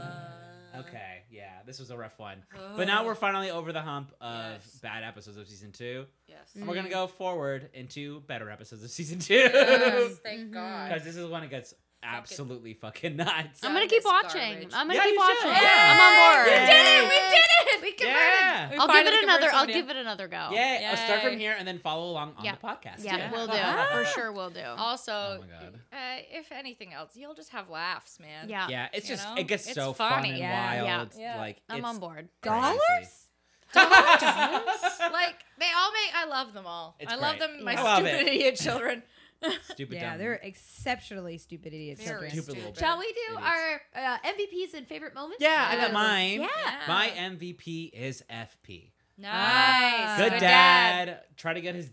A: dun.
B: Okay, yeah, this was a rough one.
A: Oh,
B: But now we're finally over the hump of
A: Uh, Yes.
B: bad episodes of season two.
A: Yes.
B: And we're going to go forward into better episodes of season two.
A: Yes,
B: Because
A: thank
C: Mhm.
A: God.
B: this is when it gets absolutely fucking nuts.
E: I'm
A: Dumb
E: gonna keep
A: as
E: watching.
A: garbage.
E: I'm gonna
B: Yeah,
E: keep
B: you should.
E: watching.
B: Yeah.
E: I'm on board.
A: We did it!
B: Yay.
A: We did it! We
B: Yeah.
A: converted. We
E: I'll give it
A: finally
E: another.
A: converted
E: I'll
A: somebody.
E: give it another go.
B: Yeah, I'll start
A: Yay.
B: from here and then follow along on
E: Yeah.
B: the podcast.
E: Yeah, Ah. we'll do. For sure, we'll do.
A: Also,
B: Oh my God.
A: Uh, if anything else, you'll just have laughs, man.
C: Yeah.
B: Yeah, it's
A: You
B: just,
A: know?
B: it gets
A: It's
B: so fun
A: funny.
B: and
D: Yeah.
E: Yeah.
B: wild.
A: Yeah.
B: Like,
E: I'm
B: it's
E: on board.
B: crazy.
A: Like they all make. I love them all.
B: It's
A: I love
B: great.
A: them. My
B: I love
A: stupid
B: it.
A: idiot children.
B: Stupid
D: Yeah,
B: dumb.
D: they're exceptionally stupid idiots.
A: Very
D: children.
B: Stupid little
D: Shall we do
B: idiots.
D: our uh, MVPs and favorite moments?
B: yeah, I
A: Yes.
B: got mine.
D: Yeah.
B: My MVP is FP.
A: Nice.
B: Good
D: Good
B: dad. Try to get his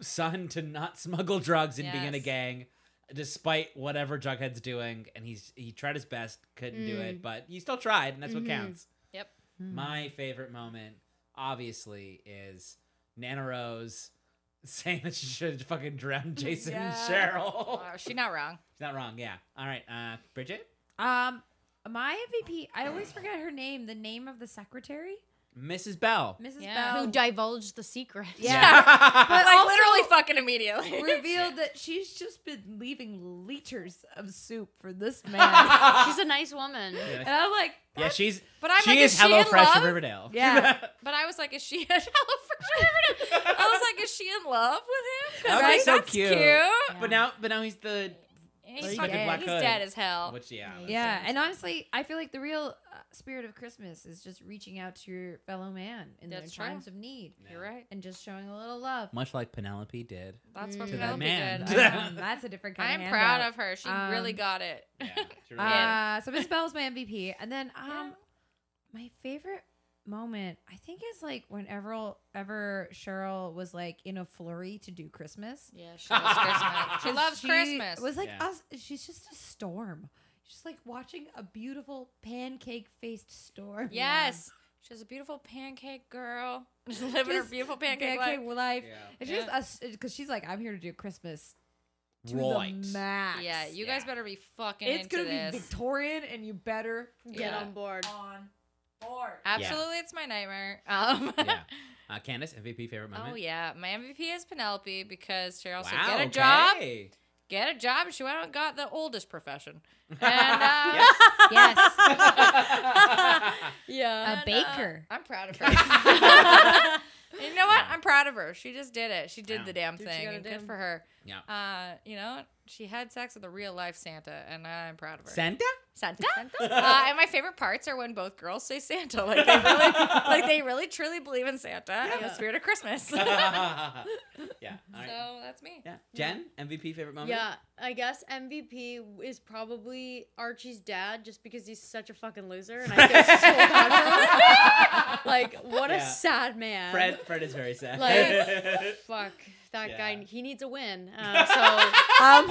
B: son to not smuggle drugs and be in a
A: Yes.
B: gang, despite whatever Jughead's doing. And he's he tried his best, couldn't do it, but he still tried, and that's what counts.
A: Mm. Mm-hmm. Yep.
D: Hmm.
B: My favorite moment, obviously, is Nana Rose saying that she should fucking drown Jason
A: Yeah.
B: and Cheryl.
A: Uh, she's not wrong.
B: She's not wrong. Yeah. All right, uh, Bridget.
D: Um, my MVP. I always forget her name. The name of the secretary,
B: Mrs. Bell.
D: Mrs.
A: Yeah.
D: Bell.
C: Who divulged the secret?
A: But
B: Yeah.
A: like
D: also-
A: literally fucking immediately.
D: revealed that she's just been leaving liters of soup for this man.
C: She's a nice woman.
B: Yeah.
D: and I'm like,
B: Yeah, she's
A: But I'm
B: she
A: like,
B: is,
A: uh, is she
B: Hello
A: in
B: Fresh
A: love?
B: from Riverdale.
D: Yeah.
A: But I was like, is she? Hello, Fresh Riverdale. I was like, is she in love with him? 'Cause,
B: That'd be
A: like,
B: so
A: that's
B: cute. But now, but now he's the
A: He's,
D: He's
A: fucking,
D: dead.
A: he's dead as hell.
B: which yeah, that's it.
D: yeah. And honestly, I feel like the real uh, spirit of Christmas is just reaching out to your fellow man in
A: That's true.
D: their times of need
A: You're right.
D: and just showing a little love.
B: much like Penelope did.
A: That's what
B: To
A: Penelope
B: that man.
A: did. I know.
D: Um, that's a different kind.
A: I'm
D: of
A: proud
D: handout.
A: of her. She
D: Um,
A: really got it.
B: Yeah,
D: Uh, so Miss Bell's my MVP, and then um, my favorite moment I think is like whenever ever Cheryl was like in a flurry to do Christmas.
A: Yeah, she loves Christmas. She
D: 'Cause
A: loves
D: she
A: Christmas.
D: Was like
B: Yeah.
D: us. She's just a storm. She's like watching a beautiful pancake faced storm.
A: yes. She's a beautiful pancake girl. Just living her
D: Just
A: beautiful pancake,
D: Pancake
A: life.
D: life.
B: Yeah.
D: It's
A: Yeah.
D: just us because she's like, I'm here to do Christmas to
B: Right.
D: the max.
A: Yeah, you guys
B: Yeah.
A: better be fucking
D: It's
A: into
D: gonna be
A: this.
D: Victorian, and you better
A: Yeah.
E: board.
D: on board.
A: Absolutely, it's my nightmare. Um,
B: yeah. Uh, Candace, MVP favorite moment.
A: oh yeah, my MVP is Penelope because she also
B: Wow,
A: get a job,
B: okay.
A: get a job. She went out and got the oldest profession. And, uh,
E: Yes.
C: Yeah.
A: and, uh,
E: baker.
A: I'm proud of her. you know what? I'm proud of her. She just did it. She did
B: Yeah.
A: the damn
C: Dude, she
A: thing.
C: got it
A: and good
C: done.
A: for her.
B: Yeah.
A: Uh, you know, she had sex with a real life Santa, and I'm proud of her.
B: Santa?
A: Santa. uh, and my favorite parts are when both girls say Santa, like they really, like they really truly believe in Santa and the spirit of Christmas. so
B: yeah. All right.
A: that's me.
B: yeah. Jen, MVP favorite moment?
C: Yeah, I guess MVP is probably Archie's dad just because he's such a fucking loser and I feel so bad for him. Like what
B: Yeah.
C: a sad man.
B: Fred, Fred is very sad.
C: Like- Fuck that
B: Yeah.
C: guy. He needs a win. Um, so
D: Um,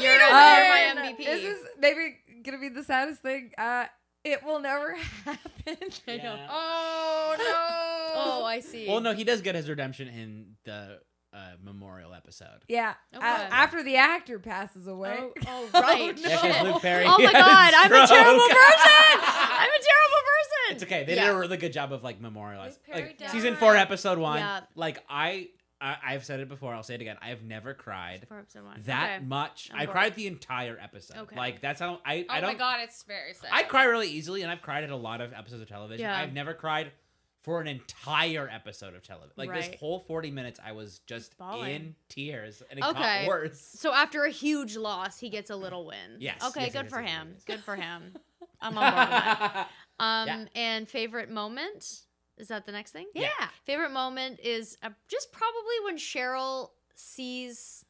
C: you're,
D: um,
C: my MVP.
D: This is maybe gonna be the saddest thing. Uh, it will never happen.
C: I know.
B: Yeah.
A: Oh no.
C: Oh, I see.
B: Well, no, he does get his redemption in the uh, memorial episode.
D: Yeah.
C: Okay.
D: a- after the actor passes away.
C: Oh, oh, right.
D: no.
B: Yeah,
C: Shit.
B: 'cause Luke Perry
C: Oh my
B: had a
C: god, I'm a terrible
B: stroke.
C: person. I'm a terrible person.
B: It's okay. They
C: Yeah.
B: did a really good job of like memorializing.
A: Luke Perry
B: Like, season four,
A: died.
B: episode one.
C: Yeah.
B: Like I, I, I've said it before. I'll say it again. I have never cried
C: For episode one.
B: that
C: Okay.
B: much.
C: I'm
B: I
C: bored.
B: cried the entire episode.
C: Okay.
B: Like that's how I.
A: Oh
B: I don't.
A: my god, it's very sad.
B: I cry really easily, and I've cried at a lot of episodes of television.
C: Yeah.
B: I've never cried for an entire episode of television. Like
C: Right.
B: this whole forty minutes, I was just
C: Bawling.
B: in tears, and it got
C: Okay.
B: worse.
C: So after a huge loss, he gets a little win.
B: Yes.
E: Okay,
B: Yes, yes,
E: good
B: yes,
E: for
B: yes,
E: him.
B: yes.
E: Good for him. I'm on board with that. Um,
B: Yeah.
E: and favorite moment is that the next thing?
B: Yeah.
E: Favorite moment is uh, just probably when Cheryl sees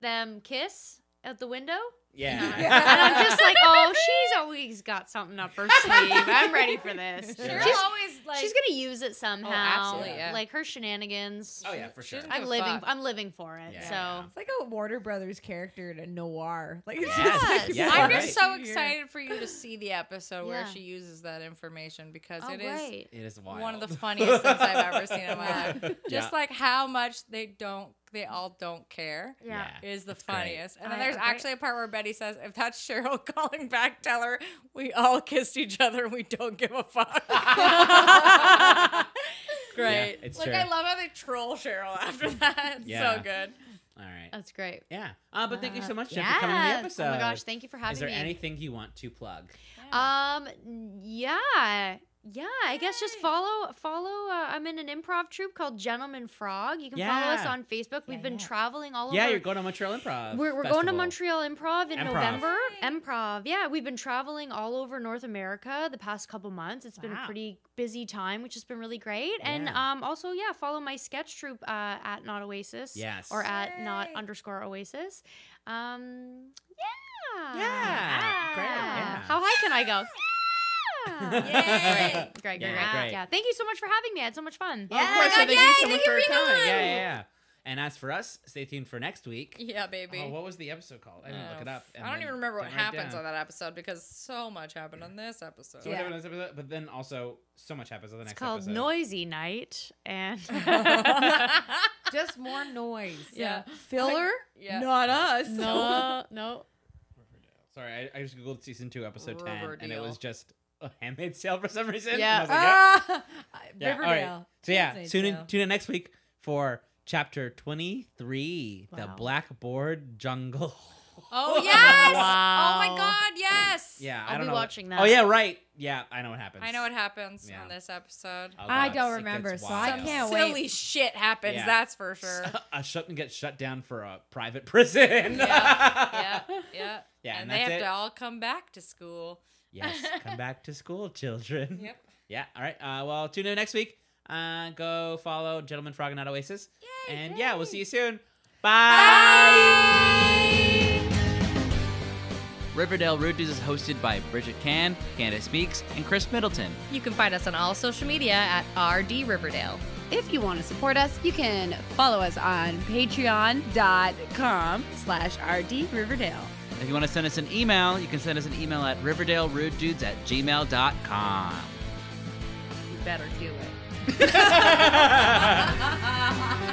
E: them kiss out the window,
B: yeah.
E: and I'm just like, oh, she's always got something up her sleeve. I'm ready for this.
A: Cheryl
B: Yeah.
E: She's, Oh,
A: always like
E: she's gonna use it somehow.
A: absolutely,
B: yeah.
E: Like her shenanigans.
B: oh yeah, for sure.
A: She's-
E: I'm
A: Give a
E: living.
A: fuck.
E: I'm living for it.
B: Yeah.
E: So
D: It's like a Warner Brothers character in a noir. Like it's
B: Yes.
D: just like,
B: Yeah,
A: I'm
B: right.
A: just so excited for you to see the episode where
E: Yeah.
A: she uses that information because
E: oh,
A: it is
E: great.
B: It is wild.
A: one of the funniest things I've ever seen in my life. Just
B: Yeah.
A: like how much they don't, they all don't care.
E: Yeah.
A: is the
B: great.
A: funniest. And then
E: I
A: there's
E: agree.
A: actually a part where Betty says, "If that's Cheryl calling back, tell her we all kissed each other. and We don't give a fuck."
B: Great. it's
A: like
B: true.
A: I love how they troll Cheryl after that. It's
B: Yeah.
A: so good.
B: All right.
E: That's great.
B: Yeah. Uh, but thank you so much, Jen,
E: yeah.
B: for coming to the episode.
E: Oh my gosh, thank you for having
B: Is there
E: me.
B: anything you want to plug?
E: Um. Yeah. Yeah. I guess just follow follow. Uh, I'm in an improv troupe called Gentleman Frog. You can follow us
B: Yeah.
E: on Facebook. We've been
A: yeah.
E: traveling all
B: Yeah,
E: over.
B: you're going to Montreal Improv.
E: um, we're, we're going to
B: Festival.
E: Montreal Improv in
B: Improv.
E: November. Improv. Yeah, we've been traveling all over North America the past couple months. It's been a
D: Wow.
E: pretty busy time, which has been really great. And
B: Yeah.
E: um, also, yeah, follow my sketch troupe uh, at Not Oasis.
B: Yes.
E: Or at Not
A: Yay.
E: underscore Oasis. Um, yeah.
B: Yeah, great, yeah.
E: How high can I go? Yeah.
A: Yay.
E: Great, great, great,
B: Yeah,
E: great.
B: great.
E: Yeah, thank you so much for having me. I had so much fun.
B: Of course,
A: Yeah,
B: so thank you so
A: yay,
B: much
A: thank
B: for
A: you for
B: coming.
A: being on.
B: Yeah, yeah, yeah. And as for us, stay tuned for next week.
A: Yeah, baby. Oh.
B: Oh, what was the episode called? I didn't look it up. and
A: I don't
B: then
A: even remember what
B: didn't write it
A: happens
B: down.
A: on that episode because so much happened on this episode.
B: So what happened on this episode? But then also, so much happens on the
C: It's
B: next
C: called
B: episode.
C: Noisy Night, and
D: just more noise.
A: Yeah.
D: Filler?
A: Yeah.
D: Not us.
C: no, no.
B: Riverdale. Sorry, I, I just googled season two, episode ten, and it
A: Riverdale.
B: was just a Handmaid's Tale for some reason.
C: Yeah.
B: And I was like, yep.
D: Ah,
B: Yeah, all right.
D: Riverdale.
B: So yeah,
D: Handmaid's
B: tune in
D: Tale.
B: tune in next week for chapter twenty three, the
C: Wow.
B: Blackboard Jungle.
A: Oh yes!
C: Wow.
A: Oh my God! Yes!
B: Yeah, I
E: I'll be
B: don't know. what-
E: watching that.
B: Oh yeah, right. Yeah, I know what happens.
A: I know what happens
B: Yeah.
A: on this episode.
B: Oh,
D: I
B: God,
D: don't
B: it
D: remember,
B: gets
D: so I
B: wild.
D: can't wait.
A: Silly shit happens.
B: Yeah.
A: That's for sure.
B: a shutting gets shut down for a private prison.
A: yeah, yeah.
B: Yeah,
A: and,
B: and
A: they
B: that's
A: have
B: it.
A: to all come back to school.
B: Yes, come back to school, children.
A: Yep.
B: Yeah. All right. Uh, well, tune in next week. Uh, go follow Gentleman Frog and Not Oasis.
A: Yay,
B: and yeah, we'll
A: yay.
B: see you soon. Riverdale Root Dudes is hosted by Bridget Can, Candace Speaks, and Chris Middleton.
E: You can find us on all social media at RD Riverdale.
D: If you want to support us, you can follow us on patreon.com slash RD Riverdale.
B: If you want to send us an email, you can send us an email at riverdalerudedudes at gmail.com.
E: better do it.
B: Bye.